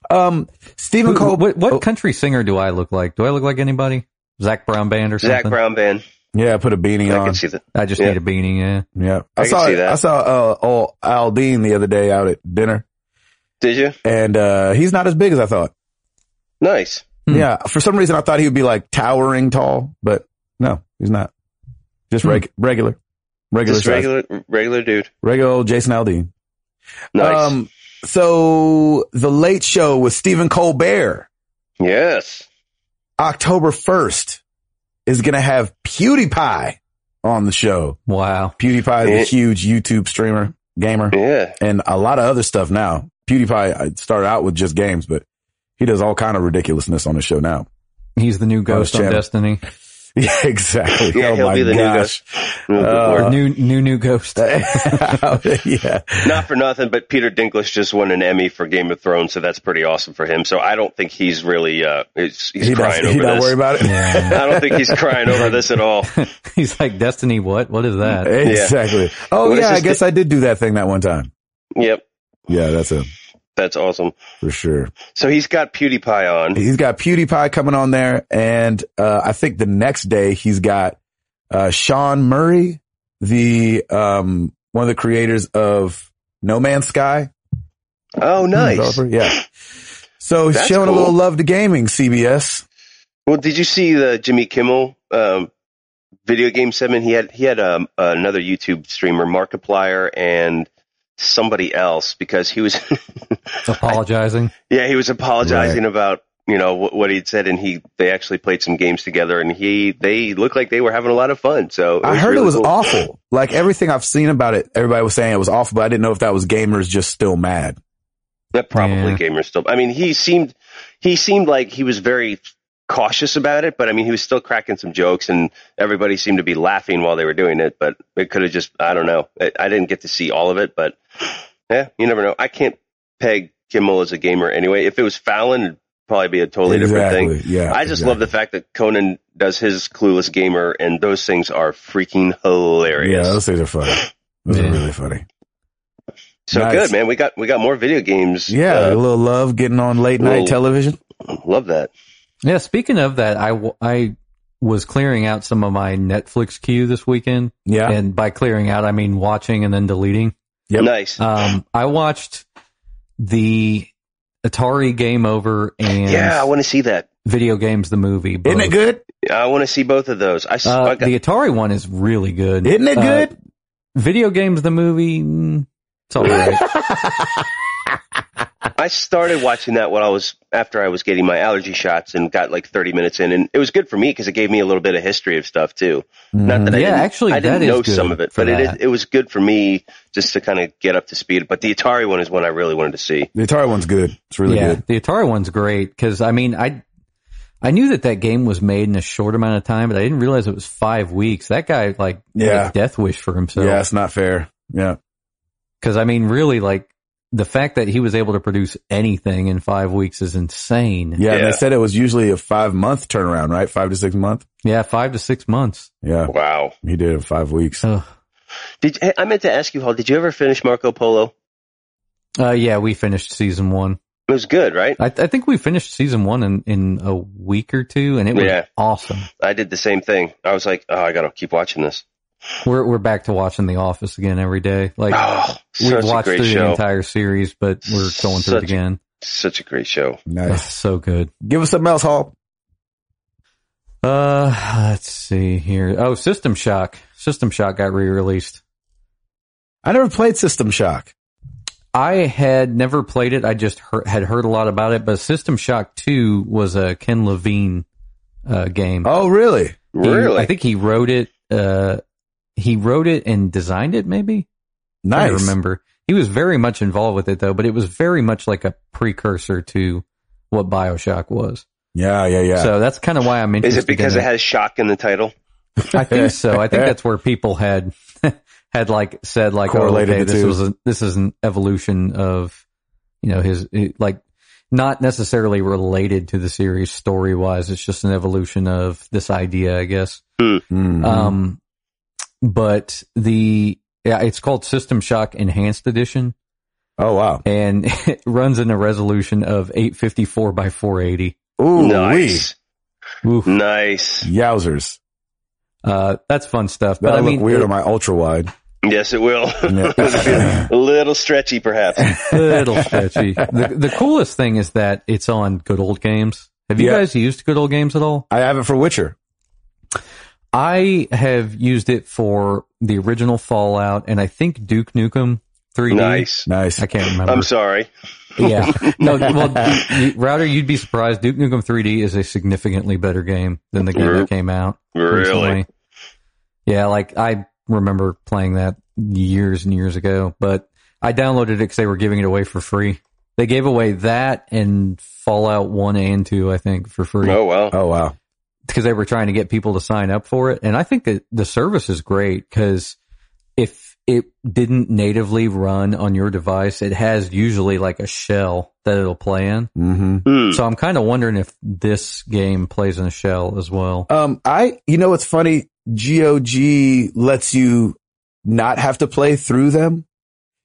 [SPEAKER 1] Um Stephen
[SPEAKER 3] Who-
[SPEAKER 1] Cole
[SPEAKER 3] what what
[SPEAKER 1] oh,
[SPEAKER 3] country singer do I look like? Do I look like anybody? Zach Brown Band or something?
[SPEAKER 2] Zach Brown band.
[SPEAKER 1] Yeah, put a beanie
[SPEAKER 2] I
[SPEAKER 1] on.
[SPEAKER 2] can see that.
[SPEAKER 3] I just
[SPEAKER 2] Yeah.
[SPEAKER 3] need a beanie. Yeah.
[SPEAKER 1] Yeah. I,
[SPEAKER 2] I can
[SPEAKER 1] saw
[SPEAKER 2] see that.
[SPEAKER 1] I saw uh old Al Dean the other day out at dinner
[SPEAKER 2] Did you?
[SPEAKER 1] and uh he's not as big as I thought.
[SPEAKER 2] Nice.
[SPEAKER 3] Hmm.
[SPEAKER 1] Yeah. For some reason, I thought he would be like towering tall, but no, he's not. Just
[SPEAKER 3] Hmm.
[SPEAKER 1] reg- regular, regular,
[SPEAKER 2] Just
[SPEAKER 1] size. regular,
[SPEAKER 2] regular regular dude.
[SPEAKER 1] old Jason Aldean.
[SPEAKER 2] Nice.
[SPEAKER 1] Um, so the late show with Stephen Colbert,
[SPEAKER 2] yes.
[SPEAKER 1] October 1st is going to have PewDiePie on the show.
[SPEAKER 3] Wow.
[SPEAKER 1] PewDiePie is a
[SPEAKER 2] Eh.
[SPEAKER 1] huge YouTube streamer, gamer,
[SPEAKER 2] Yeah.
[SPEAKER 1] and a lot of other stuff now. PewDiePie I started out with just games, but he does all kind of ridiculousness on the show now.
[SPEAKER 3] He's the new ghost on
[SPEAKER 1] channel.
[SPEAKER 3] Destiny.
[SPEAKER 1] Yeah, exactly.
[SPEAKER 2] Yeah,
[SPEAKER 1] oh
[SPEAKER 2] he'll
[SPEAKER 1] my
[SPEAKER 2] be the new
[SPEAKER 1] gosh.
[SPEAKER 2] Oh, good
[SPEAKER 1] Uh,
[SPEAKER 2] lord.
[SPEAKER 3] or new new new ghost.
[SPEAKER 1] yeah.
[SPEAKER 2] Not for nothing, but Peter Dinklage just won an Emmy for Game of Thrones, so that's pretty awesome for him. So I don't think he's really uh, he's, he's
[SPEAKER 1] He
[SPEAKER 2] crying
[SPEAKER 1] doesn't, he
[SPEAKER 2] over
[SPEAKER 1] don't
[SPEAKER 2] this.
[SPEAKER 1] worry about it.
[SPEAKER 3] Yeah.
[SPEAKER 2] I don't think he's crying over this at all.
[SPEAKER 3] He's like Destiny. What? What is that?
[SPEAKER 1] exactly. Oh
[SPEAKER 2] What is
[SPEAKER 1] yeah, I
[SPEAKER 2] this
[SPEAKER 1] guess I did do that thing that one time.
[SPEAKER 2] Yep,
[SPEAKER 1] Yeah, that's him
[SPEAKER 2] that's awesome.
[SPEAKER 1] for sure.
[SPEAKER 2] So he's got PewDiePie on.
[SPEAKER 1] He's got PewDiePie coming on there, and uh, I think the next day he's got uh, Sean Murray, the um, one of the creators of No Man's Sky.
[SPEAKER 2] Oh, nice.
[SPEAKER 1] developer. Yeah. So he's
[SPEAKER 2] That's
[SPEAKER 1] showing a
[SPEAKER 2] cool.
[SPEAKER 1] little love to gaming, CBS.
[SPEAKER 2] Well, did you see the Jimmy Kimmel um, video game segment? He had he had um, another YouTube streamer, Markiplier, and somebody else because he was
[SPEAKER 3] Apologizing.
[SPEAKER 2] Yeah, he was apologizing about you know what, what he'd said, and he they actually played some games together, and he they looked like they were having a lot of fun. So
[SPEAKER 1] I heard
[SPEAKER 2] really
[SPEAKER 1] it was
[SPEAKER 2] cool.
[SPEAKER 1] awful. Like everything I've seen about it, everybody was saying it was awful, but I didn't know if that was gamers just still mad.
[SPEAKER 2] That probably
[SPEAKER 3] Yeah.
[SPEAKER 2] gamer still. I mean, he seemed he seemed like he was very cautious about it, but I mean, he was still cracking some jokes, and everybody seemed to be laughing while they were doing it. But it could have just I don't know. I, I didn't get to see all of it, but yeah, you never know. I can't peg Kimmel as a gamer anyway. If it was Fallon, it'd probably be a totally different thing.
[SPEAKER 1] Yeah.
[SPEAKER 2] I just love the fact that Conan does his clueless gamer, and those things are freaking
[SPEAKER 1] Yeah,
[SPEAKER 2] hilarious.
[SPEAKER 1] those things are funny. Those
[SPEAKER 3] Yeah.
[SPEAKER 1] are really funny.
[SPEAKER 2] so
[SPEAKER 1] nice.
[SPEAKER 2] good, man. We got we got more video games.
[SPEAKER 1] Yeah, a little love getting on late night
[SPEAKER 2] little-
[SPEAKER 1] television.
[SPEAKER 2] Uh, love that.
[SPEAKER 3] Yeah. Speaking of that, I w- I was clearing out some of my Netflix queue this weekend,
[SPEAKER 1] Yeah.
[SPEAKER 3] and by clearing out, I mean watching and then deleting.
[SPEAKER 1] Yep.
[SPEAKER 2] Nice.
[SPEAKER 3] Um, I watched the Atari Game Over and
[SPEAKER 2] yeah, I want to see that.
[SPEAKER 3] Video Games the Movie.
[SPEAKER 1] Isn't it
[SPEAKER 3] both.
[SPEAKER 1] good?
[SPEAKER 2] I want to see both of those. I, s-
[SPEAKER 3] Uh,
[SPEAKER 2] I got-
[SPEAKER 3] the Atari one is really good.
[SPEAKER 1] Isn't it
[SPEAKER 3] Uh,
[SPEAKER 1] good?
[SPEAKER 3] Video Games the Movie. mm, It's all right.
[SPEAKER 2] I started watching that when I was after I was getting my allergy shots and got like 30 minutes in, and it was good for me because it gave me a little bit of history of stuff too.
[SPEAKER 1] mm-hmm.
[SPEAKER 2] Not that I
[SPEAKER 3] Mm-hmm. Yeah,
[SPEAKER 2] didn't,
[SPEAKER 3] actually,
[SPEAKER 2] I didn't
[SPEAKER 3] that is
[SPEAKER 2] know
[SPEAKER 3] good
[SPEAKER 2] some of it,
[SPEAKER 3] for
[SPEAKER 2] but it is,
[SPEAKER 3] that.
[SPEAKER 2] it was good for me just to kind of get up to speed. But the Atari one is one I really wanted to see.
[SPEAKER 1] The Atari one's good. It's really
[SPEAKER 3] yeah,
[SPEAKER 1] good.
[SPEAKER 3] the Atari one's great because I mean, I I knew that that game was made in a short amount of time, but I didn't realize it was five weeks. That guy like had
[SPEAKER 1] Yeah.
[SPEAKER 3] a death wish for
[SPEAKER 1] yeah,
[SPEAKER 3] himself
[SPEAKER 1] it's not fair. Yeah.
[SPEAKER 3] because I mean, really, like the fact that he was able to produce anything in five weeks is insane.
[SPEAKER 1] Yeah. and
[SPEAKER 2] Yeah.
[SPEAKER 1] they said it was usually a five month turnaround, right? Five to six month.
[SPEAKER 3] Yeah, five to six months.
[SPEAKER 1] Yeah.
[SPEAKER 2] Wow.
[SPEAKER 1] He did it in five weeks.
[SPEAKER 3] Ugh.
[SPEAKER 2] Did hey, I meant to ask you, Hall? Did you ever finish Marco Polo?
[SPEAKER 3] Uh, yeah, we finished season one.
[SPEAKER 2] It was good, right?
[SPEAKER 3] I, I think we finished season one in, in a week or two, and it was
[SPEAKER 2] Yeah.
[SPEAKER 3] awesome.
[SPEAKER 2] I did the same thing. I was like, oh, I gotta keep watching this.
[SPEAKER 3] We're we're back to watching The Office again every day. Like
[SPEAKER 2] Oh,
[SPEAKER 3] we've
[SPEAKER 2] such a
[SPEAKER 3] watched
[SPEAKER 2] great
[SPEAKER 3] through the
[SPEAKER 2] show.
[SPEAKER 3] entire series, but we're going through
[SPEAKER 2] Such-
[SPEAKER 3] it again.
[SPEAKER 2] Such a great show.
[SPEAKER 1] Nice.
[SPEAKER 3] That's so good.
[SPEAKER 1] Give us something else, Hall.
[SPEAKER 3] Uh, let's see here. Oh, System Shock. System Shock got re-released.
[SPEAKER 1] I never played System Shock.
[SPEAKER 3] I had never played it. I just heard, had heard a lot about it, but System Shock 2 was a Ken Levine, uh, game.
[SPEAKER 1] Oh, really?
[SPEAKER 3] He-
[SPEAKER 2] Really?
[SPEAKER 3] I think he wrote it, uh, he wrote it and designed it maybe? I
[SPEAKER 1] Nice.
[SPEAKER 3] don't remember. He was very much involved with it though, but it was very much like a precursor to what Bioshock was.
[SPEAKER 1] Yeah, yeah, yeah.
[SPEAKER 3] So that's kind of why I'm
[SPEAKER 2] Is
[SPEAKER 3] interested.
[SPEAKER 2] it because
[SPEAKER 3] in
[SPEAKER 2] it has shock in the title?
[SPEAKER 3] I think so. I think that's where people had had like said like
[SPEAKER 1] Correlated
[SPEAKER 3] oh, okay,
[SPEAKER 1] the
[SPEAKER 3] this
[SPEAKER 1] two.
[SPEAKER 3] was a, this is an evolution of you know his it- like not necessarily related to the series story wise. It's just an evolution of this idea, I guess.
[SPEAKER 1] Mhm.
[SPEAKER 3] Um, but the yeah, it's called System Shock Enhanced Edition,
[SPEAKER 1] oh, wow.
[SPEAKER 3] and it runs in a resolution of 854 by 480.
[SPEAKER 1] Ooh,
[SPEAKER 2] nice,
[SPEAKER 3] Oof.
[SPEAKER 1] Mm-hmm.
[SPEAKER 2] nice.
[SPEAKER 1] wee. Yowzers.
[SPEAKER 3] Uh, that's fun stuff.
[SPEAKER 1] That'll
[SPEAKER 3] but I
[SPEAKER 1] look
[SPEAKER 3] mean,
[SPEAKER 1] weird
[SPEAKER 3] it-
[SPEAKER 1] on my ultra wide.
[SPEAKER 2] Yes, it will. a little stretchy, perhaps.
[SPEAKER 3] little sketchy. The, the coolest thing is that it's on Good Old Games. Have you
[SPEAKER 1] Yeah.
[SPEAKER 3] guys used Good Old Games at all?
[SPEAKER 1] I have it for Witcher.
[SPEAKER 3] I have used it for the original Fallout and I think Duke Nukem 3D.
[SPEAKER 2] Nice.
[SPEAKER 1] Nice.
[SPEAKER 3] I can't remember.
[SPEAKER 2] I'm sorry.
[SPEAKER 3] Yeah. No, well, you- Router, you'd be surprised. Duke Nukem 3D is a significantly better game than the game
[SPEAKER 2] Really?
[SPEAKER 3] that came out.
[SPEAKER 2] Really?
[SPEAKER 3] recently. Yeah, like I remember playing that years and years ago, but I downloaded it because they were giving it away for free. They gave away that and Fallout 1 and 2, I think, for free
[SPEAKER 2] Oh well.
[SPEAKER 1] Oh, wow.
[SPEAKER 3] because they were trying to get people to sign up for it. And I think that the service is great because if it didn't natively run on your device, it has usually like a shell that it'll play in.
[SPEAKER 1] Mm-hmm.
[SPEAKER 2] Hmm.
[SPEAKER 3] So I'm kind of wondering if this game plays in a shell as well.
[SPEAKER 2] Uh,
[SPEAKER 1] Um, I, you know, it's funny. GOG lets you not have to play through them.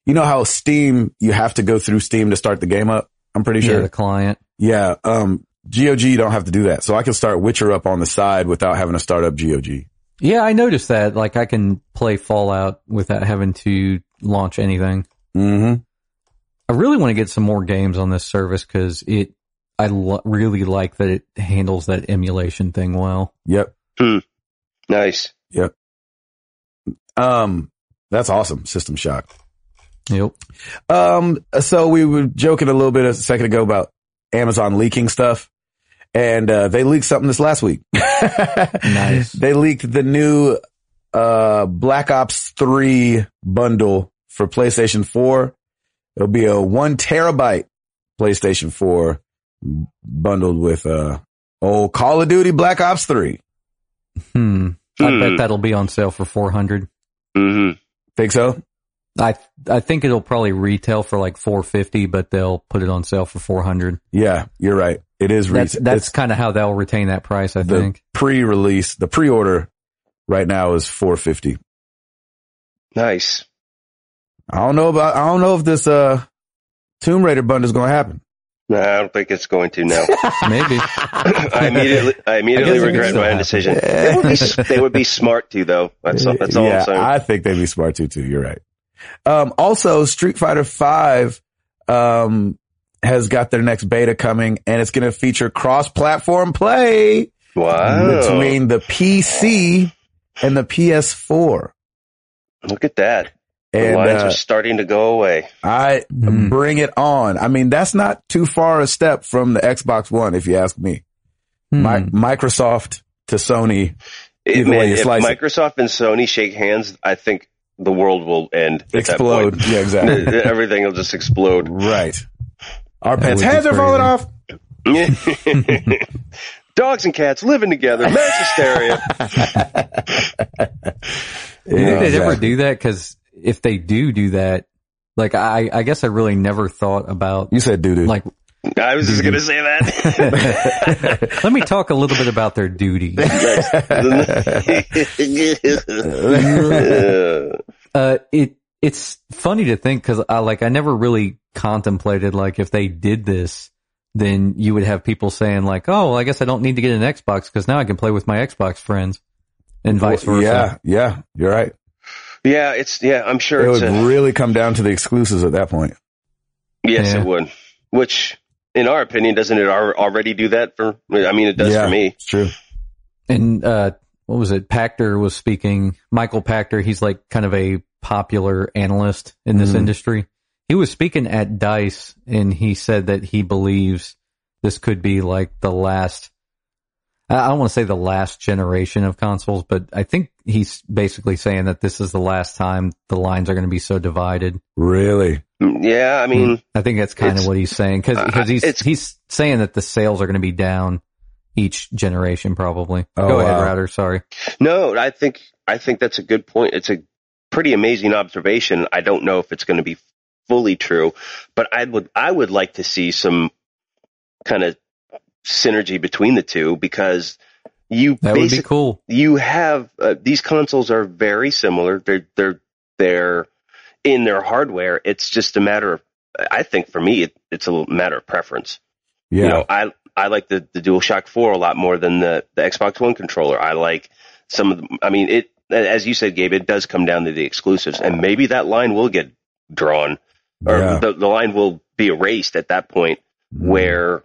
[SPEAKER 1] You know how Steam, you have to go through Steam to start the game up. I'm pretty
[SPEAKER 3] Yeah,
[SPEAKER 1] sure.
[SPEAKER 3] the client.
[SPEAKER 1] Yeah. Um, GOG, you don't have to do that. So I can start Witcher up on the side without having to start up GOG.
[SPEAKER 3] Yeah, I noticed that. Like, I can play Fallout without having to launch anything.
[SPEAKER 1] Mm-hmm.
[SPEAKER 3] I really want to get some more games on this service because it, I lo- really like that it handles that emulation thing well.
[SPEAKER 1] Yep.
[SPEAKER 2] Hmm. Nice.
[SPEAKER 1] Um, that's awesome. System shock.
[SPEAKER 3] Yep.
[SPEAKER 1] Um, so we were joking a little bit a second ago about Amazon leaking stuff. And uh, they leaked something this last week. nice. They leaked the new uh, Black Ops 3 bundle for PlayStation 4. It'll be a one terabyte PlayStation 4 bundled with uh, old Call of Duty Black Ops 3.
[SPEAKER 3] Hmm. I
[SPEAKER 2] Hmm.
[SPEAKER 3] bet that'll be on sale for 400.
[SPEAKER 2] hmm
[SPEAKER 1] Think so?
[SPEAKER 3] I, I think it'll probably retail for like 450, but they'll put it on sale for 400.
[SPEAKER 1] Yeah, you're right. It is.
[SPEAKER 3] That's,
[SPEAKER 1] retail.
[SPEAKER 3] that's kind of how they'll retain that price, I
[SPEAKER 1] the
[SPEAKER 3] think.
[SPEAKER 1] pre-release, the pre-order right now is 450.
[SPEAKER 2] Nice.
[SPEAKER 1] I don't know about. I don't know if this uh Tomb Raider bundle is going to happen.
[SPEAKER 2] No, I don't think it's going to now.
[SPEAKER 3] Maybe.
[SPEAKER 2] I immediately, I immediately
[SPEAKER 3] guess it could
[SPEAKER 2] regret
[SPEAKER 3] still
[SPEAKER 2] my
[SPEAKER 3] happen.
[SPEAKER 2] decision. They would, be, s- they would be smart to though. That's all. That's all
[SPEAKER 1] yeah,
[SPEAKER 2] I'm saying.
[SPEAKER 1] I think they'd be smart too. Too. You're right. Um, also, Street Fighter Five um, has got their next beta coming and it's going to feature cross platform play
[SPEAKER 2] Wow.
[SPEAKER 1] between the PC and the PS4.
[SPEAKER 2] Look at that. The
[SPEAKER 1] And
[SPEAKER 2] lines
[SPEAKER 1] uh,
[SPEAKER 2] are starting to go away.
[SPEAKER 1] I
[SPEAKER 3] Mm.
[SPEAKER 1] bring it on. I mean, that's not too far a step from the Xbox One, if you ask me. Mi-
[SPEAKER 3] Hmm.
[SPEAKER 1] Microsoft to Sony.
[SPEAKER 2] It,
[SPEAKER 1] either way
[SPEAKER 2] man,
[SPEAKER 1] you
[SPEAKER 2] if
[SPEAKER 1] slice it.
[SPEAKER 2] Microsoft and Sony shake hands, I think the world will end. at that
[SPEAKER 1] Explode.
[SPEAKER 2] point.
[SPEAKER 1] Yeah, exactly.
[SPEAKER 2] Everything will just explode.
[SPEAKER 1] right. Our
[SPEAKER 3] That
[SPEAKER 1] pets'
[SPEAKER 3] would be
[SPEAKER 1] heads are falling
[SPEAKER 3] crazy.
[SPEAKER 1] off.
[SPEAKER 2] Dogs and cats living together, mass hysteria.
[SPEAKER 3] Do you
[SPEAKER 1] Yeah,
[SPEAKER 3] think they'd ever
[SPEAKER 1] exactly.
[SPEAKER 3] do that? Because if they do do that, like I, I guess I really never thought about
[SPEAKER 1] You said doo doo.
[SPEAKER 3] like.
[SPEAKER 2] I was just going to say that.
[SPEAKER 3] Let me talk a little bit about their duty. Uh, it it's funny to think because I like I never really contemplated like if they did this, then you would have people saying like, oh, well, I guess I don't need to get an Xbox because now I can play with my Xbox friends, and vice versa.
[SPEAKER 1] Yeah, yeah, you're right.
[SPEAKER 2] yeah, it's yeah. I'm sure
[SPEAKER 1] It
[SPEAKER 2] it's
[SPEAKER 1] would
[SPEAKER 2] a,
[SPEAKER 1] really come down to the exclusives at that point.
[SPEAKER 2] yes,
[SPEAKER 3] Yeah.
[SPEAKER 2] it would. Which, in our opinion, doesn't it al- already do that for? I mean, it does
[SPEAKER 1] yeah,
[SPEAKER 2] for me.
[SPEAKER 1] It's true.
[SPEAKER 3] and uh, what was it? Pactor was speaking. Michael Pactor, he's like kind of a popular analyst in this
[SPEAKER 2] Mm-hmm.
[SPEAKER 1] Mhm.
[SPEAKER 3] industry. He was speaking at Dice, and he said that he believes this could be like the last. I I don't want to say the last generation of consoles, but I think he's basically saying that this is the last time the lines are going to be so divided.
[SPEAKER 1] Really.
[SPEAKER 2] Mm, Yeah, I mean,
[SPEAKER 3] I think that's kind of
[SPEAKER 2] It's-
[SPEAKER 3] what he's saying because
[SPEAKER 2] I- I-
[SPEAKER 3] he's
[SPEAKER 2] it's-
[SPEAKER 3] he's saying that the sales are going to be down each generation probably.
[SPEAKER 1] Oh,
[SPEAKER 3] Go ahead,
[SPEAKER 1] wow.
[SPEAKER 3] router. Sorry.
[SPEAKER 2] no, I think I think that's a good point. It's a pretty amazing observation. I don't know if it's going to be fully true, but I would I would like to see some kind of synergy between the two because you
[SPEAKER 3] That would
[SPEAKER 2] basically
[SPEAKER 3] be cool.
[SPEAKER 2] you have uh, these consoles are very similar. They're they're they're in their hardware. It's just a matter of I think for me it, it's a little matter of preference.
[SPEAKER 1] Yeah.
[SPEAKER 2] You know, I I like the the DualShock 4 a lot more than the the Xbox One controller. I like some of the, I mean it as you said Gabe it does come down to the exclusives and maybe that line will get drawn or
[SPEAKER 1] yeah. Mm-hmm.
[SPEAKER 2] the, the line will be erased at that point where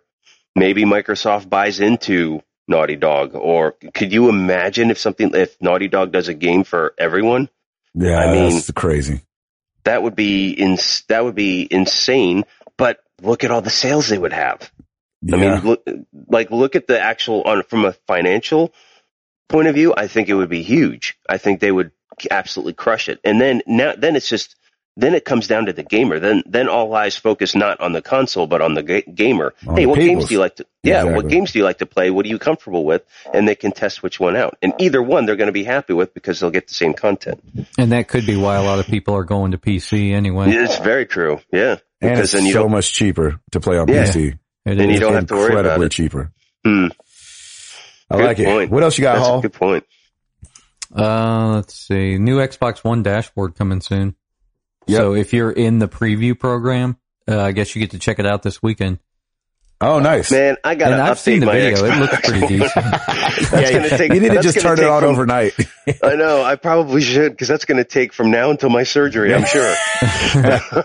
[SPEAKER 2] maybe Microsoft buys into Naughty Dog, or could you imagine if something if Naughty Dog does a game for everyone?
[SPEAKER 1] yeah,
[SPEAKER 2] I mean-
[SPEAKER 1] that's crazy.
[SPEAKER 2] That would be ins- that would be insane. But look at all the sales they would have.
[SPEAKER 1] Yeah.
[SPEAKER 2] I mean, look, like look at the actual on from a financial point of view. I think it would be huge. I think they would absolutely crush it. And then now, then it's just then it comes down to the gamer. Then then all eyes focus not on the console but on the ga- gamer.
[SPEAKER 1] On
[SPEAKER 2] hey,
[SPEAKER 1] the
[SPEAKER 2] what
[SPEAKER 1] peoples.
[SPEAKER 2] games do you like to? Yeah, what
[SPEAKER 1] Exactly.
[SPEAKER 2] games do you like to play? What are you comfortable with? And they can test which one out. And either one they're going to be happy with because they'll get the same content.
[SPEAKER 3] And that could be why a lot of people are going to PC anyway.
[SPEAKER 2] It's very true. Yeah,
[SPEAKER 1] and it's
[SPEAKER 2] because then you
[SPEAKER 1] so
[SPEAKER 2] don't.
[SPEAKER 1] much cheaper to play on
[SPEAKER 2] Yeah.
[SPEAKER 1] PC.
[SPEAKER 3] It
[SPEAKER 2] And you
[SPEAKER 3] is.
[SPEAKER 2] don't have to worry about
[SPEAKER 1] Incredibly
[SPEAKER 2] it.
[SPEAKER 1] cheaper.
[SPEAKER 2] Hmm,
[SPEAKER 1] I
[SPEAKER 2] Good
[SPEAKER 1] like it.
[SPEAKER 2] point.
[SPEAKER 1] What else you got,
[SPEAKER 2] that's a
[SPEAKER 1] Hall?
[SPEAKER 2] good point.
[SPEAKER 3] Uh, let's see. New Xbox One dashboard coming soon.
[SPEAKER 1] Yep.
[SPEAKER 3] So if you're in the preview program, uh, I guess you get to check it out this weekend.
[SPEAKER 1] Oh, nice.
[SPEAKER 2] Man, I got to
[SPEAKER 3] and
[SPEAKER 2] update
[SPEAKER 3] I've seen the
[SPEAKER 2] my
[SPEAKER 3] video.
[SPEAKER 2] Xbox.
[SPEAKER 3] It looks pretty decent.
[SPEAKER 2] That's gonna take-
[SPEAKER 1] you need to
[SPEAKER 2] that's
[SPEAKER 1] just
[SPEAKER 2] gonna
[SPEAKER 1] turn it
[SPEAKER 2] take
[SPEAKER 1] on
[SPEAKER 2] from-
[SPEAKER 1] overnight.
[SPEAKER 2] I know. I probably should because that's going to take from now until my surgery. I'm sure.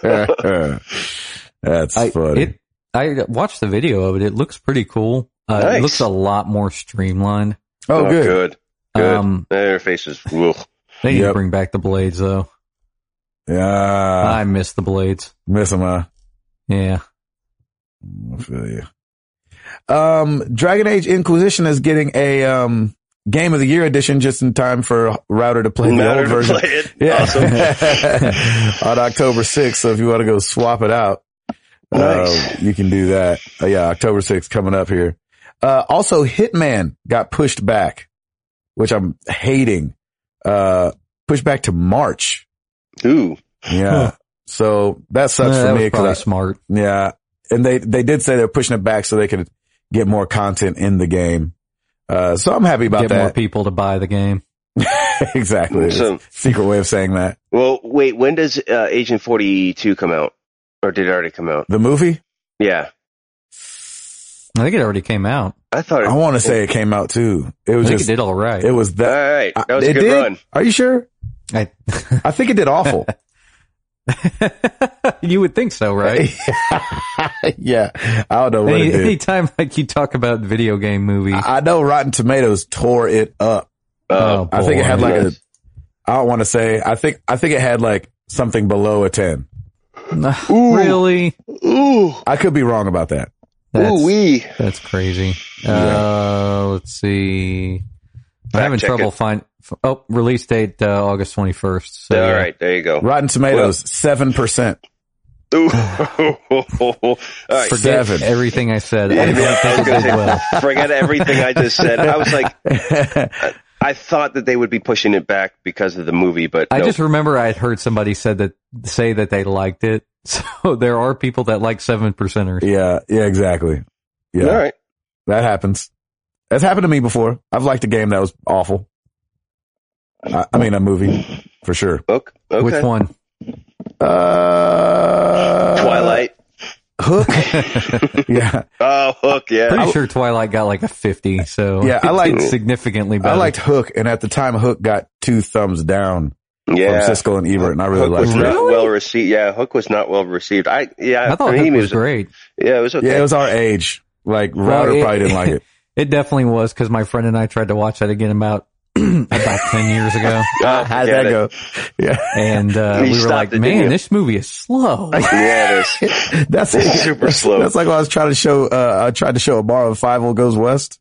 [SPEAKER 1] That's
[SPEAKER 3] I,
[SPEAKER 1] funny.
[SPEAKER 3] it, I watched the video of it. It looks pretty cool. Uh, It
[SPEAKER 2] Nice.
[SPEAKER 3] looks a lot more streamlined.
[SPEAKER 1] oh, good.
[SPEAKER 2] good. Good.
[SPEAKER 3] Um,
[SPEAKER 2] That interface is. ugh.
[SPEAKER 3] they need to
[SPEAKER 1] Yep.
[SPEAKER 3] bring back the blades though.
[SPEAKER 1] Yeah.
[SPEAKER 3] I miss the blades.
[SPEAKER 1] Miss him, huh?
[SPEAKER 3] Yeah.
[SPEAKER 1] I feel you. Um, Dragon Age Inquisition is getting a um Game of the Year edition just in time for Router to play the
[SPEAKER 2] Matter
[SPEAKER 1] old
[SPEAKER 2] to
[SPEAKER 1] version.
[SPEAKER 2] play it.
[SPEAKER 1] Yeah.
[SPEAKER 2] Awesome.
[SPEAKER 1] On October 6th. So if you want to go swap it out, uh,
[SPEAKER 2] Nice.
[SPEAKER 1] you can do that. Uh, yeah. October 6th coming up here. Uh, also Hitman got pushed back, which I'm hating. Uh, pushed back to March.
[SPEAKER 2] Ooh.
[SPEAKER 1] Yeah. so that sucks
[SPEAKER 3] Uh,
[SPEAKER 1] for
[SPEAKER 3] that
[SPEAKER 1] me.
[SPEAKER 3] was probably
[SPEAKER 1] Cause I,
[SPEAKER 3] smart.
[SPEAKER 1] yeah. And they, they did say they're pushing it back so they could get more content in the game. Uh, so I'm happy about
[SPEAKER 3] Get more
[SPEAKER 1] that.
[SPEAKER 3] people to buy the game.
[SPEAKER 1] exactly.
[SPEAKER 2] So-
[SPEAKER 1] Secret way of saying that.
[SPEAKER 2] Well, wait. When does uh, Agent Forty Two come out, or did it already come out?
[SPEAKER 1] The movie?
[SPEAKER 2] Yeah,
[SPEAKER 3] I think it already came out.
[SPEAKER 2] I thought. It,
[SPEAKER 1] I want to say it came out too. It
[SPEAKER 3] I
[SPEAKER 1] was
[SPEAKER 3] think
[SPEAKER 1] just,
[SPEAKER 3] it did all right.
[SPEAKER 1] it was that.
[SPEAKER 2] all right, that was
[SPEAKER 1] it
[SPEAKER 2] a good
[SPEAKER 1] did?
[SPEAKER 2] run.
[SPEAKER 1] Are you sure?
[SPEAKER 3] I,
[SPEAKER 1] I think it did awful.
[SPEAKER 3] you would think so, right?
[SPEAKER 1] yeah, I don't know what
[SPEAKER 3] Any,
[SPEAKER 1] it is.
[SPEAKER 3] anytime like you talk about video game movies,
[SPEAKER 1] I know Rotten Tomatoes tore it up.
[SPEAKER 2] Uh,
[SPEAKER 1] Oh. I think it had
[SPEAKER 3] Oh, boy.
[SPEAKER 1] like a.
[SPEAKER 2] Yes.
[SPEAKER 1] I don't want to say. I think I think it had like something below a ten.
[SPEAKER 3] really.
[SPEAKER 2] Ooh,
[SPEAKER 1] I could be wrong about that.
[SPEAKER 3] That's,
[SPEAKER 2] ooh wee.
[SPEAKER 3] that's crazy. Uh, let's see. I'm
[SPEAKER 2] Fact
[SPEAKER 3] having
[SPEAKER 2] check
[SPEAKER 3] trouble
[SPEAKER 2] it.
[SPEAKER 3] find. f- Oh, release date uh, August 21st. So,
[SPEAKER 2] All
[SPEAKER 3] yeah.
[SPEAKER 2] right, there you go.
[SPEAKER 1] Rotten Tomatoes seven percent.
[SPEAKER 2] Ooh. All right.
[SPEAKER 1] For-
[SPEAKER 3] Forget
[SPEAKER 1] Seven.
[SPEAKER 3] everything I said.
[SPEAKER 2] Yeah,
[SPEAKER 3] I don't
[SPEAKER 2] yeah, I was
[SPEAKER 3] think
[SPEAKER 2] gonna
[SPEAKER 3] it did
[SPEAKER 2] say,
[SPEAKER 3] well.
[SPEAKER 2] forget everything I just said. I was like, I thought that they would be pushing it back because of the movie, but
[SPEAKER 3] I
[SPEAKER 2] no.
[SPEAKER 3] just remember I had heard somebody said that say that they liked it. So there are people that like seven percenters.
[SPEAKER 1] yeah, yeah, exactly. Yeah,
[SPEAKER 2] all right.
[SPEAKER 1] that happens. That's happened to me before. I've liked a game that was awful. I, I mean, a movie for sure.
[SPEAKER 2] Okay. okay.
[SPEAKER 3] Which one?
[SPEAKER 1] Uh,
[SPEAKER 2] Twilight.
[SPEAKER 1] Hook. yeah,
[SPEAKER 2] Oh, Hook. Yeah.
[SPEAKER 3] Pretty sure Twilight got like a fifty. So
[SPEAKER 1] Yeah, I liked-
[SPEAKER 3] it's significantly better.
[SPEAKER 1] I liked Hook, and at the time, Hook got two thumbs down
[SPEAKER 2] yeah.
[SPEAKER 1] from Siskel and Ebert, and I really
[SPEAKER 2] Hook was
[SPEAKER 1] liked it.
[SPEAKER 2] not well received. Yeah, Hook was not well received. I yeah,
[SPEAKER 3] I thought
[SPEAKER 2] mean,
[SPEAKER 3] Hook
[SPEAKER 2] he
[SPEAKER 3] was great.
[SPEAKER 2] Yeah, it was okay.
[SPEAKER 1] Yeah, it was our age. Like Router
[SPEAKER 3] Well, it-
[SPEAKER 1] probably didn't like it.
[SPEAKER 3] It definitely was because my friend and I tried to watch that again about about ten years ago,
[SPEAKER 2] Oh,
[SPEAKER 1] How'd
[SPEAKER 2] forget
[SPEAKER 1] that
[SPEAKER 2] it.
[SPEAKER 1] go? Yeah,
[SPEAKER 3] and uh,
[SPEAKER 2] You
[SPEAKER 3] we were
[SPEAKER 2] stopped
[SPEAKER 3] like,
[SPEAKER 2] it, didn't you?"
[SPEAKER 3] "Man, this movie is slow."
[SPEAKER 2] Yeah, it is.
[SPEAKER 1] that's
[SPEAKER 2] Super slow.
[SPEAKER 1] That's like when I was trying to show. Uh, I tried to show a bar of Five O Goes West.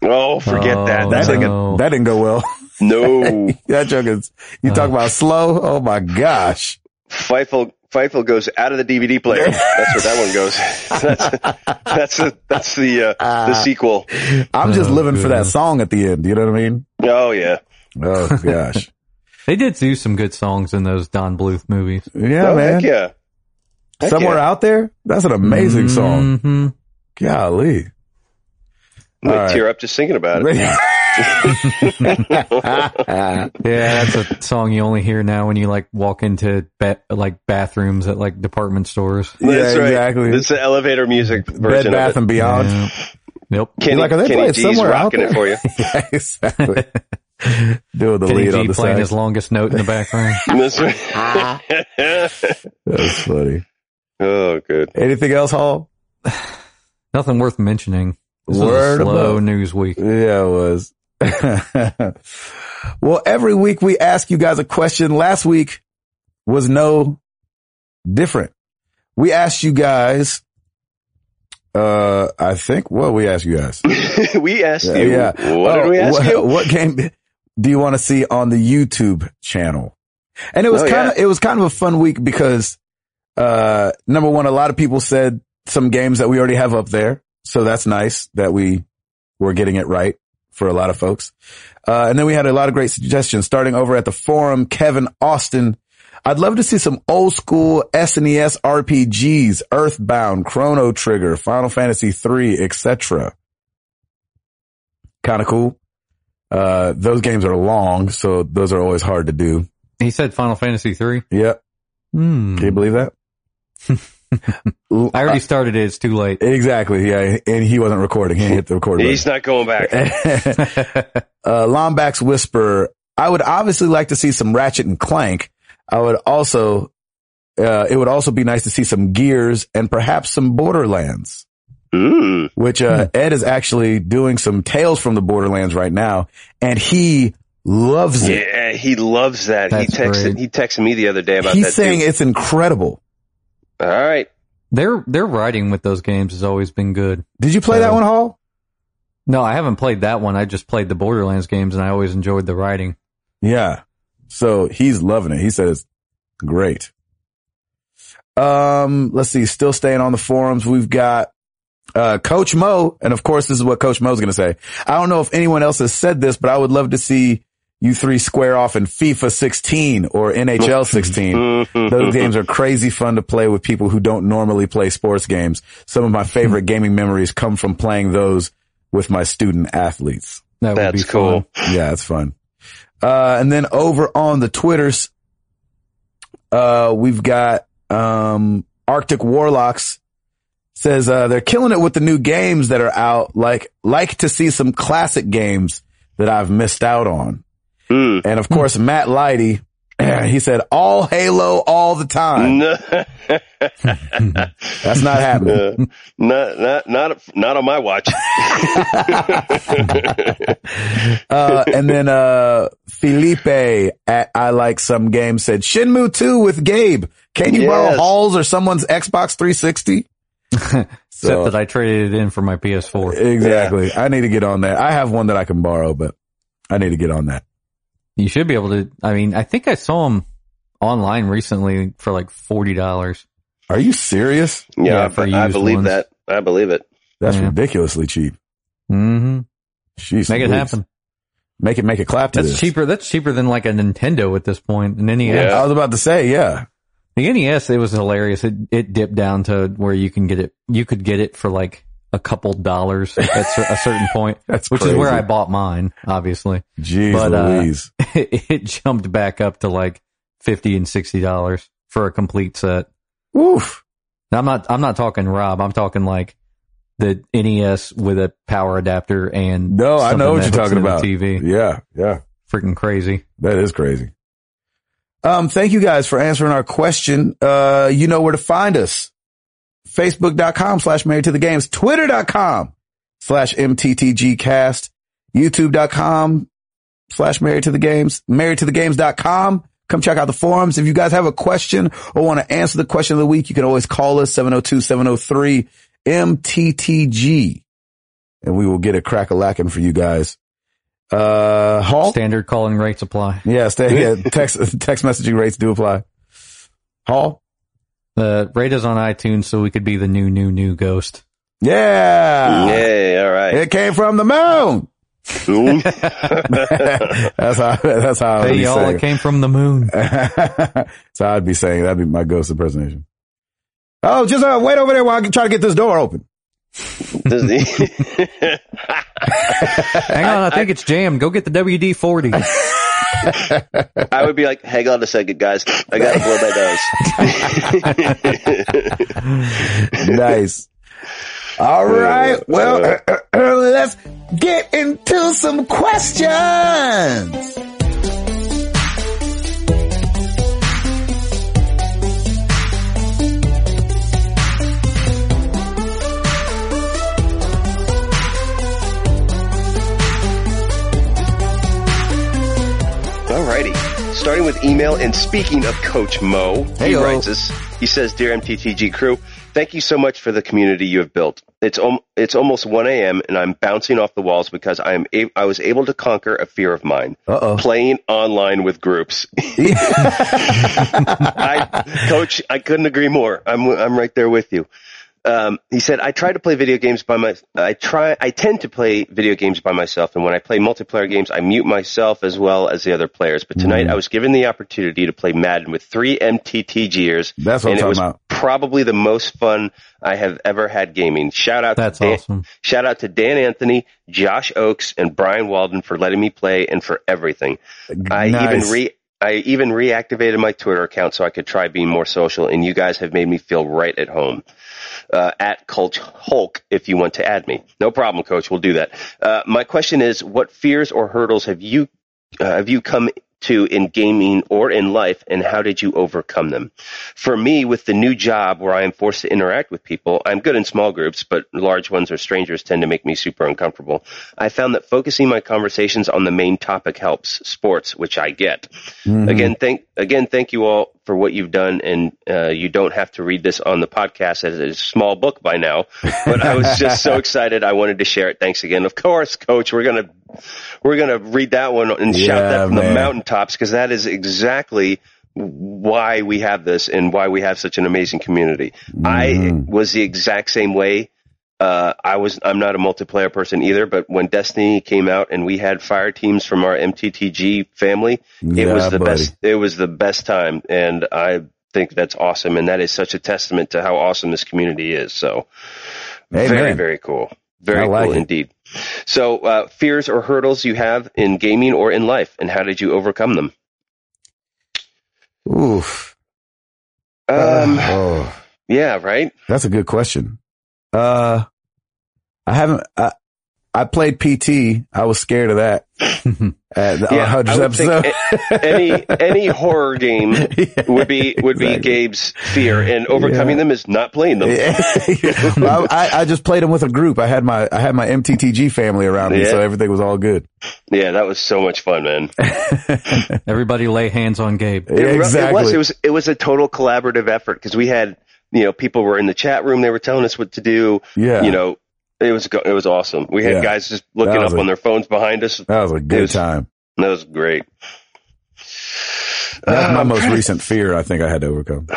[SPEAKER 2] Oh, forget that.
[SPEAKER 3] Oh,
[SPEAKER 1] That
[SPEAKER 2] That's like
[SPEAKER 1] didn't.
[SPEAKER 3] no.
[SPEAKER 1] That didn't go well.
[SPEAKER 2] no.
[SPEAKER 1] that joke is. You
[SPEAKER 3] Uh.
[SPEAKER 1] talk about slow. Oh my gosh.
[SPEAKER 2] Feifel Feifel goes out of the DVD player. That's where that one goes. That's that's the that's the uh, the sequel.
[SPEAKER 1] I'm just
[SPEAKER 3] Oh,
[SPEAKER 1] living for that
[SPEAKER 3] goodness.
[SPEAKER 1] song at the end. You know what I mean?
[SPEAKER 2] Oh yeah,
[SPEAKER 1] Oh gosh.
[SPEAKER 3] They did do some good songs in those Don Bluth movies.
[SPEAKER 1] Yeah,
[SPEAKER 2] oh,
[SPEAKER 1] man.
[SPEAKER 2] heck yeah. Heck
[SPEAKER 1] Somewhere
[SPEAKER 2] yeah.
[SPEAKER 1] out there. That's an amazing song.
[SPEAKER 3] Mhm.
[SPEAKER 1] Golly.
[SPEAKER 2] I'm gonna
[SPEAKER 1] All right.
[SPEAKER 2] tear up just thinking about it.
[SPEAKER 3] Yeah, that's a song you only hear now when you like walk into ba- like bathrooms at like department stores.
[SPEAKER 1] yeah,
[SPEAKER 2] That's right.
[SPEAKER 1] exactly.
[SPEAKER 2] It's the elevator music
[SPEAKER 1] Bed
[SPEAKER 2] version
[SPEAKER 1] Bath
[SPEAKER 2] of it.
[SPEAKER 1] and Beyond.
[SPEAKER 3] Yeah. Nope.
[SPEAKER 2] Kenny,
[SPEAKER 1] like, are they
[SPEAKER 2] Kenny
[SPEAKER 1] playing
[SPEAKER 2] G's
[SPEAKER 1] somewhere out
[SPEAKER 2] rocking
[SPEAKER 1] there?
[SPEAKER 2] it for you.
[SPEAKER 1] Yeah, exactly. Doing the
[SPEAKER 3] Kenny
[SPEAKER 1] lead
[SPEAKER 3] G
[SPEAKER 1] on the
[SPEAKER 3] playing
[SPEAKER 1] side.
[SPEAKER 3] his longest note in the background.
[SPEAKER 2] That's right.
[SPEAKER 1] That's funny.
[SPEAKER 2] oh, good.
[SPEAKER 1] Anything else, Hall?
[SPEAKER 3] Nothing worth mentioning. This
[SPEAKER 1] Word
[SPEAKER 3] was a slow
[SPEAKER 1] above.
[SPEAKER 3] news week.
[SPEAKER 1] Yeah, it was. well, every week we ask you guys a question. Last week was no different. We asked you guys, uh, I think, what we asked you guys.
[SPEAKER 2] we asked you. What
[SPEAKER 1] Oh,
[SPEAKER 2] did we ask
[SPEAKER 1] what,
[SPEAKER 2] you?
[SPEAKER 1] What game do you want to see on the YouTube channel? And it was
[SPEAKER 2] Oh,
[SPEAKER 1] kind of it was kind of a fun week because uh number one, a lot of people said some games that we already have up there, so that's nice that we were getting it right for a lot of folks. Uh, and then we had a lot of great suggestions starting over at the forum. Kevin Austin, I'd love to see some old school E SNES RPGs, Earthbound, Chrono Trigger, Final Fantasy III, etc. Kind of cool. Uh, those games are long, so those are always hard to do.
[SPEAKER 3] He said Final Fantasy three.
[SPEAKER 1] Yep.
[SPEAKER 3] Hmm.
[SPEAKER 1] Can you believe that?
[SPEAKER 3] I already started it. It's too late.
[SPEAKER 1] Uh, exactly. Yeah. And he wasn't recording. He didn't hit the record button.
[SPEAKER 2] He's not going back.
[SPEAKER 1] uh, Lombax Whisper. I would obviously like to see some Ratchet and Clank. I would also, uh, it would also be nice to see some Gears and perhaps some Borderlands,
[SPEAKER 2] Mm.
[SPEAKER 1] which, uh, Ed is actually doing some Tales from the Borderlands right now and he loves it.
[SPEAKER 2] Yeah, he loves that. he
[SPEAKER 3] That's
[SPEAKER 2] texted
[SPEAKER 3] great.
[SPEAKER 2] he texted me the other day about
[SPEAKER 1] He's
[SPEAKER 2] that.
[SPEAKER 1] saying
[SPEAKER 2] too.
[SPEAKER 1] it's incredible.
[SPEAKER 2] All right.
[SPEAKER 3] their their writing with those games has always been good.
[SPEAKER 1] Did you
[SPEAKER 2] Uh,
[SPEAKER 1] play that
[SPEAKER 3] So-
[SPEAKER 1] one, Hall?
[SPEAKER 3] No, I haven't played that one. I just played the Borderlands games, and I always enjoyed the writing.
[SPEAKER 1] Yeah. So he's loving it. He says, great. Um, let's see. Still staying on the forums. We've got, uh, Coach Mo. And of course, this is what Coach Mo's going to say. I don't know if anyone else has said this, but I would love to see you three square off in FIFA 16 or NHL 16. Those games are crazy fun to play with people who don't normally play sports games. Some of my favorite gaming memories come from playing those with my student athletes.
[SPEAKER 3] That would
[SPEAKER 2] That's
[SPEAKER 3] be cool.
[SPEAKER 2] cool.
[SPEAKER 1] Yeah, it's fun. Uh, and then over on the Twitters, uh, we've got, um, Arctic Warlocks says, uh, they're killing it with the new games that are out. Like, like to see some classic games that I've missed out on.
[SPEAKER 2] Mm.
[SPEAKER 1] And of course, Matt Lighty, he said, all Halo all the time.
[SPEAKER 2] No,
[SPEAKER 1] That's not happening.
[SPEAKER 2] uh, not not not not on my watch.
[SPEAKER 1] Uh, and then, uh, Felipe at I Like Some Game said, Shinmu 2 with Gabe. Can you borrow
[SPEAKER 2] Yes.
[SPEAKER 1] Halls or someone's Xbox 360?
[SPEAKER 3] Except that I traded it in for my PS4.
[SPEAKER 1] exactly. I need to get on that. I have one that I can borrow, but I need to get on that.
[SPEAKER 3] You should be able to. I mean, I think I saw them online recently for like forty dollars.
[SPEAKER 1] Are you serious?
[SPEAKER 2] Yeah,
[SPEAKER 3] Yeah,
[SPEAKER 2] I-
[SPEAKER 3] for
[SPEAKER 2] I,
[SPEAKER 3] used
[SPEAKER 2] believe
[SPEAKER 3] ones.
[SPEAKER 2] that. I believe it.
[SPEAKER 1] That's
[SPEAKER 3] Yeah.
[SPEAKER 1] ridiculously cheap.
[SPEAKER 3] Mm-hmm.
[SPEAKER 1] Jeez,
[SPEAKER 3] Make it
[SPEAKER 1] Louise.
[SPEAKER 3] happen.
[SPEAKER 1] Make it, make it clap to
[SPEAKER 3] That's
[SPEAKER 1] this.
[SPEAKER 3] cheaper. That's cheaper than like a Nintendo at this point. An E NES.
[SPEAKER 2] Yeah.
[SPEAKER 1] I was about to say, yeah.
[SPEAKER 3] The NES. E It was hilarious. It it dipped down to where you can get it. You could get it for like a couple dollars at cer- a certain point,
[SPEAKER 1] That's
[SPEAKER 3] which is where I
[SPEAKER 1] crazy.
[SPEAKER 3] bought mine. Obviously,
[SPEAKER 1] Jeez
[SPEAKER 3] but, uh,
[SPEAKER 1] Louise.
[SPEAKER 3] it, jumped back up to like fifty and sixty dollars for a complete set.
[SPEAKER 1] Woof.
[SPEAKER 3] Now, I'm not. I'm not talking Rob. I'm talking like the NES with a power adapter and
[SPEAKER 1] No, I know
[SPEAKER 3] something
[SPEAKER 1] what you're
[SPEAKER 3] that hooks
[SPEAKER 1] talking
[SPEAKER 3] into
[SPEAKER 1] about.
[SPEAKER 3] the TV,
[SPEAKER 1] Yeah, yeah.
[SPEAKER 3] freaking crazy.
[SPEAKER 1] That is crazy. Um, thank you guys for answering our question. Uh, you know where to find us. Facebook.com slash married to the games, Twitter.com slash MTTGcast, YouTube.com slash married to the games, married to the games.com. Come check out the forums. If you guys have a question or want to answer the question of the week, you can always call us 702-703 MTTG and we will get a crack a lacking for you guys. Uh, Hall?
[SPEAKER 3] Standard calling rates apply.
[SPEAKER 1] Yeah, stay, yeah. Text text messaging rates do apply. Hall.
[SPEAKER 3] The Uh, rate is on iTunes, so we could be the new, new, new ghost.
[SPEAKER 1] Yeah.
[SPEAKER 2] Yay! All right.
[SPEAKER 1] It came from the moon.
[SPEAKER 2] Boom.
[SPEAKER 1] that's how. That's how. I'd
[SPEAKER 3] Hey,
[SPEAKER 1] be
[SPEAKER 3] y'all,
[SPEAKER 1] saying.
[SPEAKER 3] it came from the moon.
[SPEAKER 1] so I'd be saying that'd be my ghost impersonation. Oh, just uh, wait over there while I try to get this door open.
[SPEAKER 2] Does the-
[SPEAKER 3] Hang on, I think it's jammed. Go get the WD 40.
[SPEAKER 2] I would be like, hang on a second, guys. I gotta blow my nose.
[SPEAKER 1] nice. All right. Well, uh, let's get into some questions.
[SPEAKER 2] Alrighty. Starting with email and speaking of Coach Mo, he
[SPEAKER 1] Heyo.
[SPEAKER 2] writes us. He says, "Dear MTTG crew, thank you so much for the community you have built. It's om- it's almost 1 a.m. and I'm bouncing off the walls because I am a- I was able to conquer a fear of mine:
[SPEAKER 1] Uh
[SPEAKER 2] playing online with groups.
[SPEAKER 1] oh.
[SPEAKER 2] I, coach, I couldn't agree more. I'm I'm right there with you. Um, he said, "I try to play video games by my. I try. I tend to play video games by myself, and when I play multiplayer games, I mute myself as well as the other players. But
[SPEAKER 1] Mm-hmm.
[SPEAKER 2] tonight, I was given the opportunity to play Madden with three MTTGers.
[SPEAKER 1] That's what I'm
[SPEAKER 2] and it
[SPEAKER 1] talking
[SPEAKER 2] was
[SPEAKER 1] about.
[SPEAKER 2] probably the most fun I have ever had gaming. Shout out
[SPEAKER 3] That's
[SPEAKER 2] to Dan,
[SPEAKER 3] awesome.
[SPEAKER 2] Shout out to Dan Anthony, Josh Oakes, and Brian Walden for letting me play and for everything. I
[SPEAKER 1] Nice.
[SPEAKER 2] even re I even reactivated my Twitter account so I could try being more social, and you guys have made me feel right at home. Uh, at Coach Hulk, if you want to add me, no problem, Coach. We'll do that. Uh, my question is, what fears or hurdles have you uh, have you come to in gaming or in life, and how did you overcome them? For me, with the new job where I am forced to interact with people, I'm good in small groups, but large ones or strangers tend to make me super uncomfortable. I found that focusing my conversations on the main topic helps sports, which I get. Again, thank again, thank you all for what you've done, and uh, you don't have to read this on the podcast as it's a small book by now. But I was just so excited, I wanted to share it. Thanks again, of course, Coach. We're gonna we're gonna read that one and shout
[SPEAKER 1] Yeah,
[SPEAKER 2] that from
[SPEAKER 1] man.
[SPEAKER 2] the mountaintops because that is exactly why we have this and why we have such an amazing community.
[SPEAKER 1] Mm-hmm.
[SPEAKER 2] I was the exact same way. Uh, I was I'm not a multiplayer person either, but when Destiny came out and we had fire teams from our MTTG family, it
[SPEAKER 1] Yeah,
[SPEAKER 2] was the
[SPEAKER 1] buddy.
[SPEAKER 2] best. It was the best time, and I think that's awesome. And that is such a testament to how awesome this community is. So very
[SPEAKER 1] Amen.
[SPEAKER 2] very cool, very
[SPEAKER 1] I like
[SPEAKER 2] cool
[SPEAKER 1] it.
[SPEAKER 2] indeed. So uh, fears or hurdles you have in gaming or in life, and how did you overcome them?
[SPEAKER 1] Oof.
[SPEAKER 2] Um,
[SPEAKER 1] oh.
[SPEAKER 2] yeah, right.
[SPEAKER 1] That's a good question. Uh, I haven't, I, I played PT. I was scared of that. at the
[SPEAKER 2] Yeah, I
[SPEAKER 1] 100th
[SPEAKER 2] would think
[SPEAKER 1] episode.
[SPEAKER 2] a- any any horror game would be would be Gabe's fear, and overcoming them is not playing them.
[SPEAKER 1] Yeah. well, I, I just played them with a group. I had my I had my MTTG family around me,
[SPEAKER 2] Yeah.
[SPEAKER 1] so everything was all good.
[SPEAKER 2] Yeah, that was so much fun, man.
[SPEAKER 3] Everybody lay hands on Gabe.
[SPEAKER 2] It, re-
[SPEAKER 1] exactly.
[SPEAKER 2] it was it was it was a total collaborative effort because we had you know people were in the chat room they were telling us what to do.
[SPEAKER 1] yeah.
[SPEAKER 2] You know, it was go- it was awesome. We had
[SPEAKER 1] Yeah.
[SPEAKER 2] guys just looking
[SPEAKER 1] That
[SPEAKER 2] up
[SPEAKER 1] was a-
[SPEAKER 2] on their phones behind us.
[SPEAKER 1] that was a good
[SPEAKER 2] was-
[SPEAKER 1] time.
[SPEAKER 2] That was great.
[SPEAKER 1] That's
[SPEAKER 2] Uh,
[SPEAKER 1] my
[SPEAKER 2] I'm
[SPEAKER 1] most
[SPEAKER 2] trying to-
[SPEAKER 1] recent fear. I think I had to overcome.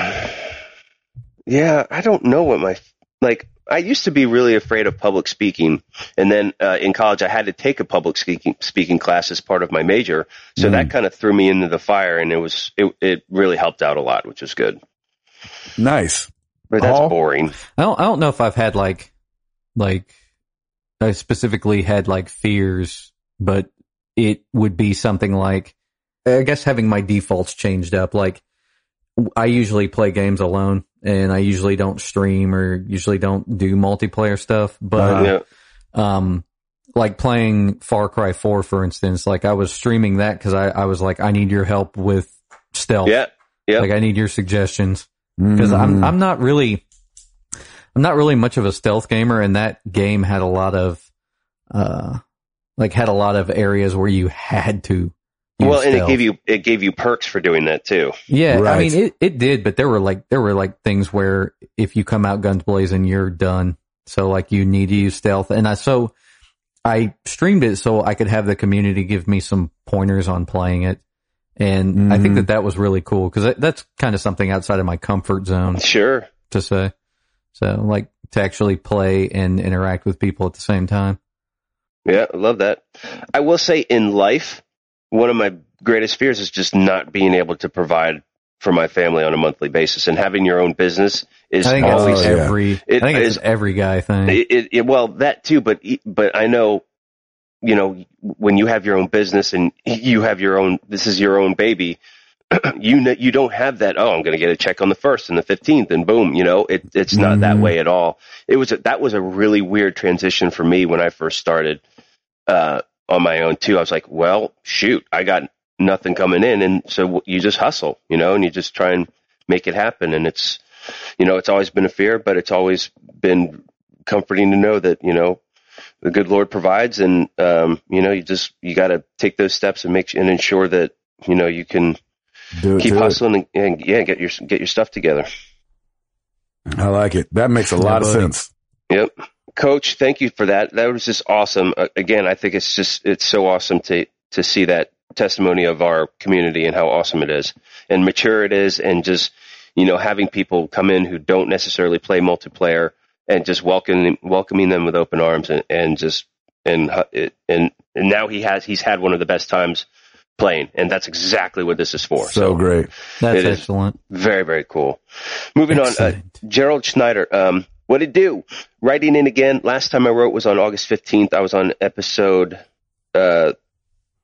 [SPEAKER 2] Yeah, I don't know what my like. I used to be really afraid of public speaking, and then uh, in college I had to take a public speaking speaking class as part of my major, so that kind of threw me into the fire, and it was it it really helped out a lot, which was good.
[SPEAKER 1] Nice.
[SPEAKER 2] But that's
[SPEAKER 1] Oh.
[SPEAKER 2] boring.
[SPEAKER 3] I don't. I don't know if I've had like, like, I specifically had like fears, but it would be something like, I guess having my defaults changed up. Like, I usually play games alone, and I usually don't stream or usually don't do multiplayer stuff. But
[SPEAKER 2] yeah,
[SPEAKER 3] um, like playing Far Cry Four, for instance, like I was streaming that because I, I was like, I need your help with stealth.
[SPEAKER 2] yeah, yeah.
[SPEAKER 3] Like I need your suggestions because I'm
[SPEAKER 1] Mm.
[SPEAKER 3] I'm not really I'm not really much of a stealth gamer, and that game had a lot of uh like had a lot of areas where you had to. use
[SPEAKER 2] well, and it
[SPEAKER 3] stealth.
[SPEAKER 2] gave you it gave you perks for doing that too.
[SPEAKER 3] yeah. I
[SPEAKER 1] Right.
[SPEAKER 3] mean, it, it did, but there were like there were like things where if you come out guns blazing, you're done. So like you need to use stealth, and I so I streamed it so I could have the community give me some pointers on playing it. And I think
[SPEAKER 1] Mhm.
[SPEAKER 3] that that was really cool because that's kind of something outside of my comfort zone
[SPEAKER 2] Sure.
[SPEAKER 3] to say. So like to actually play and interact with people at the same time.
[SPEAKER 2] Yeah, I love that. I will say in life, one of my greatest fears is just not being able to provide for my family on a monthly basis, and having your own business is
[SPEAKER 3] I think that's
[SPEAKER 2] always.
[SPEAKER 1] Oh, yeah.
[SPEAKER 3] every. I think it's
[SPEAKER 2] is-
[SPEAKER 3] every guy thing.
[SPEAKER 2] It, it, it, well, that too, but e- but I know, you know, when you have your own business and you have your own, this is your own baby. you know, you don't have that. Oh, I'm going to get a check on the first and the fifteenth, and boom, you know, it, it's not that
[SPEAKER 1] Mhm.
[SPEAKER 2] way at all. It was a, that was a really weird transition for me when I first started uh, on my own too. I was like, well, shoot, I got nothing coming in, and so you just hustle, you know, and you just try and make it happen, and it's you know, it's always been a fear, but it's always been comforting to know that, you know, the good Lord provides and, um, you know, you just, you got to take those steps and make, and ensure that, you know, you can
[SPEAKER 1] Do it,
[SPEAKER 2] keep
[SPEAKER 1] do it.
[SPEAKER 2] hustling and, and yeah, get your, get your stuff together.
[SPEAKER 1] I like it. That makes a lot of
[SPEAKER 3] buddy.
[SPEAKER 1] sense.
[SPEAKER 2] Yep. Coach, thank you for that. That was just awesome. Uh, again, I think it's just, it's so awesome to, to see that testimony of our community and how awesome it is and mature it is and just, you know, having people come in who don't necessarily play multiplayer and just welcoming, welcoming them with open arms and, and just, and, hu- it- and, and now he has, he's had one of the best times playing and that's exactly what this is for. So
[SPEAKER 1] So great.
[SPEAKER 3] That's
[SPEAKER 2] it is.
[SPEAKER 3] excellent.
[SPEAKER 2] very, very cool. Moving on. Uh,
[SPEAKER 3] Excellent.
[SPEAKER 2] Gerald Schneider, um, what it do? Writing in again. Last time I wrote was on August 15th. I was on episode, uh,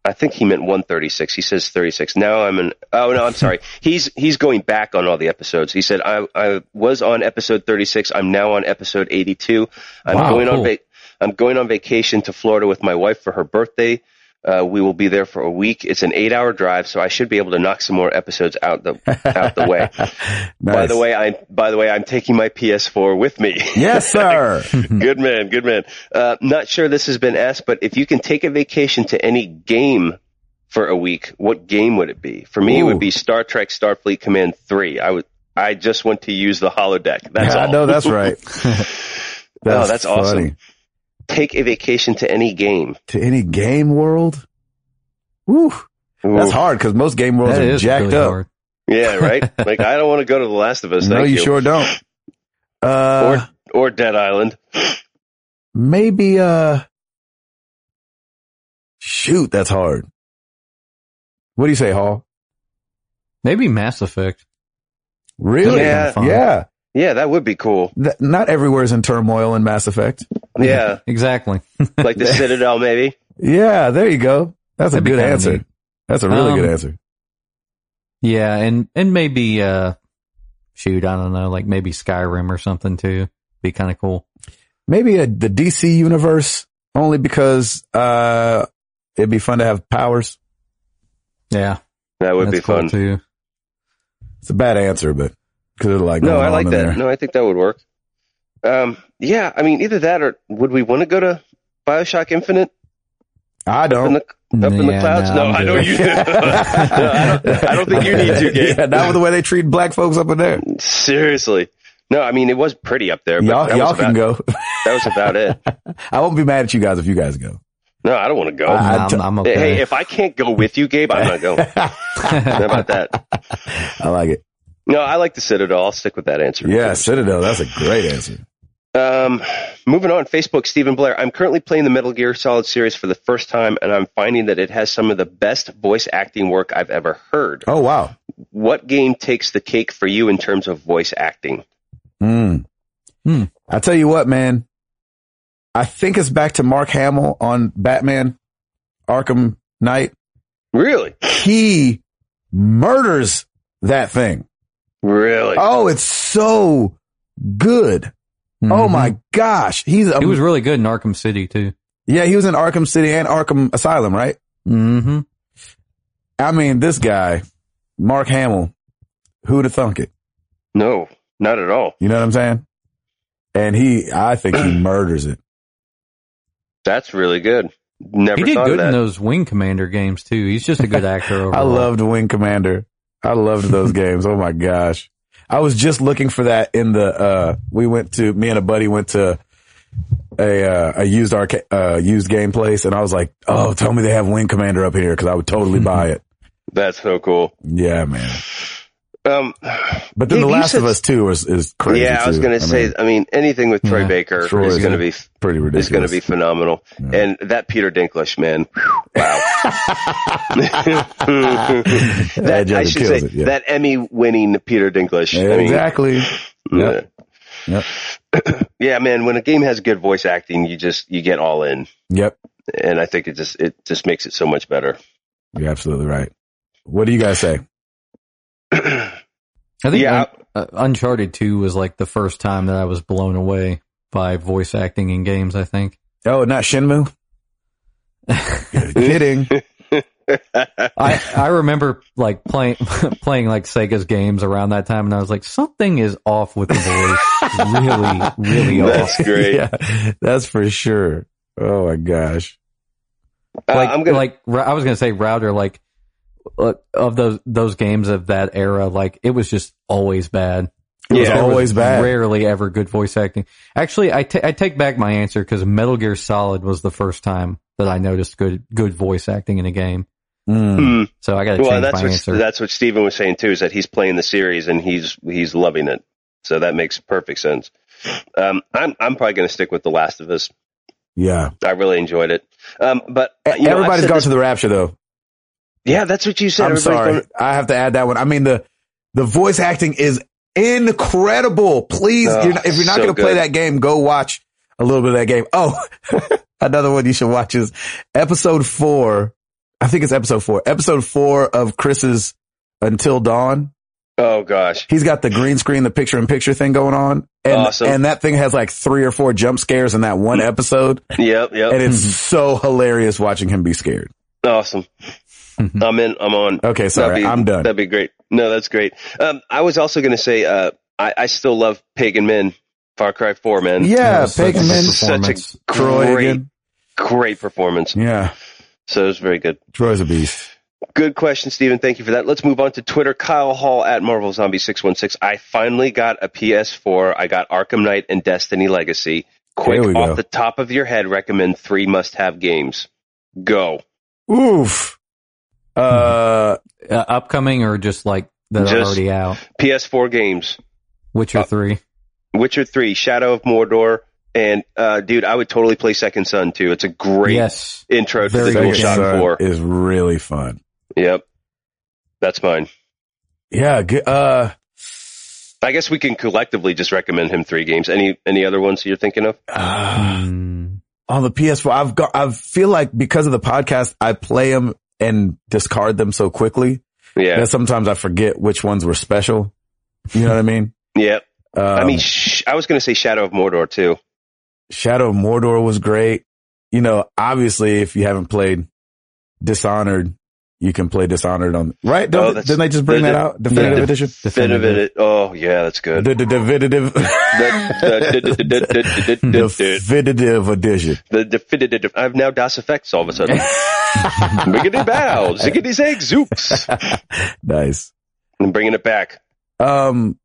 [SPEAKER 2] I think he meant 136. He says 36. Now I'm an, oh no, I'm sorry. he's, he's going back on all the episodes. He said, I, I was on episode 36. I'm now on episode 82. I'm
[SPEAKER 3] Wow,
[SPEAKER 2] going on,
[SPEAKER 3] cool.
[SPEAKER 2] va- I'm going on vacation to Florida with my wife for her birthday. Uh, we will be there for a week. It's an eight hour drive, so I should be able to knock some more episodes out the, out the way. By
[SPEAKER 1] Nice.
[SPEAKER 2] the way, I by the way, I'm taking my PS4 with me.
[SPEAKER 1] Yes, sir.
[SPEAKER 2] good man, good man. Uh, not sure this has been asked, but if you can take a vacation to any game for a week, what game would it be? For me, it
[SPEAKER 1] Ooh.
[SPEAKER 2] would be Star Trek Starfleet Command Three. I would. I just want to use the holodeck. That's
[SPEAKER 1] I
[SPEAKER 2] all.
[SPEAKER 1] know that's right.
[SPEAKER 2] Oh, that's awesome.
[SPEAKER 1] funny.
[SPEAKER 2] Take a vacation to any game.
[SPEAKER 1] To any game world? Woo. That's
[SPEAKER 2] Ooh.
[SPEAKER 1] hard because most game worlds
[SPEAKER 3] That
[SPEAKER 1] are
[SPEAKER 3] is
[SPEAKER 1] jacked
[SPEAKER 3] really
[SPEAKER 1] up.
[SPEAKER 3] hard.
[SPEAKER 2] Yeah, right. like I don't want to go to The Last of Us.
[SPEAKER 1] no,
[SPEAKER 2] thank
[SPEAKER 1] you, sure don't. Uh,
[SPEAKER 2] or or Dead Island.
[SPEAKER 1] maybe, uh, shoot, that's hard. What do you say, Hall?
[SPEAKER 3] Maybe Mass Effect.
[SPEAKER 1] Really?
[SPEAKER 2] Yeah.
[SPEAKER 3] Kinda fun.
[SPEAKER 1] Yeah.
[SPEAKER 2] Yeah, that would be cool.
[SPEAKER 1] Th- not everywhere is in turmoil in Mass Effect.
[SPEAKER 2] Yeah,
[SPEAKER 3] Exactly.
[SPEAKER 2] like the Citadel, maybe.
[SPEAKER 1] Yeah, there you go. That's
[SPEAKER 3] That'd
[SPEAKER 1] a
[SPEAKER 3] be
[SPEAKER 1] good
[SPEAKER 3] kinda
[SPEAKER 1] answer.
[SPEAKER 3] neat.
[SPEAKER 1] That's a really
[SPEAKER 3] Um,
[SPEAKER 1] good answer.
[SPEAKER 3] Yeah, and and maybe uh, shoot, I don't know, like maybe Skyrim or something too. Be kind of cool.
[SPEAKER 1] Maybe a, the DC universe, only because uh, it'd be fun to have powers.
[SPEAKER 3] Yeah.
[SPEAKER 2] That would
[SPEAKER 3] that's
[SPEAKER 2] be
[SPEAKER 3] cool
[SPEAKER 2] fun.
[SPEAKER 3] too.
[SPEAKER 1] It's a bad answer, but because it'll like
[SPEAKER 2] No,
[SPEAKER 1] going
[SPEAKER 2] I
[SPEAKER 1] on
[SPEAKER 2] like
[SPEAKER 1] in
[SPEAKER 2] that.
[SPEAKER 1] there.
[SPEAKER 2] No, I think that would work. Um, yeah, I mean, either that or would we want to go to Bioshock Infinite
[SPEAKER 1] I
[SPEAKER 2] up in
[SPEAKER 1] don't.
[SPEAKER 2] the up in the
[SPEAKER 3] Yeah,
[SPEAKER 2] clouds?
[SPEAKER 3] no,
[SPEAKER 2] No,
[SPEAKER 3] I'm
[SPEAKER 2] I know
[SPEAKER 3] good.
[SPEAKER 2] you. no, I, don't, I don't think you need to. Gabe.
[SPEAKER 1] yeah, not with the way they treat black folks up in there.
[SPEAKER 2] Seriously, no. I mean, it was pretty up there. But
[SPEAKER 1] Y'all,
[SPEAKER 2] that,
[SPEAKER 1] y'all
[SPEAKER 2] was
[SPEAKER 1] can
[SPEAKER 2] about,
[SPEAKER 1] go.
[SPEAKER 2] that was about it.
[SPEAKER 1] I won't be mad at you guys if you guys go.
[SPEAKER 2] No, I don't want to go.
[SPEAKER 1] I
[SPEAKER 3] I'm,
[SPEAKER 1] don't-
[SPEAKER 3] I'm okay.
[SPEAKER 2] Hey, if I can't go with you, Gabe, I'm not going. How about that?
[SPEAKER 1] I like it.
[SPEAKER 2] No, I like the Citadel. I'll stick with that answer.
[SPEAKER 1] Yeah, Citadel. That's a great answer.
[SPEAKER 2] Um, moving on, Facebook, Stephen Blair. I'm currently playing the Metal Gear Solid series for the first time, and I'm finding that it has some of the best voice acting work I've ever heard.
[SPEAKER 1] Oh wow.
[SPEAKER 2] What game takes the cake for you in terms of voice acting?
[SPEAKER 1] Mm.
[SPEAKER 3] Hmm.
[SPEAKER 1] I tell you what, man. I think it's back to Mark Hamill on Batman Arkham Knight.
[SPEAKER 2] Really?
[SPEAKER 1] He murders that thing.
[SPEAKER 2] Really?
[SPEAKER 1] Oh, it's so good. Oh
[SPEAKER 3] Mhm.
[SPEAKER 1] my gosh. He's a,
[SPEAKER 3] He was really good in Arkham City too.
[SPEAKER 1] yeah, he was in Arkham City and Arkham Asylum, right?
[SPEAKER 3] Mm-hmm.
[SPEAKER 1] I mean, this guy, Mark Hamill, who'd have thunk it?
[SPEAKER 2] No, not at all.
[SPEAKER 1] You know what I'm saying? And he, I think he murders it.
[SPEAKER 2] That's really good. Never
[SPEAKER 3] He did
[SPEAKER 2] thought
[SPEAKER 3] good
[SPEAKER 2] of
[SPEAKER 3] in
[SPEAKER 2] that.
[SPEAKER 3] those Wing Commander games too. He's just a good actor. Overall.
[SPEAKER 1] I loved Wing Commander. I loved those games. Oh my gosh. I was just looking for that in the, uh, we went to, me and a buddy went to a, uh, a used arcade, uh, used game place. And I was like, oh, tell me they have Wing Commander up here. Cause I would totally buy it.
[SPEAKER 2] That's so cool.
[SPEAKER 1] Yeah, man.
[SPEAKER 2] Um,
[SPEAKER 1] But then
[SPEAKER 2] Gabe,
[SPEAKER 1] The
[SPEAKER 2] you
[SPEAKER 1] Last of
[SPEAKER 2] said-
[SPEAKER 1] Us 2 is, is crazy.
[SPEAKER 2] yeah, I was
[SPEAKER 1] too.
[SPEAKER 2] going
[SPEAKER 1] mean,
[SPEAKER 2] to say. I mean, anything with Troy
[SPEAKER 3] Yeah.
[SPEAKER 2] Baker
[SPEAKER 1] Troy
[SPEAKER 2] is
[SPEAKER 1] is
[SPEAKER 2] going to
[SPEAKER 1] a-
[SPEAKER 2] be
[SPEAKER 1] pretty ridiculous.
[SPEAKER 2] is going to be phenomenal, and that Peter Dinklage man. whew, Wow.
[SPEAKER 1] That
[SPEAKER 2] that,
[SPEAKER 1] joker
[SPEAKER 2] I should
[SPEAKER 1] kills
[SPEAKER 2] say
[SPEAKER 1] it, yeah.
[SPEAKER 2] that Emmy winning Peter Dinklage.
[SPEAKER 1] Yeah,
[SPEAKER 2] I mean,
[SPEAKER 1] exactly.
[SPEAKER 2] yeah.
[SPEAKER 1] Yep.
[SPEAKER 2] yeah, man. When a game has good voice acting, you just you get all in,
[SPEAKER 1] Yep.
[SPEAKER 2] and I think it just it just makes it so much better.
[SPEAKER 1] You're absolutely right. What do you guys say?
[SPEAKER 3] I think
[SPEAKER 2] Yeah.
[SPEAKER 3] Un- uh, Uncharted Two was like the first time that I was blown away by voice acting in games. I think
[SPEAKER 1] Oh, not Shinmu? Kidding.
[SPEAKER 2] Uh,
[SPEAKER 3] I I remember like playing playing like Sega's games around that time, and I was like, something is off with the voice. really, really off.
[SPEAKER 2] That's great.
[SPEAKER 1] yeah, that's for sure. Oh my gosh.
[SPEAKER 2] Uh,
[SPEAKER 3] like,
[SPEAKER 2] I'm gonna
[SPEAKER 3] like Ra- I was gonna say router like uh, of those those games of that era like it was just always bad
[SPEAKER 1] It was
[SPEAKER 2] Yeah.
[SPEAKER 1] always bad.
[SPEAKER 3] rarely ever good voice acting actually I ta- I take back my answer because Metal Gear Solid was the first time that I noticed good good voice acting in a game
[SPEAKER 1] Mm.
[SPEAKER 2] hmm.
[SPEAKER 3] so I gotta
[SPEAKER 2] well,
[SPEAKER 3] change
[SPEAKER 2] that's
[SPEAKER 3] my
[SPEAKER 2] what
[SPEAKER 3] answer
[SPEAKER 2] that's what Steven was saying too. Is that he's playing the series and he's he's loving it. So that makes perfect sense. Um, I'm I'm probably going to stick with The Last of Us.
[SPEAKER 1] Yeah.
[SPEAKER 2] I really enjoyed it. Um, but you know, I've
[SPEAKER 1] E, Everybody's
[SPEAKER 2] said
[SPEAKER 1] gone
[SPEAKER 2] this-
[SPEAKER 1] to the rapture though.
[SPEAKER 2] Yeah, that's what you said.
[SPEAKER 1] I'm
[SPEAKER 2] Everybody's
[SPEAKER 1] sorry.
[SPEAKER 2] going-
[SPEAKER 1] I have to add that one. I mean the the voice acting is incredible. Please,
[SPEAKER 2] Oh,
[SPEAKER 1] you're not, if you're not
[SPEAKER 2] so
[SPEAKER 1] going to play
[SPEAKER 2] good.
[SPEAKER 1] that game, go watch a little bit of that game. Oh, another one you should watch is episode four. I think it's episode four. Episode four of Chris's Until Dawn.
[SPEAKER 2] Oh gosh.
[SPEAKER 1] He's got the green screen, the picture in picture thing going on. And,
[SPEAKER 2] Awesome. Mm.
[SPEAKER 1] and that thing has like three or four jump scares in that one episode.
[SPEAKER 2] Yep. Yep.
[SPEAKER 1] And it's so hilarious watching him be scared.
[SPEAKER 2] awesome. I'm in. I'm on.
[SPEAKER 1] Okay.
[SPEAKER 2] That'd
[SPEAKER 1] Sorry.
[SPEAKER 2] be-
[SPEAKER 1] I'm done.
[SPEAKER 2] That'd be great. No, that's great. Um, I was also going to say, uh, I, I still love Pagan Men, Far Cry Four, man.
[SPEAKER 1] Yeah.
[SPEAKER 3] That's such a
[SPEAKER 1] Pagan Man,
[SPEAKER 3] performance.
[SPEAKER 2] such a
[SPEAKER 3] performance.
[SPEAKER 1] Troy
[SPEAKER 2] great,
[SPEAKER 1] again.
[SPEAKER 2] great performance.
[SPEAKER 1] Yeah.
[SPEAKER 2] So it was very good.
[SPEAKER 1] Troy's a beast.
[SPEAKER 2] Good question, Steven. Thank you for that. Let's move on to Twitter. Kyle Hall at Marvel Zombie 616. I finally got a PS4. I got Arkham Knight and Destiny Legacy. Quick
[SPEAKER 1] There we
[SPEAKER 2] off
[SPEAKER 1] go.
[SPEAKER 2] the top of your head, recommend three must have games. Go.
[SPEAKER 1] Oof. Uh,
[SPEAKER 3] uh, upcoming or just like that are
[SPEAKER 2] Just-
[SPEAKER 3] already out
[SPEAKER 2] PS4 games. Uh,
[SPEAKER 3] Witcher three
[SPEAKER 2] Witcher 3, Shadow of Mordor, and uh dude, I would totally play Second Son too. It's a great
[SPEAKER 3] yes
[SPEAKER 2] intro to
[SPEAKER 3] Very
[SPEAKER 2] the
[SPEAKER 3] good
[SPEAKER 1] Second
[SPEAKER 3] shot
[SPEAKER 2] DualShock
[SPEAKER 1] Son
[SPEAKER 2] 4.
[SPEAKER 1] is really fun.
[SPEAKER 2] Yep. That's mine.
[SPEAKER 1] Yeah. Good. Uh,
[SPEAKER 2] I guess we can collectively just recommend him three games. Any any other ones you're thinking of?
[SPEAKER 1] uh,
[SPEAKER 3] Mm.
[SPEAKER 1] on the PS4, I've got, I feel like because of the podcast, I play them and discard them so quickly
[SPEAKER 2] Yeah.
[SPEAKER 1] that sometimes I forget which ones were special. You know what I mean?
[SPEAKER 2] yep.
[SPEAKER 1] Um,
[SPEAKER 2] I mean, sh- I was going to say Shadow of Mordor too.
[SPEAKER 1] Shadow of Mordor was great. You know, obviously, if you haven't played Dishonored, you can play Dishonored on. Right?
[SPEAKER 2] Oh,
[SPEAKER 1] Don't,
[SPEAKER 2] that's-
[SPEAKER 1] didn't they just bring
[SPEAKER 2] the-
[SPEAKER 1] that out? Definitive
[SPEAKER 3] yeah.
[SPEAKER 1] edition.
[SPEAKER 2] Definitive. Oh yeah, that's good.
[SPEAKER 1] The, the definitive,
[SPEAKER 2] The- the-
[SPEAKER 1] definitive edition.
[SPEAKER 2] The definitive. I've now DOS effects all of a sudden. Biggity bow, ziggity zag, zooks.
[SPEAKER 1] Nice.
[SPEAKER 2] I'm bringing it back.
[SPEAKER 1] Um,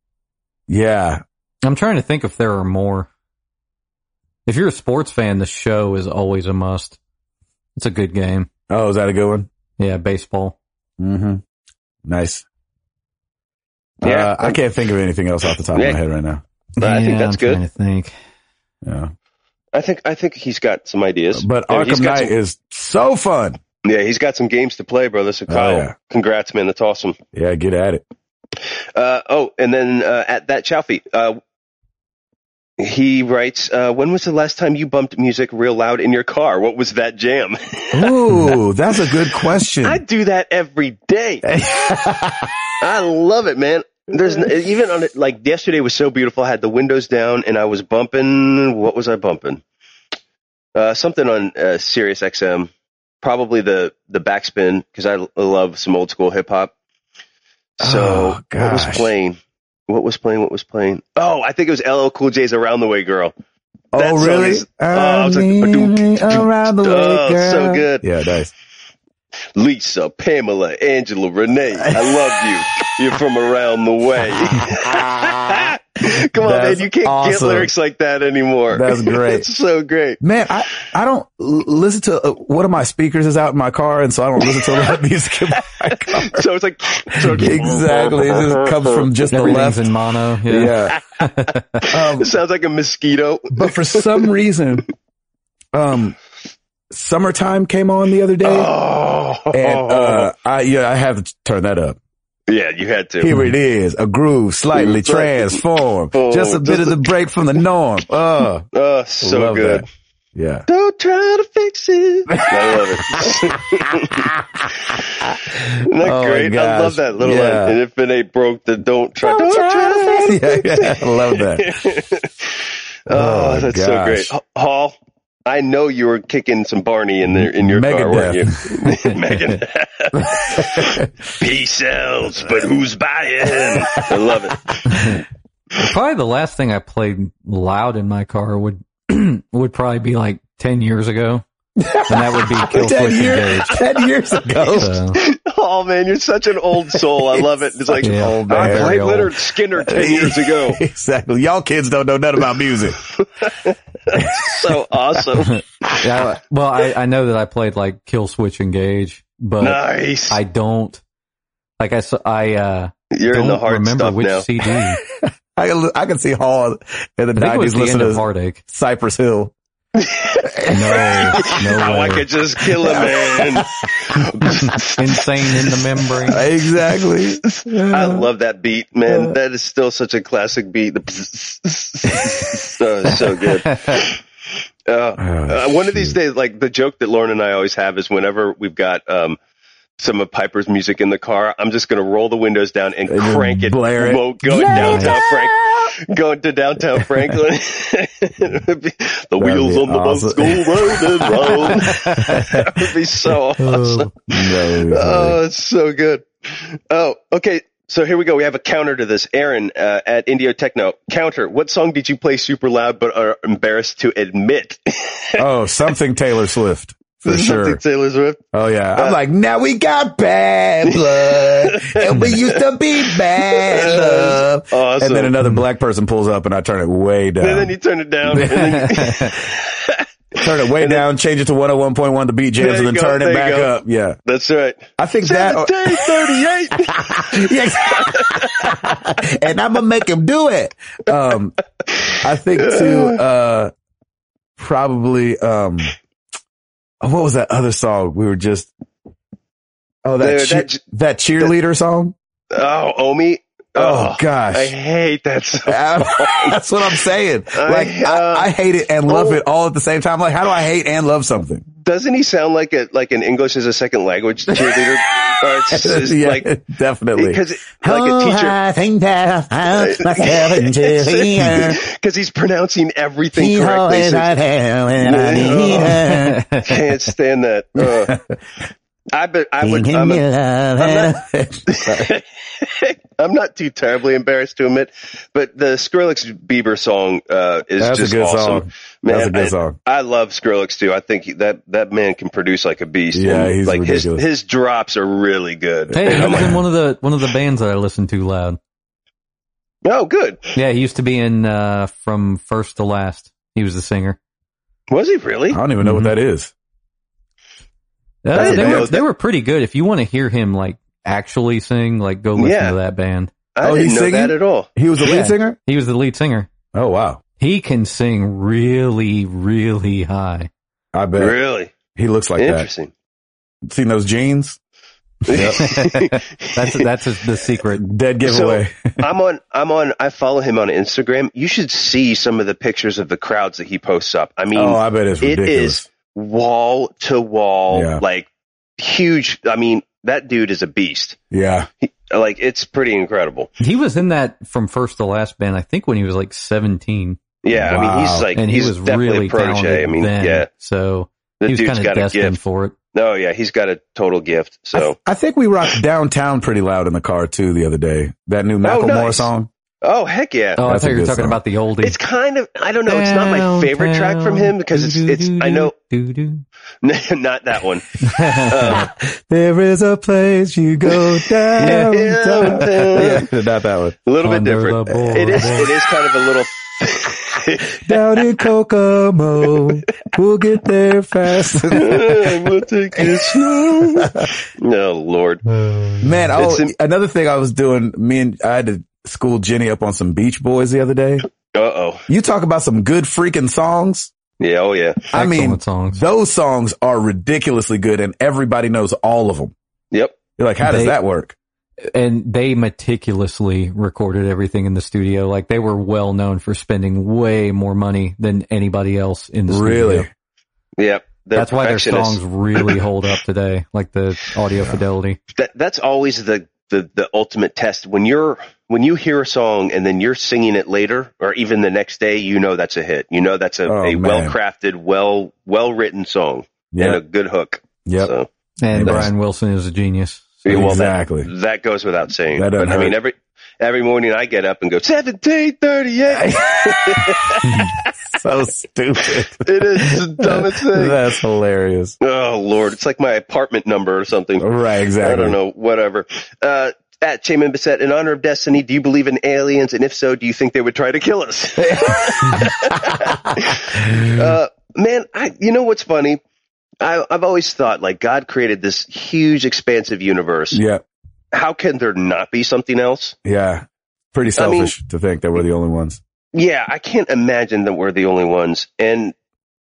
[SPEAKER 1] yeah.
[SPEAKER 3] I'm trying to think if there are more. If you're a sports fan, the show is always a must. It's a good game.
[SPEAKER 1] Oh, is that a good one?
[SPEAKER 3] Yeah, baseball.
[SPEAKER 1] Mm-hmm. Nice.
[SPEAKER 2] Yeah.
[SPEAKER 1] Uh, I can't think of anything else off the top
[SPEAKER 2] Yeah.
[SPEAKER 1] of my head right now.
[SPEAKER 2] I think
[SPEAKER 3] Yeah,
[SPEAKER 2] that's
[SPEAKER 3] I'm
[SPEAKER 2] good.
[SPEAKER 3] trying to think.
[SPEAKER 1] Yeah.
[SPEAKER 2] I think I think he's got some ideas.
[SPEAKER 1] But
[SPEAKER 2] Yeah, he's
[SPEAKER 1] Arkham
[SPEAKER 2] got
[SPEAKER 1] Knight is so fun.
[SPEAKER 2] some, yeah, he's got some games to play, brother. So
[SPEAKER 1] Oh,
[SPEAKER 2] Kyle,
[SPEAKER 1] yeah.
[SPEAKER 2] congrats, man. That's awesome.
[SPEAKER 1] Yeah, get at it.
[SPEAKER 2] Uh, oh, and then uh, at that Chowfee, uh, he writes, uh, "When was the last time you bumped music real loud in your car? What was that jam?
[SPEAKER 1] Ooh, that's a good question.
[SPEAKER 2] I do that every day. I love it, man. There's n- even on it like yesterday was so beautiful. I had the windows down and I was bumping. What was I bumping? Uh, something on uh, Sirius XM, probably the the backspin because I l- love some old school hip hop. So
[SPEAKER 1] Oh,
[SPEAKER 2] what was
[SPEAKER 1] gosh.
[SPEAKER 2] playing? What was playing? What was playing? Oh, I think it was LL Cool J's "Around the Way Girl." that
[SPEAKER 1] oh,
[SPEAKER 2] song
[SPEAKER 1] really?
[SPEAKER 2] is- oh, I was like,
[SPEAKER 1] I'm
[SPEAKER 2] ba-doom,
[SPEAKER 1] leaning around the way,
[SPEAKER 2] Oh, it's so
[SPEAKER 1] girl.
[SPEAKER 2] good.
[SPEAKER 1] Yeah, nice.
[SPEAKER 2] Lisa, Pamela, Angela, Renee, I love you. You're from around the way. Come on,
[SPEAKER 1] That's
[SPEAKER 2] man. You can't get
[SPEAKER 1] awesome.
[SPEAKER 2] lyrics like that anymore.
[SPEAKER 1] That's great.
[SPEAKER 2] it's so great.
[SPEAKER 1] Man, I, I don't l- listen to, uh, one of my speakers is out in my car and so I don't listen to a lot of music in my car.
[SPEAKER 2] So it's like, so it's-
[SPEAKER 1] Exactly. It just comes from just the
[SPEAKER 3] Everything's
[SPEAKER 1] left.
[SPEAKER 3] in mono. Yeah.
[SPEAKER 1] Yeah. um,
[SPEAKER 2] it sounds like a mosquito.
[SPEAKER 1] but for some reason, um, summertime came on the other day,
[SPEAKER 2] Oh,
[SPEAKER 1] and uh, I yeah, I had to turn that up.
[SPEAKER 2] yeah, you had to.
[SPEAKER 1] Here it is, a groove slightly transformed, just a bit of the break from the norm. Uh,
[SPEAKER 2] oh, so
[SPEAKER 1] love
[SPEAKER 2] good.
[SPEAKER 1] that. yeah,
[SPEAKER 2] Don't try to fix it. I love it. Isn't that
[SPEAKER 1] Oh my
[SPEAKER 2] great? I
[SPEAKER 1] gosh.
[SPEAKER 2] love that little
[SPEAKER 1] Yeah.
[SPEAKER 2] line. And if it ain't broke, then don't try. Don't, try to fix it.
[SPEAKER 1] yeah, yeah, I love that.
[SPEAKER 2] Oh,
[SPEAKER 1] Oh,
[SPEAKER 2] that's so
[SPEAKER 1] gosh.
[SPEAKER 2] great, H- Hall. I know you were kicking some Barney in there in your car, weren't you? Megadeth. He sells, but who's buying? I love it.
[SPEAKER 3] Probably the last thing I played loud in my car would would probably be like ten years ago, and that would be Kill
[SPEAKER 1] ten
[SPEAKER 3] Switch
[SPEAKER 1] years,
[SPEAKER 3] Engage.
[SPEAKER 1] ten years ago.
[SPEAKER 3] So,
[SPEAKER 2] Oh man, you're such an old soul. I love it. It's like oh,
[SPEAKER 3] Yeah.
[SPEAKER 1] old man.
[SPEAKER 2] I played
[SPEAKER 3] Very old.
[SPEAKER 2] Leonard Skinner ten years ago.
[SPEAKER 1] Exactly. Y'all kids don't know nothing about music.
[SPEAKER 2] So awesome,
[SPEAKER 3] yeah, well, I, I know that I played like Kill Switch Engage, but
[SPEAKER 2] nice.
[SPEAKER 3] I don't. Like I, s- I uh,
[SPEAKER 2] you're in
[SPEAKER 3] don't
[SPEAKER 2] the hard
[SPEAKER 3] remember
[SPEAKER 2] stuff
[SPEAKER 3] which
[SPEAKER 2] now.
[SPEAKER 3] CD. I
[SPEAKER 1] I can, I can see Hall in the
[SPEAKER 3] think it
[SPEAKER 1] nineties
[SPEAKER 3] was the end
[SPEAKER 1] listening
[SPEAKER 3] of
[SPEAKER 1] to
[SPEAKER 3] Heartache.
[SPEAKER 1] Cypress Hill.
[SPEAKER 3] No, no
[SPEAKER 2] How I
[SPEAKER 3] way.
[SPEAKER 2] could just kill a man.
[SPEAKER 3] Insane in the membrane.
[SPEAKER 1] Exactly.
[SPEAKER 2] I love that beat, man. That is still such a classic beat. The oh, it's so good. Uh,
[SPEAKER 1] Oh,
[SPEAKER 2] uh, one of these days, like the joke that Lauren and I always have is whenever we've got um, some of Piper's music in the car, I'm just going to roll the windows down and,
[SPEAKER 1] And just
[SPEAKER 2] crank it,
[SPEAKER 1] blare it.
[SPEAKER 2] Mo- going
[SPEAKER 1] Yeah.
[SPEAKER 2] downtown Frank, going to downtown Franklin. the wheels
[SPEAKER 1] be
[SPEAKER 2] on the
[SPEAKER 1] awesome.
[SPEAKER 2] bus go round and round. that would be so awesome. Oh, it's so good. Oh, okay. So here we go. We have a counter to this. Aaron uh, at Indio Techno. Counter. What song did you play super loud but are embarrassed to admit?
[SPEAKER 1] oh, something Taylor Swift. For
[SPEAKER 2] Something
[SPEAKER 1] sure.
[SPEAKER 2] Taylor Swift.
[SPEAKER 1] Oh yeah. I'm like, now we got bad blood. and we used to be bad love.
[SPEAKER 2] Awesome.
[SPEAKER 1] And then another black person pulls up and I turn it way down.
[SPEAKER 2] And Oh, then you turn it down. And then you,
[SPEAKER 1] turn it way down, change it to 101.1 to beat jams
[SPEAKER 2] There you
[SPEAKER 1] and then
[SPEAKER 2] go,
[SPEAKER 1] turn
[SPEAKER 2] there
[SPEAKER 1] it
[SPEAKER 2] you
[SPEAKER 1] back
[SPEAKER 2] go.
[SPEAKER 1] up. Yeah.
[SPEAKER 2] that's right.
[SPEAKER 1] I think that or-
[SPEAKER 2] Saturday, 38.
[SPEAKER 1] Yes. and I'm gonna make him do it. Um, I think too. Uh, probably. Um, oh, what was that other song we were just? Oh, that
[SPEAKER 2] Dude,
[SPEAKER 1] cheer-
[SPEAKER 2] that
[SPEAKER 1] that,
[SPEAKER 2] j-
[SPEAKER 1] cheerleader song.
[SPEAKER 2] oh, Omi.
[SPEAKER 1] Oh,
[SPEAKER 2] I
[SPEAKER 1] gosh.
[SPEAKER 2] hate that song.
[SPEAKER 1] That's what I'm saying.
[SPEAKER 2] I-
[SPEAKER 1] Like
[SPEAKER 2] uh,
[SPEAKER 1] I, I hate it and love
[SPEAKER 2] oh.
[SPEAKER 1] it all at the same time. Like how do I hate and love something?
[SPEAKER 2] Doesn't he sound like a like an English as a second language cheerleader? or it's just
[SPEAKER 1] yeah,
[SPEAKER 2] like
[SPEAKER 1] definitely.
[SPEAKER 2] because like
[SPEAKER 1] Oh,
[SPEAKER 2] a teacher.
[SPEAKER 1] I think that I found myself into here. oh,
[SPEAKER 2] Because he's pronouncing everything correctly. so
[SPEAKER 1] hell and
[SPEAKER 2] I need her. can't stand that. Uh, I be, I would. I'm, a, I'm, not, I'm not too terribly embarrassed to admit, but the Skrillex Bieber song uh, is
[SPEAKER 1] That's a
[SPEAKER 2] just
[SPEAKER 1] good
[SPEAKER 2] awesome.
[SPEAKER 1] song.
[SPEAKER 2] Man,
[SPEAKER 1] That's a good
[SPEAKER 2] I,
[SPEAKER 1] song.
[SPEAKER 2] I love Skrillex too. I think he- that that man can produce like a beast.
[SPEAKER 1] Yeah,
[SPEAKER 2] And,
[SPEAKER 1] he's
[SPEAKER 2] like
[SPEAKER 1] ridiculous.
[SPEAKER 2] his his drops are really good.
[SPEAKER 3] Hey, he
[SPEAKER 2] I'm
[SPEAKER 3] was
[SPEAKER 2] like,
[SPEAKER 3] in one of the one of the bands that I listened to loud.
[SPEAKER 2] oh, good.
[SPEAKER 3] Yeah, he used to be in uh, from first to last. He was the singer.
[SPEAKER 2] Was he really?
[SPEAKER 1] I don't even know
[SPEAKER 3] Mhm.
[SPEAKER 1] what that is.
[SPEAKER 3] Uh,
[SPEAKER 2] I didn't
[SPEAKER 3] they,
[SPEAKER 2] know
[SPEAKER 3] were,
[SPEAKER 2] that.
[SPEAKER 3] they were pretty good. If you want to hear him like actually sing, like go listen
[SPEAKER 2] Yeah.
[SPEAKER 3] to that band.
[SPEAKER 2] I
[SPEAKER 1] Oh,
[SPEAKER 2] didn't
[SPEAKER 1] he's
[SPEAKER 2] know
[SPEAKER 1] singing?
[SPEAKER 2] that at all.
[SPEAKER 1] He was a lead
[SPEAKER 3] Yeah.
[SPEAKER 1] singer.
[SPEAKER 3] He was the lead singer.
[SPEAKER 1] Oh wow,
[SPEAKER 3] He can sing really, really high.
[SPEAKER 1] I bet
[SPEAKER 2] Really
[SPEAKER 1] he looks like that.
[SPEAKER 2] interesting.
[SPEAKER 1] Seen those jeans?
[SPEAKER 3] That's that's his, the secret.
[SPEAKER 1] Dead giveaway.
[SPEAKER 2] I'm on. I'm on. I follow him on Instagram. You should see some of the pictures of the crowds that he posts up. I mean,
[SPEAKER 1] oh, I bet it's
[SPEAKER 2] it
[SPEAKER 1] ridiculous.
[SPEAKER 2] is wall to
[SPEAKER 1] Yeah.
[SPEAKER 2] wall, like huge. I mean, that dude is a beast.
[SPEAKER 1] Yeah,
[SPEAKER 2] Like it's pretty incredible.
[SPEAKER 3] He was in that from first to last band. I think when he was like seventeen,
[SPEAKER 2] Yeah, I mean,
[SPEAKER 1] Wow.
[SPEAKER 2] he's like
[SPEAKER 3] and
[SPEAKER 2] he's
[SPEAKER 3] he was
[SPEAKER 2] definitely
[SPEAKER 3] really
[SPEAKER 2] a protege.
[SPEAKER 3] talented
[SPEAKER 2] I mean,
[SPEAKER 3] then.
[SPEAKER 2] yeah,
[SPEAKER 3] So
[SPEAKER 2] the
[SPEAKER 3] he was
[SPEAKER 2] dude's
[SPEAKER 3] kind of
[SPEAKER 2] got a
[SPEAKER 3] destined
[SPEAKER 2] gift.
[SPEAKER 3] for it.
[SPEAKER 2] Oh yeah, he's got a total gift.
[SPEAKER 1] I th-
[SPEAKER 2] So
[SPEAKER 1] I, think we rocked downtown pretty loud in the car too the other day. That new Macklemore
[SPEAKER 2] nice.
[SPEAKER 1] song.
[SPEAKER 2] oh heck yeah.
[SPEAKER 3] Oh, I
[SPEAKER 1] That's a
[SPEAKER 3] thought you were
[SPEAKER 1] good
[SPEAKER 3] talking
[SPEAKER 1] song.
[SPEAKER 3] about the oldie.
[SPEAKER 2] It's kind of I don't know. It's not my favorite track from him because it's it's I know not that one. Um,
[SPEAKER 1] There is a place you go down.
[SPEAKER 2] Downtown.
[SPEAKER 1] yeah, not that one.
[SPEAKER 2] a little bit
[SPEAKER 3] Under
[SPEAKER 2] different.
[SPEAKER 3] the boardwalk.
[SPEAKER 2] It is it is kind of a little.
[SPEAKER 1] Down in Kokomo, we'll get there fast.
[SPEAKER 2] we'll take it slow. No Lord.
[SPEAKER 3] Uh.
[SPEAKER 1] Man, oh,
[SPEAKER 2] It's in-
[SPEAKER 1] another thing I was doing, me and I had to school Jenny up on some Beach Boys the other day.
[SPEAKER 2] Uh oh.
[SPEAKER 1] You talk about some good freaking songs.
[SPEAKER 2] Yeah. Oh yeah.
[SPEAKER 1] I mean,
[SPEAKER 3] Excellent songs.
[SPEAKER 1] those songs are ridiculously good and everybody knows all of them.
[SPEAKER 2] Yep.
[SPEAKER 1] You're like, how does
[SPEAKER 3] They-
[SPEAKER 1] that work?
[SPEAKER 3] and they meticulously recorded everything in the studio. Like they were well known for spending way more money than anybody else in the
[SPEAKER 1] Really?
[SPEAKER 3] studio.
[SPEAKER 2] Yep. They're
[SPEAKER 3] That's why their
[SPEAKER 2] perfectionists.
[SPEAKER 3] songs really hold up today, like the audio fidelity.
[SPEAKER 2] That, that's always the, the, the ultimate test. When you're, when you hear a song and then you're singing it later or even the next day, you know that's a hit. You know that's a,
[SPEAKER 1] Oh,
[SPEAKER 2] a
[SPEAKER 1] man.
[SPEAKER 2] well crafted, well, well written song and a
[SPEAKER 1] Yep.
[SPEAKER 2] good hook.
[SPEAKER 1] Yep.
[SPEAKER 2] So
[SPEAKER 3] And uh,
[SPEAKER 1] Amen.
[SPEAKER 3] Brian Wilson is a genius.
[SPEAKER 2] Yeah, well, that-
[SPEAKER 1] exactly.
[SPEAKER 2] that goes without saying.
[SPEAKER 1] That doesn't
[SPEAKER 2] But I mean,
[SPEAKER 1] hurt.
[SPEAKER 2] every, every morning I get up and go, 1738.
[SPEAKER 1] so stupid.
[SPEAKER 2] it is the dumbest thing.
[SPEAKER 1] That's hilarious.
[SPEAKER 2] Oh Lord. It's like my apartment number or something.
[SPEAKER 1] Right, exactly.
[SPEAKER 2] I don't know, whatever. Uh, at Chairman Bissett, in honor of destiny, do you believe in aliens? And if so, do you think they would try to kill us? uh,
[SPEAKER 1] Mm-hmm.
[SPEAKER 2] man, I, you know what's funny? I, I've always thought like God created this huge, expansive universe.
[SPEAKER 1] Yeah,
[SPEAKER 2] How can there not be something else?
[SPEAKER 1] yeah. Pretty
[SPEAKER 2] I mean-
[SPEAKER 1] selfish to think that we're the only ones.
[SPEAKER 2] Yeah, I can't imagine that we're the only ones. And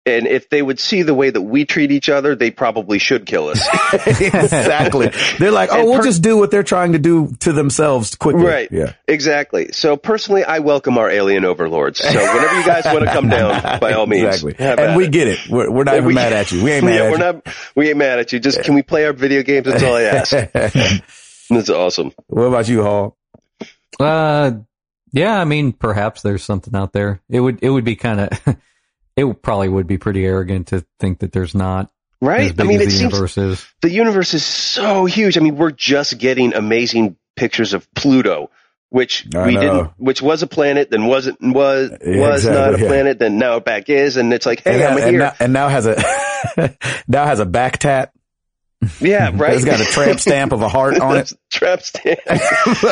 [SPEAKER 2] and if they would see the way that we treat each other, they probably should kill us.
[SPEAKER 1] exactly. They're like, oh,
[SPEAKER 2] And
[SPEAKER 1] we'll
[SPEAKER 2] per-
[SPEAKER 1] just do what they're trying to do to themselves quickly.
[SPEAKER 2] Right.
[SPEAKER 1] Yeah.
[SPEAKER 2] Exactly. So personally, I welcome our alien overlords. So whenever you guys want to come down, by all means,
[SPEAKER 1] Exactly.
[SPEAKER 2] have at
[SPEAKER 1] And we
[SPEAKER 2] it.
[SPEAKER 1] get it. We're, we're not
[SPEAKER 2] And
[SPEAKER 1] even
[SPEAKER 2] we-
[SPEAKER 1] mad at you. We ain't mad
[SPEAKER 2] yeah,
[SPEAKER 1] at
[SPEAKER 2] we're
[SPEAKER 1] you.
[SPEAKER 2] not. We ain't mad at you. Just can we play our video games? That's all I ask. That's awesome.
[SPEAKER 1] what about you, Hall?
[SPEAKER 3] Uh, yeah, I mean, perhaps there's something out there. It would, it would be kind of, it would- probably would be pretty arrogant to think that there's not as
[SPEAKER 2] Right?
[SPEAKER 3] big
[SPEAKER 2] I mean,
[SPEAKER 3] as
[SPEAKER 2] it
[SPEAKER 3] the
[SPEAKER 2] seems
[SPEAKER 3] universe is.
[SPEAKER 2] the universe is so huge. I mean, we're just getting amazing pictures of Pluto, which
[SPEAKER 1] I
[SPEAKER 2] we
[SPEAKER 1] know.
[SPEAKER 2] didn't, which was a planet, then wasn't, was
[SPEAKER 1] Yeah,
[SPEAKER 2] was not a
[SPEAKER 1] exactly, yeah.
[SPEAKER 2] planet, then now it back is, and it's like, hey,
[SPEAKER 1] and,
[SPEAKER 2] I'm
[SPEAKER 1] and
[SPEAKER 2] here.
[SPEAKER 1] now, and now has a now has a back tat.
[SPEAKER 2] yeah, right.
[SPEAKER 1] It's got a tramp stamp of a heart on it.
[SPEAKER 2] That's Tramp stamp.
[SPEAKER 1] Pluto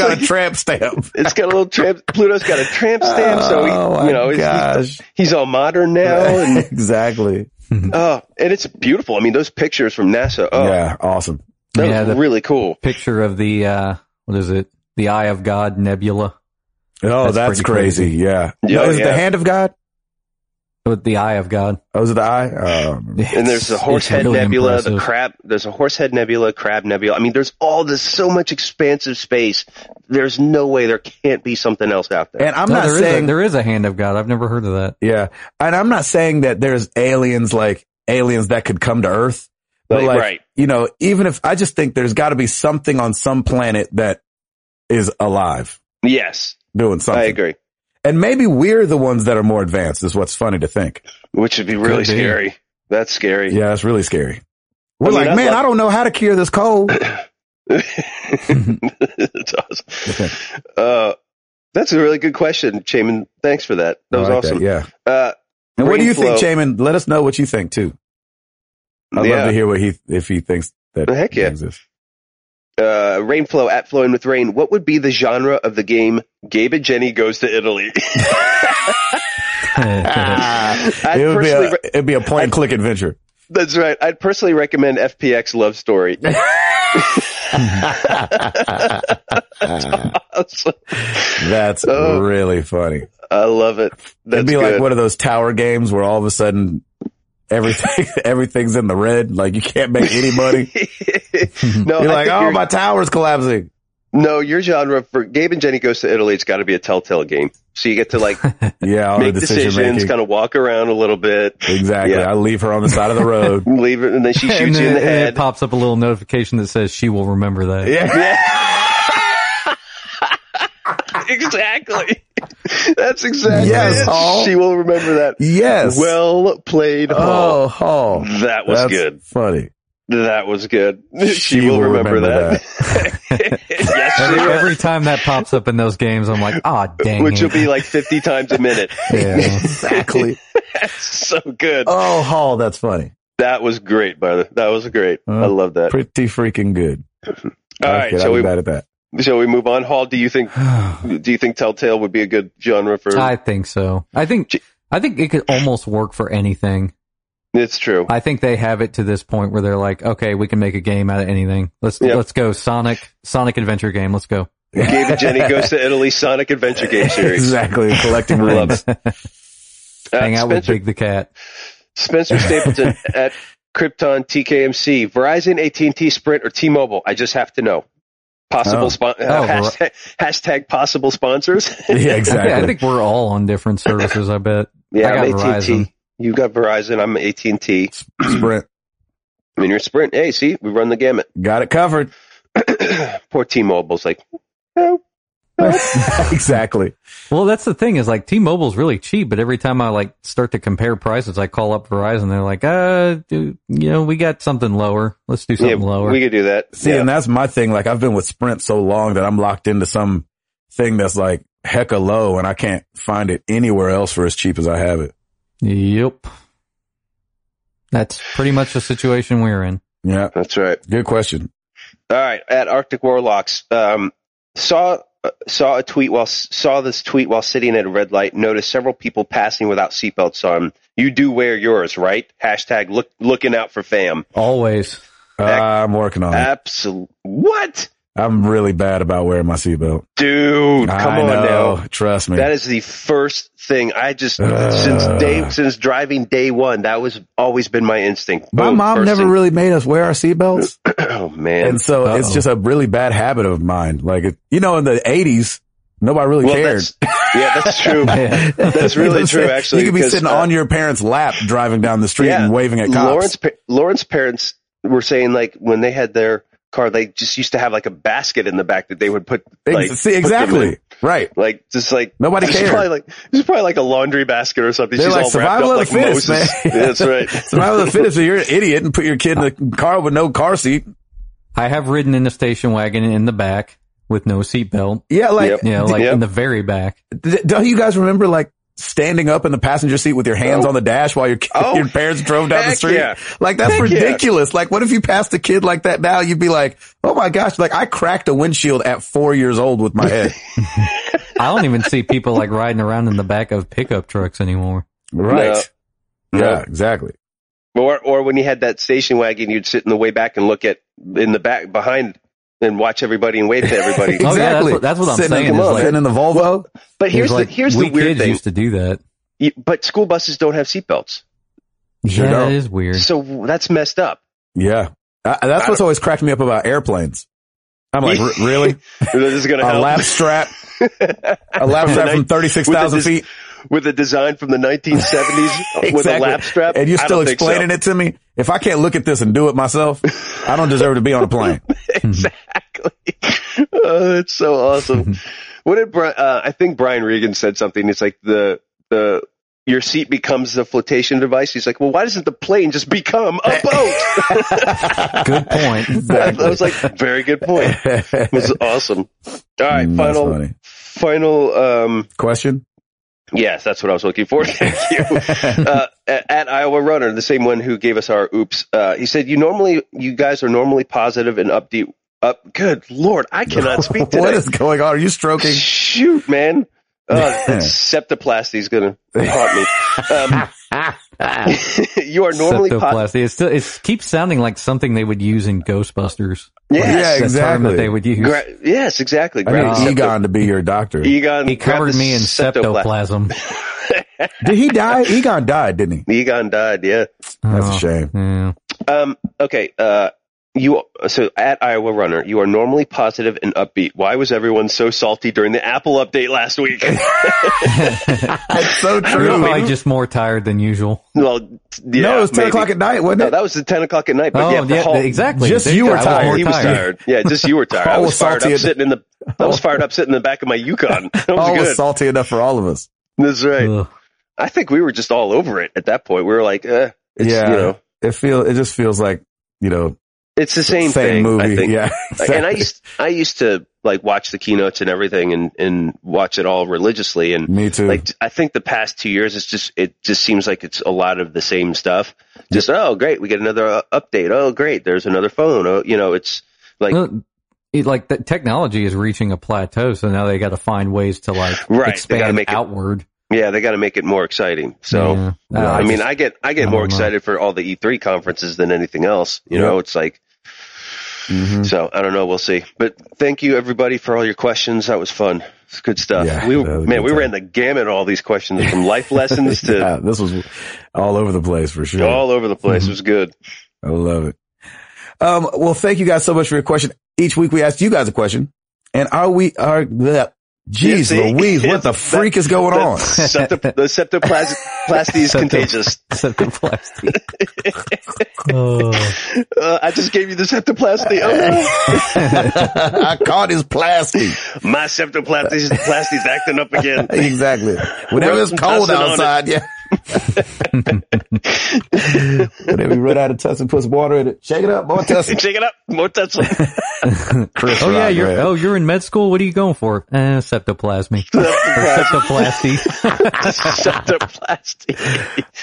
[SPEAKER 1] got a
[SPEAKER 2] like-
[SPEAKER 1] tramp stamp.
[SPEAKER 2] It's got a little tramp. Pluto's got a tramp stamp, so
[SPEAKER 1] Oh,
[SPEAKER 2] he,
[SPEAKER 1] my
[SPEAKER 2] you know he's,
[SPEAKER 1] gosh.
[SPEAKER 2] he's all modern now, and
[SPEAKER 1] exactly.
[SPEAKER 2] oh, and it's beautiful. I mean, those pictures from NASA, oh,
[SPEAKER 1] Yeah. Awesome.
[SPEAKER 2] that
[SPEAKER 3] Yeah,
[SPEAKER 2] was
[SPEAKER 3] the-
[SPEAKER 2] really cool.
[SPEAKER 3] Picture of the, uh, what is it? The Eye of God Nebula.
[SPEAKER 1] Oh, that's,
[SPEAKER 3] That's pretty
[SPEAKER 1] crazy. Yeah. No,
[SPEAKER 2] Yeah,
[SPEAKER 1] is it the
[SPEAKER 2] yeah.
[SPEAKER 1] hand of God?
[SPEAKER 3] With the eye of God.
[SPEAKER 1] Oh, is it the eye? Um,
[SPEAKER 2] And there's the
[SPEAKER 3] It's- it's
[SPEAKER 2] Horsehead
[SPEAKER 3] really
[SPEAKER 2] Nebula, the
[SPEAKER 3] impressive.
[SPEAKER 2] Crab. There's a Horsehead Nebula, Crab Nebula. I mean, there's all this so much expansive space. There's no way there can't be something else out there.
[SPEAKER 1] and I'm
[SPEAKER 3] No,
[SPEAKER 1] not
[SPEAKER 3] there is
[SPEAKER 1] saying
[SPEAKER 3] a, there is a hand of God. I've never heard of that.
[SPEAKER 1] Yeah. And I'm not saying that there's aliens like aliens that could come to Earth. But
[SPEAKER 2] Like,
[SPEAKER 1] like,
[SPEAKER 2] right.
[SPEAKER 1] you know, even if I just think there's got to be something on some planet that is alive
[SPEAKER 2] yes,
[SPEAKER 1] doing something.
[SPEAKER 2] I agree.
[SPEAKER 1] And maybe we're the ones that are more advanced is what's funny to think.
[SPEAKER 2] Which would be really
[SPEAKER 3] Could be.
[SPEAKER 2] scary. That's scary.
[SPEAKER 1] Yeah. That's really scary. We're
[SPEAKER 2] I mean,
[SPEAKER 1] like,
[SPEAKER 2] I'd
[SPEAKER 1] man,
[SPEAKER 2] love-
[SPEAKER 1] I don't know how to cure this cold.
[SPEAKER 2] That's awesome. Uh, that's a really good question, Chaman. Thanks for that. That
[SPEAKER 1] I
[SPEAKER 2] was
[SPEAKER 1] like
[SPEAKER 2] awesome.
[SPEAKER 1] yeah.
[SPEAKER 2] Uh,
[SPEAKER 1] And what do
[SPEAKER 2] Brain
[SPEAKER 1] you think,
[SPEAKER 2] flow.
[SPEAKER 1] Jamin? Let us know what you think too. I'd love
[SPEAKER 2] yeah.
[SPEAKER 1] to hear what he if he thinks that
[SPEAKER 2] Heck yeah.
[SPEAKER 1] exists.
[SPEAKER 2] uh, Rainflow at Flowing with Rain. What would be the genre of the game? Gabe and Jenny goes to Italy. Ah, I'd
[SPEAKER 1] Ah, it would be
[SPEAKER 2] personally
[SPEAKER 1] a,
[SPEAKER 2] re-
[SPEAKER 1] it'd be a point and click adventure.
[SPEAKER 2] that's right. I'd personally recommend FPX Love Story. Ah. Awesome.
[SPEAKER 1] That's
[SPEAKER 2] Oh.
[SPEAKER 1] really funny.
[SPEAKER 2] I love it. That's
[SPEAKER 1] It'd be
[SPEAKER 2] good.
[SPEAKER 1] like one of those tower games where all of a sudden everything everything's in the red, like you can't make any money.
[SPEAKER 2] no,
[SPEAKER 1] You're
[SPEAKER 2] I
[SPEAKER 1] like,
[SPEAKER 2] think
[SPEAKER 1] oh,
[SPEAKER 2] your-
[SPEAKER 1] my tower's collapsing.
[SPEAKER 2] no, your genre for Gabe and Jenny goes to Italy. It's got to be a Telltale game. So you get to like
[SPEAKER 1] Yeah, all
[SPEAKER 2] make
[SPEAKER 1] the decision
[SPEAKER 2] decisions,
[SPEAKER 1] making.
[SPEAKER 2] kind of walk around a little bit,
[SPEAKER 1] exactly.
[SPEAKER 2] Yeah.
[SPEAKER 1] I leave her on the side of the road.
[SPEAKER 2] leave it, and then she shoots
[SPEAKER 3] and
[SPEAKER 2] you in
[SPEAKER 3] then-
[SPEAKER 2] the
[SPEAKER 3] and
[SPEAKER 2] head.
[SPEAKER 3] It pops up a little notification that says she will remember that.
[SPEAKER 1] yeah.
[SPEAKER 2] exactly. That's exactly.
[SPEAKER 1] Yes,
[SPEAKER 2] it.
[SPEAKER 1] Hall.
[SPEAKER 2] She will remember that.
[SPEAKER 1] Yes.
[SPEAKER 2] Well played, Hall.
[SPEAKER 1] oh, Hall.
[SPEAKER 2] That was
[SPEAKER 1] That's
[SPEAKER 2] good.
[SPEAKER 1] Funny.
[SPEAKER 2] That was good. She, will remember, that. yes, she
[SPEAKER 3] Every,
[SPEAKER 2] will.
[SPEAKER 3] every time that pops up in those games, I'm like, ah, dang
[SPEAKER 2] Which
[SPEAKER 3] it.
[SPEAKER 2] will be like 50 times a minute.
[SPEAKER 3] yeah.
[SPEAKER 1] exactly.
[SPEAKER 2] That's so good.
[SPEAKER 1] Oh, Hall, that's funny.
[SPEAKER 2] That was great, brother. That was great.
[SPEAKER 1] Uh,
[SPEAKER 2] I love that.
[SPEAKER 1] Pretty freaking good.
[SPEAKER 2] All
[SPEAKER 1] That's
[SPEAKER 2] right,
[SPEAKER 1] good.
[SPEAKER 2] shall
[SPEAKER 1] I'll be
[SPEAKER 2] we
[SPEAKER 1] bad at that.
[SPEAKER 2] shall we move on? Hall, do you think do you think Telltale would be a good genre for?
[SPEAKER 3] I think so. I think I think it could almost work for anything.
[SPEAKER 2] it's true.
[SPEAKER 3] I think they have it to this point where they're like, okay, we can make a game out of anything. Let's
[SPEAKER 2] Yeah.
[SPEAKER 3] let's go Sonic Sonic Adventure game. Let's go.
[SPEAKER 2] Gabe and Jenny goes to Italy Sonic Adventure Game Series.
[SPEAKER 1] exactly. Collecting
[SPEAKER 2] Love
[SPEAKER 1] rings.
[SPEAKER 2] Uh,
[SPEAKER 3] Hang out
[SPEAKER 2] Spencer,
[SPEAKER 3] with Big the Cat.
[SPEAKER 2] Spencer Stapleton at Krypton TKMC, Verizon, AT&T, Sprint, or T-Mobile. I just have to know. Possible
[SPEAKER 1] Oh.
[SPEAKER 2] spon-
[SPEAKER 3] Oh,
[SPEAKER 2] uh, hashtag, hashtag possible sponsors.
[SPEAKER 1] Yeah,
[SPEAKER 3] Yeah, I
[SPEAKER 1] exactly.
[SPEAKER 3] think we're all on different services. I bet.
[SPEAKER 2] yeah,
[SPEAKER 3] I got
[SPEAKER 2] I'm AT&T.
[SPEAKER 3] Verizon.
[SPEAKER 2] You got Verizon. I'm AT&T.
[SPEAKER 1] Sprint.
[SPEAKER 2] I mean, you're Sprint. Hey, see, we run the gamut.
[SPEAKER 1] Got it covered.
[SPEAKER 2] Poor T-Mobile's like, no.
[SPEAKER 1] exactly.
[SPEAKER 3] Well, that's the thing is like T-Mobile's really cheap, but every time I like start to compare prices, I call up Verizon. They're like, uh, dude, you know, we got something lower. Let's do
[SPEAKER 2] Yeah,
[SPEAKER 3] something lower.
[SPEAKER 2] we could do that.
[SPEAKER 1] See,
[SPEAKER 2] yeah.
[SPEAKER 1] and that's my thing. Like I've been with Sprint so long that I'm locked into some thing that's like hecka low and I can't find it anywhere else for as cheap as I have it.
[SPEAKER 3] yep. That's pretty much the situation we're in.
[SPEAKER 1] Yeah.
[SPEAKER 2] That's right.
[SPEAKER 1] Good question.
[SPEAKER 2] All right, at Arctic Warlocks, um, saw uh, saw a tweet while saw this tweet while sitting at a red light. Noticed several people passing without seatbelts on. You do wear yours, right? Hashtag look looking out for fam.
[SPEAKER 3] Always.
[SPEAKER 1] Uh, I'm working on
[SPEAKER 2] Uh,
[SPEAKER 1] it.
[SPEAKER 2] Absolute what,
[SPEAKER 1] I'm really bad about wearing my seatbelt.
[SPEAKER 2] dude? Come
[SPEAKER 1] I
[SPEAKER 2] on
[SPEAKER 1] know. Uh.
[SPEAKER 2] now.
[SPEAKER 1] Trust me.
[SPEAKER 2] That is the first thing I just
[SPEAKER 1] Ugh.
[SPEAKER 2] since day since driving day one. That was always been my instinct.
[SPEAKER 1] my
[SPEAKER 2] Boom,
[SPEAKER 1] mom
[SPEAKER 2] first
[SPEAKER 1] never
[SPEAKER 2] thing.
[SPEAKER 1] really made us wear our seatbelts.
[SPEAKER 2] Oh man.
[SPEAKER 1] And so it's
[SPEAKER 3] Uh-oh.
[SPEAKER 1] just a really bad habit of mine. Like, it, you know, in the 80s, nobody really
[SPEAKER 2] well,
[SPEAKER 1] cared.
[SPEAKER 2] that's, yeah, that's true.
[SPEAKER 3] Yeah.
[SPEAKER 2] That's
[SPEAKER 1] You know
[SPEAKER 2] really
[SPEAKER 1] what I'm
[SPEAKER 2] true,
[SPEAKER 1] saying?
[SPEAKER 2] actually,
[SPEAKER 1] You could be
[SPEAKER 2] because,
[SPEAKER 1] sitting
[SPEAKER 2] uh,
[SPEAKER 1] on your parents' lap driving down the street
[SPEAKER 2] Yeah.
[SPEAKER 1] and waving at cops.
[SPEAKER 2] Lawrence, pa- Lawrence parents were saying like when they had their car, they just used to have like a basket in the back that they would put like
[SPEAKER 1] Ex- see,
[SPEAKER 2] put them
[SPEAKER 1] exactly.
[SPEAKER 2] in.
[SPEAKER 1] Right.
[SPEAKER 2] like just like
[SPEAKER 1] Nobody
[SPEAKER 2] It's
[SPEAKER 1] cared.
[SPEAKER 2] Probably like it's probably like a laundry basket or something.
[SPEAKER 1] They're
[SPEAKER 2] She's
[SPEAKER 1] like,
[SPEAKER 2] all wrapped
[SPEAKER 1] "Survival
[SPEAKER 2] up
[SPEAKER 1] of
[SPEAKER 2] like
[SPEAKER 1] the fittest,
[SPEAKER 2] Moses.
[SPEAKER 1] man.
[SPEAKER 2] Yeah, That's right.
[SPEAKER 1] Survival of the fittest. So you're an idiot and put your kid in the car with no car seat.
[SPEAKER 3] I have ridden in a station wagon in the back with no seatbelt.
[SPEAKER 1] Yeah, like
[SPEAKER 2] Yep.
[SPEAKER 3] You know, like
[SPEAKER 2] Yep.
[SPEAKER 3] in the very back.
[SPEAKER 1] th- don't you guys remember like standing up in the passenger seat with your hands on the dash while your ki-
[SPEAKER 2] Oh,
[SPEAKER 1] your parents drove down the
[SPEAKER 2] heck
[SPEAKER 1] street?
[SPEAKER 2] yeah.
[SPEAKER 1] Like that's
[SPEAKER 2] Heck yeah.
[SPEAKER 1] ridiculous. Like what if you passed a kid like that now? You'd be like, oh my gosh! Like I cracked a windshield at four years old with my head.
[SPEAKER 3] I don't even see people like riding around in the back of pickup trucks anymore.
[SPEAKER 1] right.
[SPEAKER 2] No.
[SPEAKER 1] Yeah,
[SPEAKER 2] No.
[SPEAKER 1] exactly.
[SPEAKER 2] Or or when you had that station wagon, you'd sit in the way back and look at in the back behind and watch everybody and wave to everybody.
[SPEAKER 3] Oh, yeah, that's
[SPEAKER 1] Exactly.
[SPEAKER 3] what- that's what I'm
[SPEAKER 1] Sitting in
[SPEAKER 3] saying
[SPEAKER 1] the-
[SPEAKER 2] is, like-
[SPEAKER 1] sitting in the Volvo.
[SPEAKER 2] But here's
[SPEAKER 3] It was
[SPEAKER 2] the
[SPEAKER 3] like,
[SPEAKER 2] here's
[SPEAKER 3] we
[SPEAKER 2] the weird
[SPEAKER 3] kids
[SPEAKER 2] thing.
[SPEAKER 3] used to do that.
[SPEAKER 2] You- But school buses don't have seatbelts,
[SPEAKER 1] Sure
[SPEAKER 3] yeah,
[SPEAKER 1] don't.
[SPEAKER 3] it is weird.
[SPEAKER 2] so that's messed up.
[SPEAKER 1] Yeah. I, that's what's always cracked me up about airplanes. I'm like, "Re- really?
[SPEAKER 2] This is gonna
[SPEAKER 1] A
[SPEAKER 2] help.
[SPEAKER 1] lap strap? A lap
[SPEAKER 2] From
[SPEAKER 1] strap
[SPEAKER 2] the
[SPEAKER 1] from
[SPEAKER 2] night-
[SPEAKER 1] 36,000
[SPEAKER 2] with the dis-
[SPEAKER 1] feet?
[SPEAKER 2] with a design from the 1970s with a
[SPEAKER 1] Exactly.
[SPEAKER 2] lap strap.
[SPEAKER 1] And you're
[SPEAKER 2] I
[SPEAKER 1] still
[SPEAKER 2] don't think so.
[SPEAKER 1] explaining it to me? If I can't look at this and do it myself, I don't deserve to be on a plane.
[SPEAKER 2] Exactly. oh, it's so awesome. what did Brian, uh, I think Brian Regan said something. It's like the, the, your seat becomes the flotation device. He's like, well, why doesn't the plane just become a boat?
[SPEAKER 3] Good point.
[SPEAKER 2] I was like, very good point. It was awesome. All right,
[SPEAKER 1] Mm, that's
[SPEAKER 2] final,
[SPEAKER 1] funny.
[SPEAKER 2] final. Um,
[SPEAKER 1] Question?
[SPEAKER 2] yes, that's what I was looking for. Thank you. uh, at, at Iowa Runner, the same one who gave us our oops. Uh, he said, you normally, you guys are normally positive and upbeat. Up, good lord, I cannot speak today.
[SPEAKER 1] What is going on? Are you stroking?
[SPEAKER 2] Shoot, man. Uh, septoplasty is going to haunt me. Um, you are normally po-
[SPEAKER 3] Septoplasty. It still it keeps sounding like something they would use in Ghostbusters.
[SPEAKER 1] Yeah,
[SPEAKER 2] yes,
[SPEAKER 3] The term
[SPEAKER 1] exactly.
[SPEAKER 3] that they would use.
[SPEAKER 2] Gra- yes, exactly.
[SPEAKER 1] I
[SPEAKER 2] Grab
[SPEAKER 1] need
[SPEAKER 2] the
[SPEAKER 1] Egon to be your doctor.
[SPEAKER 2] septo- Egon
[SPEAKER 3] he
[SPEAKER 2] grabbed
[SPEAKER 3] covered
[SPEAKER 2] the
[SPEAKER 3] me in septoplasm.
[SPEAKER 1] Did he die? Egon died, didn't he?
[SPEAKER 2] Egon died. Yeah.
[SPEAKER 1] That's
[SPEAKER 3] Oh,
[SPEAKER 1] a shame.
[SPEAKER 3] yeah.
[SPEAKER 2] Um, okay. Uh, you so at Iowa Runner, you are normally positive and upbeat. Why was everyone so salty during the Apple update last week?
[SPEAKER 1] That's so
[SPEAKER 3] You're
[SPEAKER 1] true.
[SPEAKER 3] probably just more tired than usual.
[SPEAKER 2] well, yeah,
[SPEAKER 1] no, it was ten
[SPEAKER 2] maybe.
[SPEAKER 1] o'clock at night, wasn't
[SPEAKER 2] No,
[SPEAKER 1] it?
[SPEAKER 2] that was the ten o'clock at night. But
[SPEAKER 3] oh,
[SPEAKER 2] yeah, the
[SPEAKER 3] yeah,
[SPEAKER 2] whole-
[SPEAKER 3] exactly.
[SPEAKER 1] just
[SPEAKER 3] There
[SPEAKER 1] you
[SPEAKER 3] go.
[SPEAKER 1] were
[SPEAKER 3] I was
[SPEAKER 1] tired.
[SPEAKER 3] more
[SPEAKER 2] he was tired. Yeah, just you were tired. I
[SPEAKER 1] Paul
[SPEAKER 2] was,
[SPEAKER 1] was
[SPEAKER 2] fired
[SPEAKER 1] salty at
[SPEAKER 2] up
[SPEAKER 1] the-
[SPEAKER 2] sitting in the. I was fired up sitting in the back of my Yukon. That was
[SPEAKER 1] All
[SPEAKER 2] good.
[SPEAKER 1] was salty enough for all of us.
[SPEAKER 2] That's right.
[SPEAKER 3] Ugh.
[SPEAKER 2] I think we were just all over it at that point. We were like, eh, it's,
[SPEAKER 1] yeah,
[SPEAKER 2] you know,
[SPEAKER 1] it feels. It just feels like you know,
[SPEAKER 2] it's the same,
[SPEAKER 1] same,
[SPEAKER 2] thing.
[SPEAKER 1] movie.
[SPEAKER 2] I think.
[SPEAKER 1] Yeah,
[SPEAKER 2] And I used I used to like watch the keynotes and everything and and watch it all religiously and
[SPEAKER 1] me too.
[SPEAKER 2] like I think the past two years it's just it just seems like it's a lot of the same stuff. Just oh great, we get another uh, update. Oh great, there's another phone. Oh you know it's like
[SPEAKER 3] Well, it, like that technology is reaching a plateau, so now they got to find ways to like
[SPEAKER 2] Right, they gotta
[SPEAKER 3] expand
[SPEAKER 2] make it-
[SPEAKER 3] outward.
[SPEAKER 2] yeah they got to make it more exciting. So.
[SPEAKER 3] Yeah.
[SPEAKER 1] Yeah,
[SPEAKER 3] Uh,
[SPEAKER 2] I, mean,
[SPEAKER 3] just-
[SPEAKER 2] I get I get
[SPEAKER 3] I
[SPEAKER 2] more
[SPEAKER 3] don't know.
[SPEAKER 2] excited for all the E3 conferences than anything else. You know, it's like
[SPEAKER 1] Mhm.
[SPEAKER 2] so. I don't know. We'll see. But thank you everybody for all your questions. That was fun. It's good stuff.
[SPEAKER 1] Yeah,
[SPEAKER 2] we
[SPEAKER 1] that was a
[SPEAKER 2] man,
[SPEAKER 1] good
[SPEAKER 2] we
[SPEAKER 1] time.
[SPEAKER 2] ran the gamut. of All these questions from life lessons to
[SPEAKER 1] Yeah, this was all over the place for sure.
[SPEAKER 2] all over the place. It was good.
[SPEAKER 1] I love it. Um, well, thank you guys so much for your question. Each week we ask you guys a question, and are we are the
[SPEAKER 2] You
[SPEAKER 1] Jeez
[SPEAKER 2] see?
[SPEAKER 1] Louise, what the
[SPEAKER 2] That-
[SPEAKER 1] freak is going
[SPEAKER 2] The,
[SPEAKER 1] on?
[SPEAKER 2] septo- the septoplasty is
[SPEAKER 3] Septo-
[SPEAKER 2] contagious.
[SPEAKER 3] septoplasty. Oh.
[SPEAKER 2] Uh, I just gave you the septoplasty. Oh,
[SPEAKER 1] I caught his plastic.
[SPEAKER 2] no. my septoplasty plasty's acting up again.
[SPEAKER 1] Exactly. Whenever it's
[SPEAKER 2] Rubbing
[SPEAKER 1] cold
[SPEAKER 2] tussin on
[SPEAKER 1] outside, yeah. Whenever you run out of tussin, put some water in it. Shake it up, more tussin.
[SPEAKER 2] Shake it up, more touch.
[SPEAKER 1] Chris
[SPEAKER 3] Oh yeah,
[SPEAKER 1] Rock,
[SPEAKER 3] you're
[SPEAKER 1] man.
[SPEAKER 3] oh you're in med school. What are you going for? Eh, septoplasmy, septoplasty.
[SPEAKER 2] septoplasty.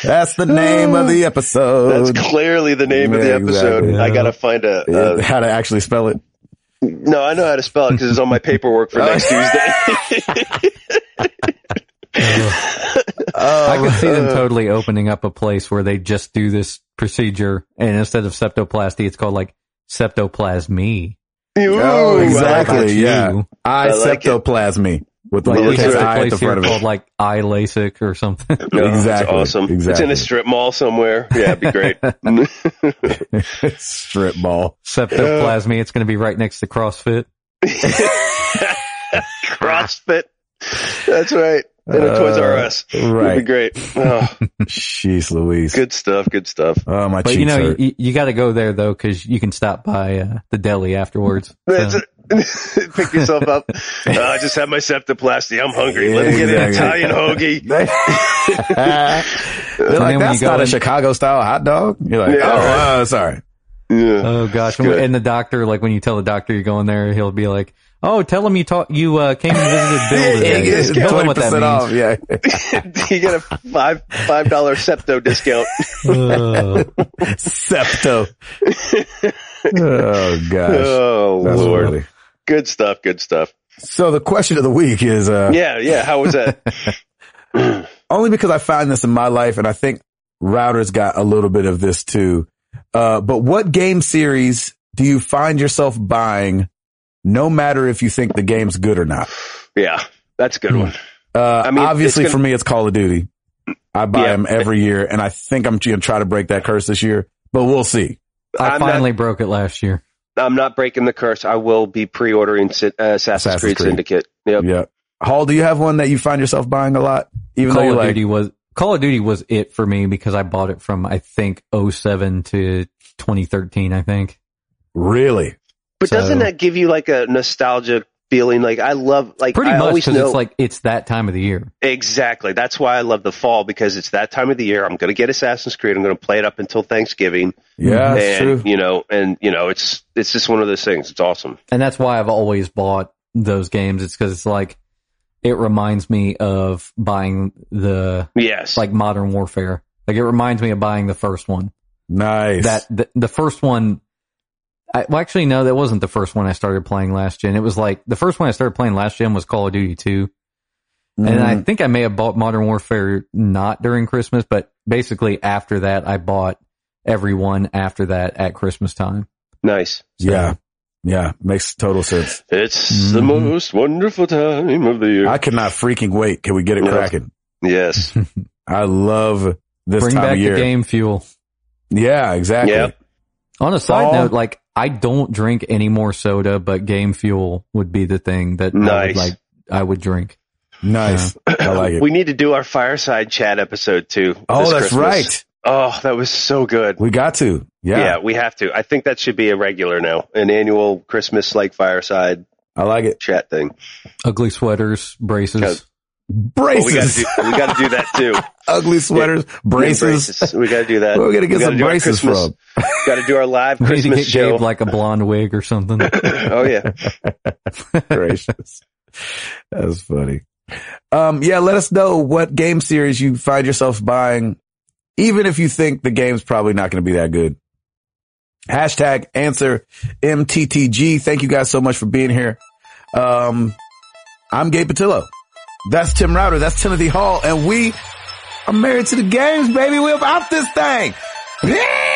[SPEAKER 1] That's the name of the episode.
[SPEAKER 2] That's clearly the name of
[SPEAKER 1] Oh, Yeah,
[SPEAKER 2] the episode.
[SPEAKER 1] exactly.
[SPEAKER 2] I gotta find a.
[SPEAKER 1] Yeah,
[SPEAKER 2] Uh,
[SPEAKER 1] How to actually spell it.
[SPEAKER 2] no, I know how to spell it because it's on my paperwork for next Tuesday.
[SPEAKER 3] I could see
[SPEAKER 2] Uh. Oh.
[SPEAKER 3] them totally opening up a place where they just do this procedure, and instead of septoplasty, it's called like septoplasmy.
[SPEAKER 2] Ooh,
[SPEAKER 1] Oh,
[SPEAKER 2] I
[SPEAKER 1] exactly.
[SPEAKER 2] like it.
[SPEAKER 1] yeah.
[SPEAKER 3] you.
[SPEAKER 1] I,
[SPEAKER 2] I like it.
[SPEAKER 1] septoplasmy with the
[SPEAKER 3] Like
[SPEAKER 1] lowercase
[SPEAKER 3] we have
[SPEAKER 1] I
[SPEAKER 3] a
[SPEAKER 1] at the
[SPEAKER 3] place here
[SPEAKER 1] front of
[SPEAKER 3] called
[SPEAKER 1] it.
[SPEAKER 3] like eye LASIK or something.
[SPEAKER 2] No, that's
[SPEAKER 1] Exactly.
[SPEAKER 2] Oh, awesome. It's in
[SPEAKER 1] Exactly.
[SPEAKER 2] a strip mall somewhere. Yeah, it'd be great.
[SPEAKER 1] Strip ball.
[SPEAKER 2] Uh,
[SPEAKER 3] septoplasmy. It's going to be right next to CrossFit.
[SPEAKER 2] CrossFit. That's right. And a Toys R Us. It'd be
[SPEAKER 1] Right.
[SPEAKER 2] great. Oh,
[SPEAKER 1] She's Louise.
[SPEAKER 2] good stuff. Good stuff.
[SPEAKER 1] Oh, my
[SPEAKER 3] But
[SPEAKER 1] cheeks
[SPEAKER 3] you know,
[SPEAKER 1] hurt.
[SPEAKER 3] you, you got to go there though, because you can stop by uh, the deli afterwards.
[SPEAKER 2] That's
[SPEAKER 3] So-
[SPEAKER 2] it. Pick yourself up. Uh, I just had my septoplasty. I'm hungry. Let me get an
[SPEAKER 1] Exactly.
[SPEAKER 2] Italian hoagie.
[SPEAKER 1] They're like,
[SPEAKER 3] when
[SPEAKER 1] that's
[SPEAKER 3] you go
[SPEAKER 1] not a
[SPEAKER 3] in-
[SPEAKER 1] Chicago style hot dog. You're like,
[SPEAKER 2] Yeah,
[SPEAKER 1] oh,
[SPEAKER 2] right.
[SPEAKER 1] uh, sorry.
[SPEAKER 2] Yeah.
[SPEAKER 3] Oh gosh!
[SPEAKER 2] Good.
[SPEAKER 3] And the doctor, like when you tell the doctor you're going there, he'll be like, "Oh, tell him you taught you uh, came and visited Bill
[SPEAKER 2] Yeah,
[SPEAKER 3] today.
[SPEAKER 2] it's
[SPEAKER 1] It's
[SPEAKER 3] tell him
[SPEAKER 1] 20%
[SPEAKER 3] what that
[SPEAKER 1] off.
[SPEAKER 3] means."
[SPEAKER 1] Yeah.
[SPEAKER 2] you get a five five dollar septo discount.
[SPEAKER 3] Uh,
[SPEAKER 1] Septo. oh, gosh.
[SPEAKER 2] Oh
[SPEAKER 1] That's
[SPEAKER 2] lord,
[SPEAKER 1] funny.
[SPEAKER 2] good stuff, good stuff.
[SPEAKER 1] So the question of the week is, uh,
[SPEAKER 2] Yeah, yeah. How was that?
[SPEAKER 1] only because I find this in my life, and I think routers got a little bit of this too. Uh, but what game series do you find yourself buying, no matter if you think the game's good or not?
[SPEAKER 2] yeah, that's a good one.
[SPEAKER 1] Uh,
[SPEAKER 2] I mean,
[SPEAKER 1] obviously
[SPEAKER 2] it's gonna-
[SPEAKER 1] for me, it's Call of Duty. I buy
[SPEAKER 2] Yeah.
[SPEAKER 1] them every year, and I think I'm going to try to break that curse this year, but we'll see.
[SPEAKER 3] I
[SPEAKER 2] I'm
[SPEAKER 3] finally broke it last year.
[SPEAKER 2] I'm not breaking the curse. I will be pre-ordering Sy- uh, Assassin's,
[SPEAKER 1] Assassin's
[SPEAKER 2] Creed,
[SPEAKER 1] Creed.
[SPEAKER 2] Syndicate. Yep.
[SPEAKER 1] Yeah. Hall, do you have one that you find yourself buying a lot? Even though
[SPEAKER 3] Call
[SPEAKER 1] you're
[SPEAKER 3] of
[SPEAKER 1] like,
[SPEAKER 3] Duty was Call of Duty was it for me because I bought it from I think 07 to 2013. I think
[SPEAKER 1] really?
[SPEAKER 2] But
[SPEAKER 3] So-
[SPEAKER 2] doesn't that give you like a nostalgia feeling. Like I love like
[SPEAKER 3] Pretty
[SPEAKER 2] I
[SPEAKER 3] much
[SPEAKER 2] always
[SPEAKER 3] because
[SPEAKER 2] know
[SPEAKER 3] it's like it's that time of the year.
[SPEAKER 2] exactly. That's why I love the fall because it's that time of the year. I'm going to get Assassin's Creed. I'm going to play it up until Thanksgiving.
[SPEAKER 1] Yeah, that's
[SPEAKER 2] and
[SPEAKER 1] true.
[SPEAKER 2] you know, and you know, it's it's just one of those things. It's awesome.
[SPEAKER 3] and that's why I've always bought those games. It's because it's like it reminds me of buying the
[SPEAKER 2] Yes.
[SPEAKER 3] like Modern Warfare. Like it reminds me of buying the first one.
[SPEAKER 1] Nice.
[SPEAKER 3] That the, the first one. I, well, actually, no, that wasn't the first one I started playing last gen. It was like the first one I started playing last gen was Call of Duty Two,
[SPEAKER 1] Mm-hmm.
[SPEAKER 3] and I
[SPEAKER 2] Mm-hmm.
[SPEAKER 3] think I may have bought Modern Warfare not during Christmas, but basically after that, I bought every one after that at Christmas time.
[SPEAKER 2] nice.
[SPEAKER 1] yeah, yeah, makes total sense.
[SPEAKER 2] It's the
[SPEAKER 3] Mhm.
[SPEAKER 2] most wonderful time of the year.
[SPEAKER 1] Mm-hmm. I cannot freaking wait. Can we get it
[SPEAKER 2] Yeah.
[SPEAKER 1] cracking?
[SPEAKER 2] yes.
[SPEAKER 1] I love this
[SPEAKER 3] Bring
[SPEAKER 1] time
[SPEAKER 3] back
[SPEAKER 1] of year.
[SPEAKER 3] the game fuel.
[SPEAKER 1] Yeah, exactly.
[SPEAKER 2] Yeah.
[SPEAKER 3] On a side
[SPEAKER 1] All-
[SPEAKER 3] note, like I don't drink any more soda, but Game Fuel would be the thing that I would,
[SPEAKER 2] Nice.
[SPEAKER 3] like I would drink.
[SPEAKER 1] Nice. I like it.
[SPEAKER 2] We need to do our fireside chat episode too.
[SPEAKER 1] oh,
[SPEAKER 2] this
[SPEAKER 1] that's
[SPEAKER 2] Christmas.
[SPEAKER 1] right.
[SPEAKER 2] Oh, that was so good.
[SPEAKER 1] We got to. Yeah,
[SPEAKER 2] Yeah. we have to. I think that should be a regular now, an annual Christmas like fireside
[SPEAKER 1] I like it.
[SPEAKER 2] chat thing.
[SPEAKER 3] Ugly sweaters,
[SPEAKER 2] But
[SPEAKER 3] braces.
[SPEAKER 2] we got to
[SPEAKER 1] Braces,
[SPEAKER 2] do we got to do that too.
[SPEAKER 1] ugly sweaters, braces.
[SPEAKER 2] We got to do that.
[SPEAKER 1] We're gonna get some braces from.
[SPEAKER 2] Got to do our live
[SPEAKER 3] We need to
[SPEAKER 2] Christmas
[SPEAKER 3] get
[SPEAKER 2] show.
[SPEAKER 3] Gabe like a blonde wig or something.
[SPEAKER 2] oh yeah,
[SPEAKER 1] gracious. That's funny. Um, yeah, let us know what game series you find yourself buying, even if you think the game's probably not going to be that good. Hashtag answer MTTG. Thank you guys so much for being here. Um, I'm Gabe Patillo. That's Tim Router. That's Timothy Hall. And we are married to the games, baby. We're about this thing. Yeah!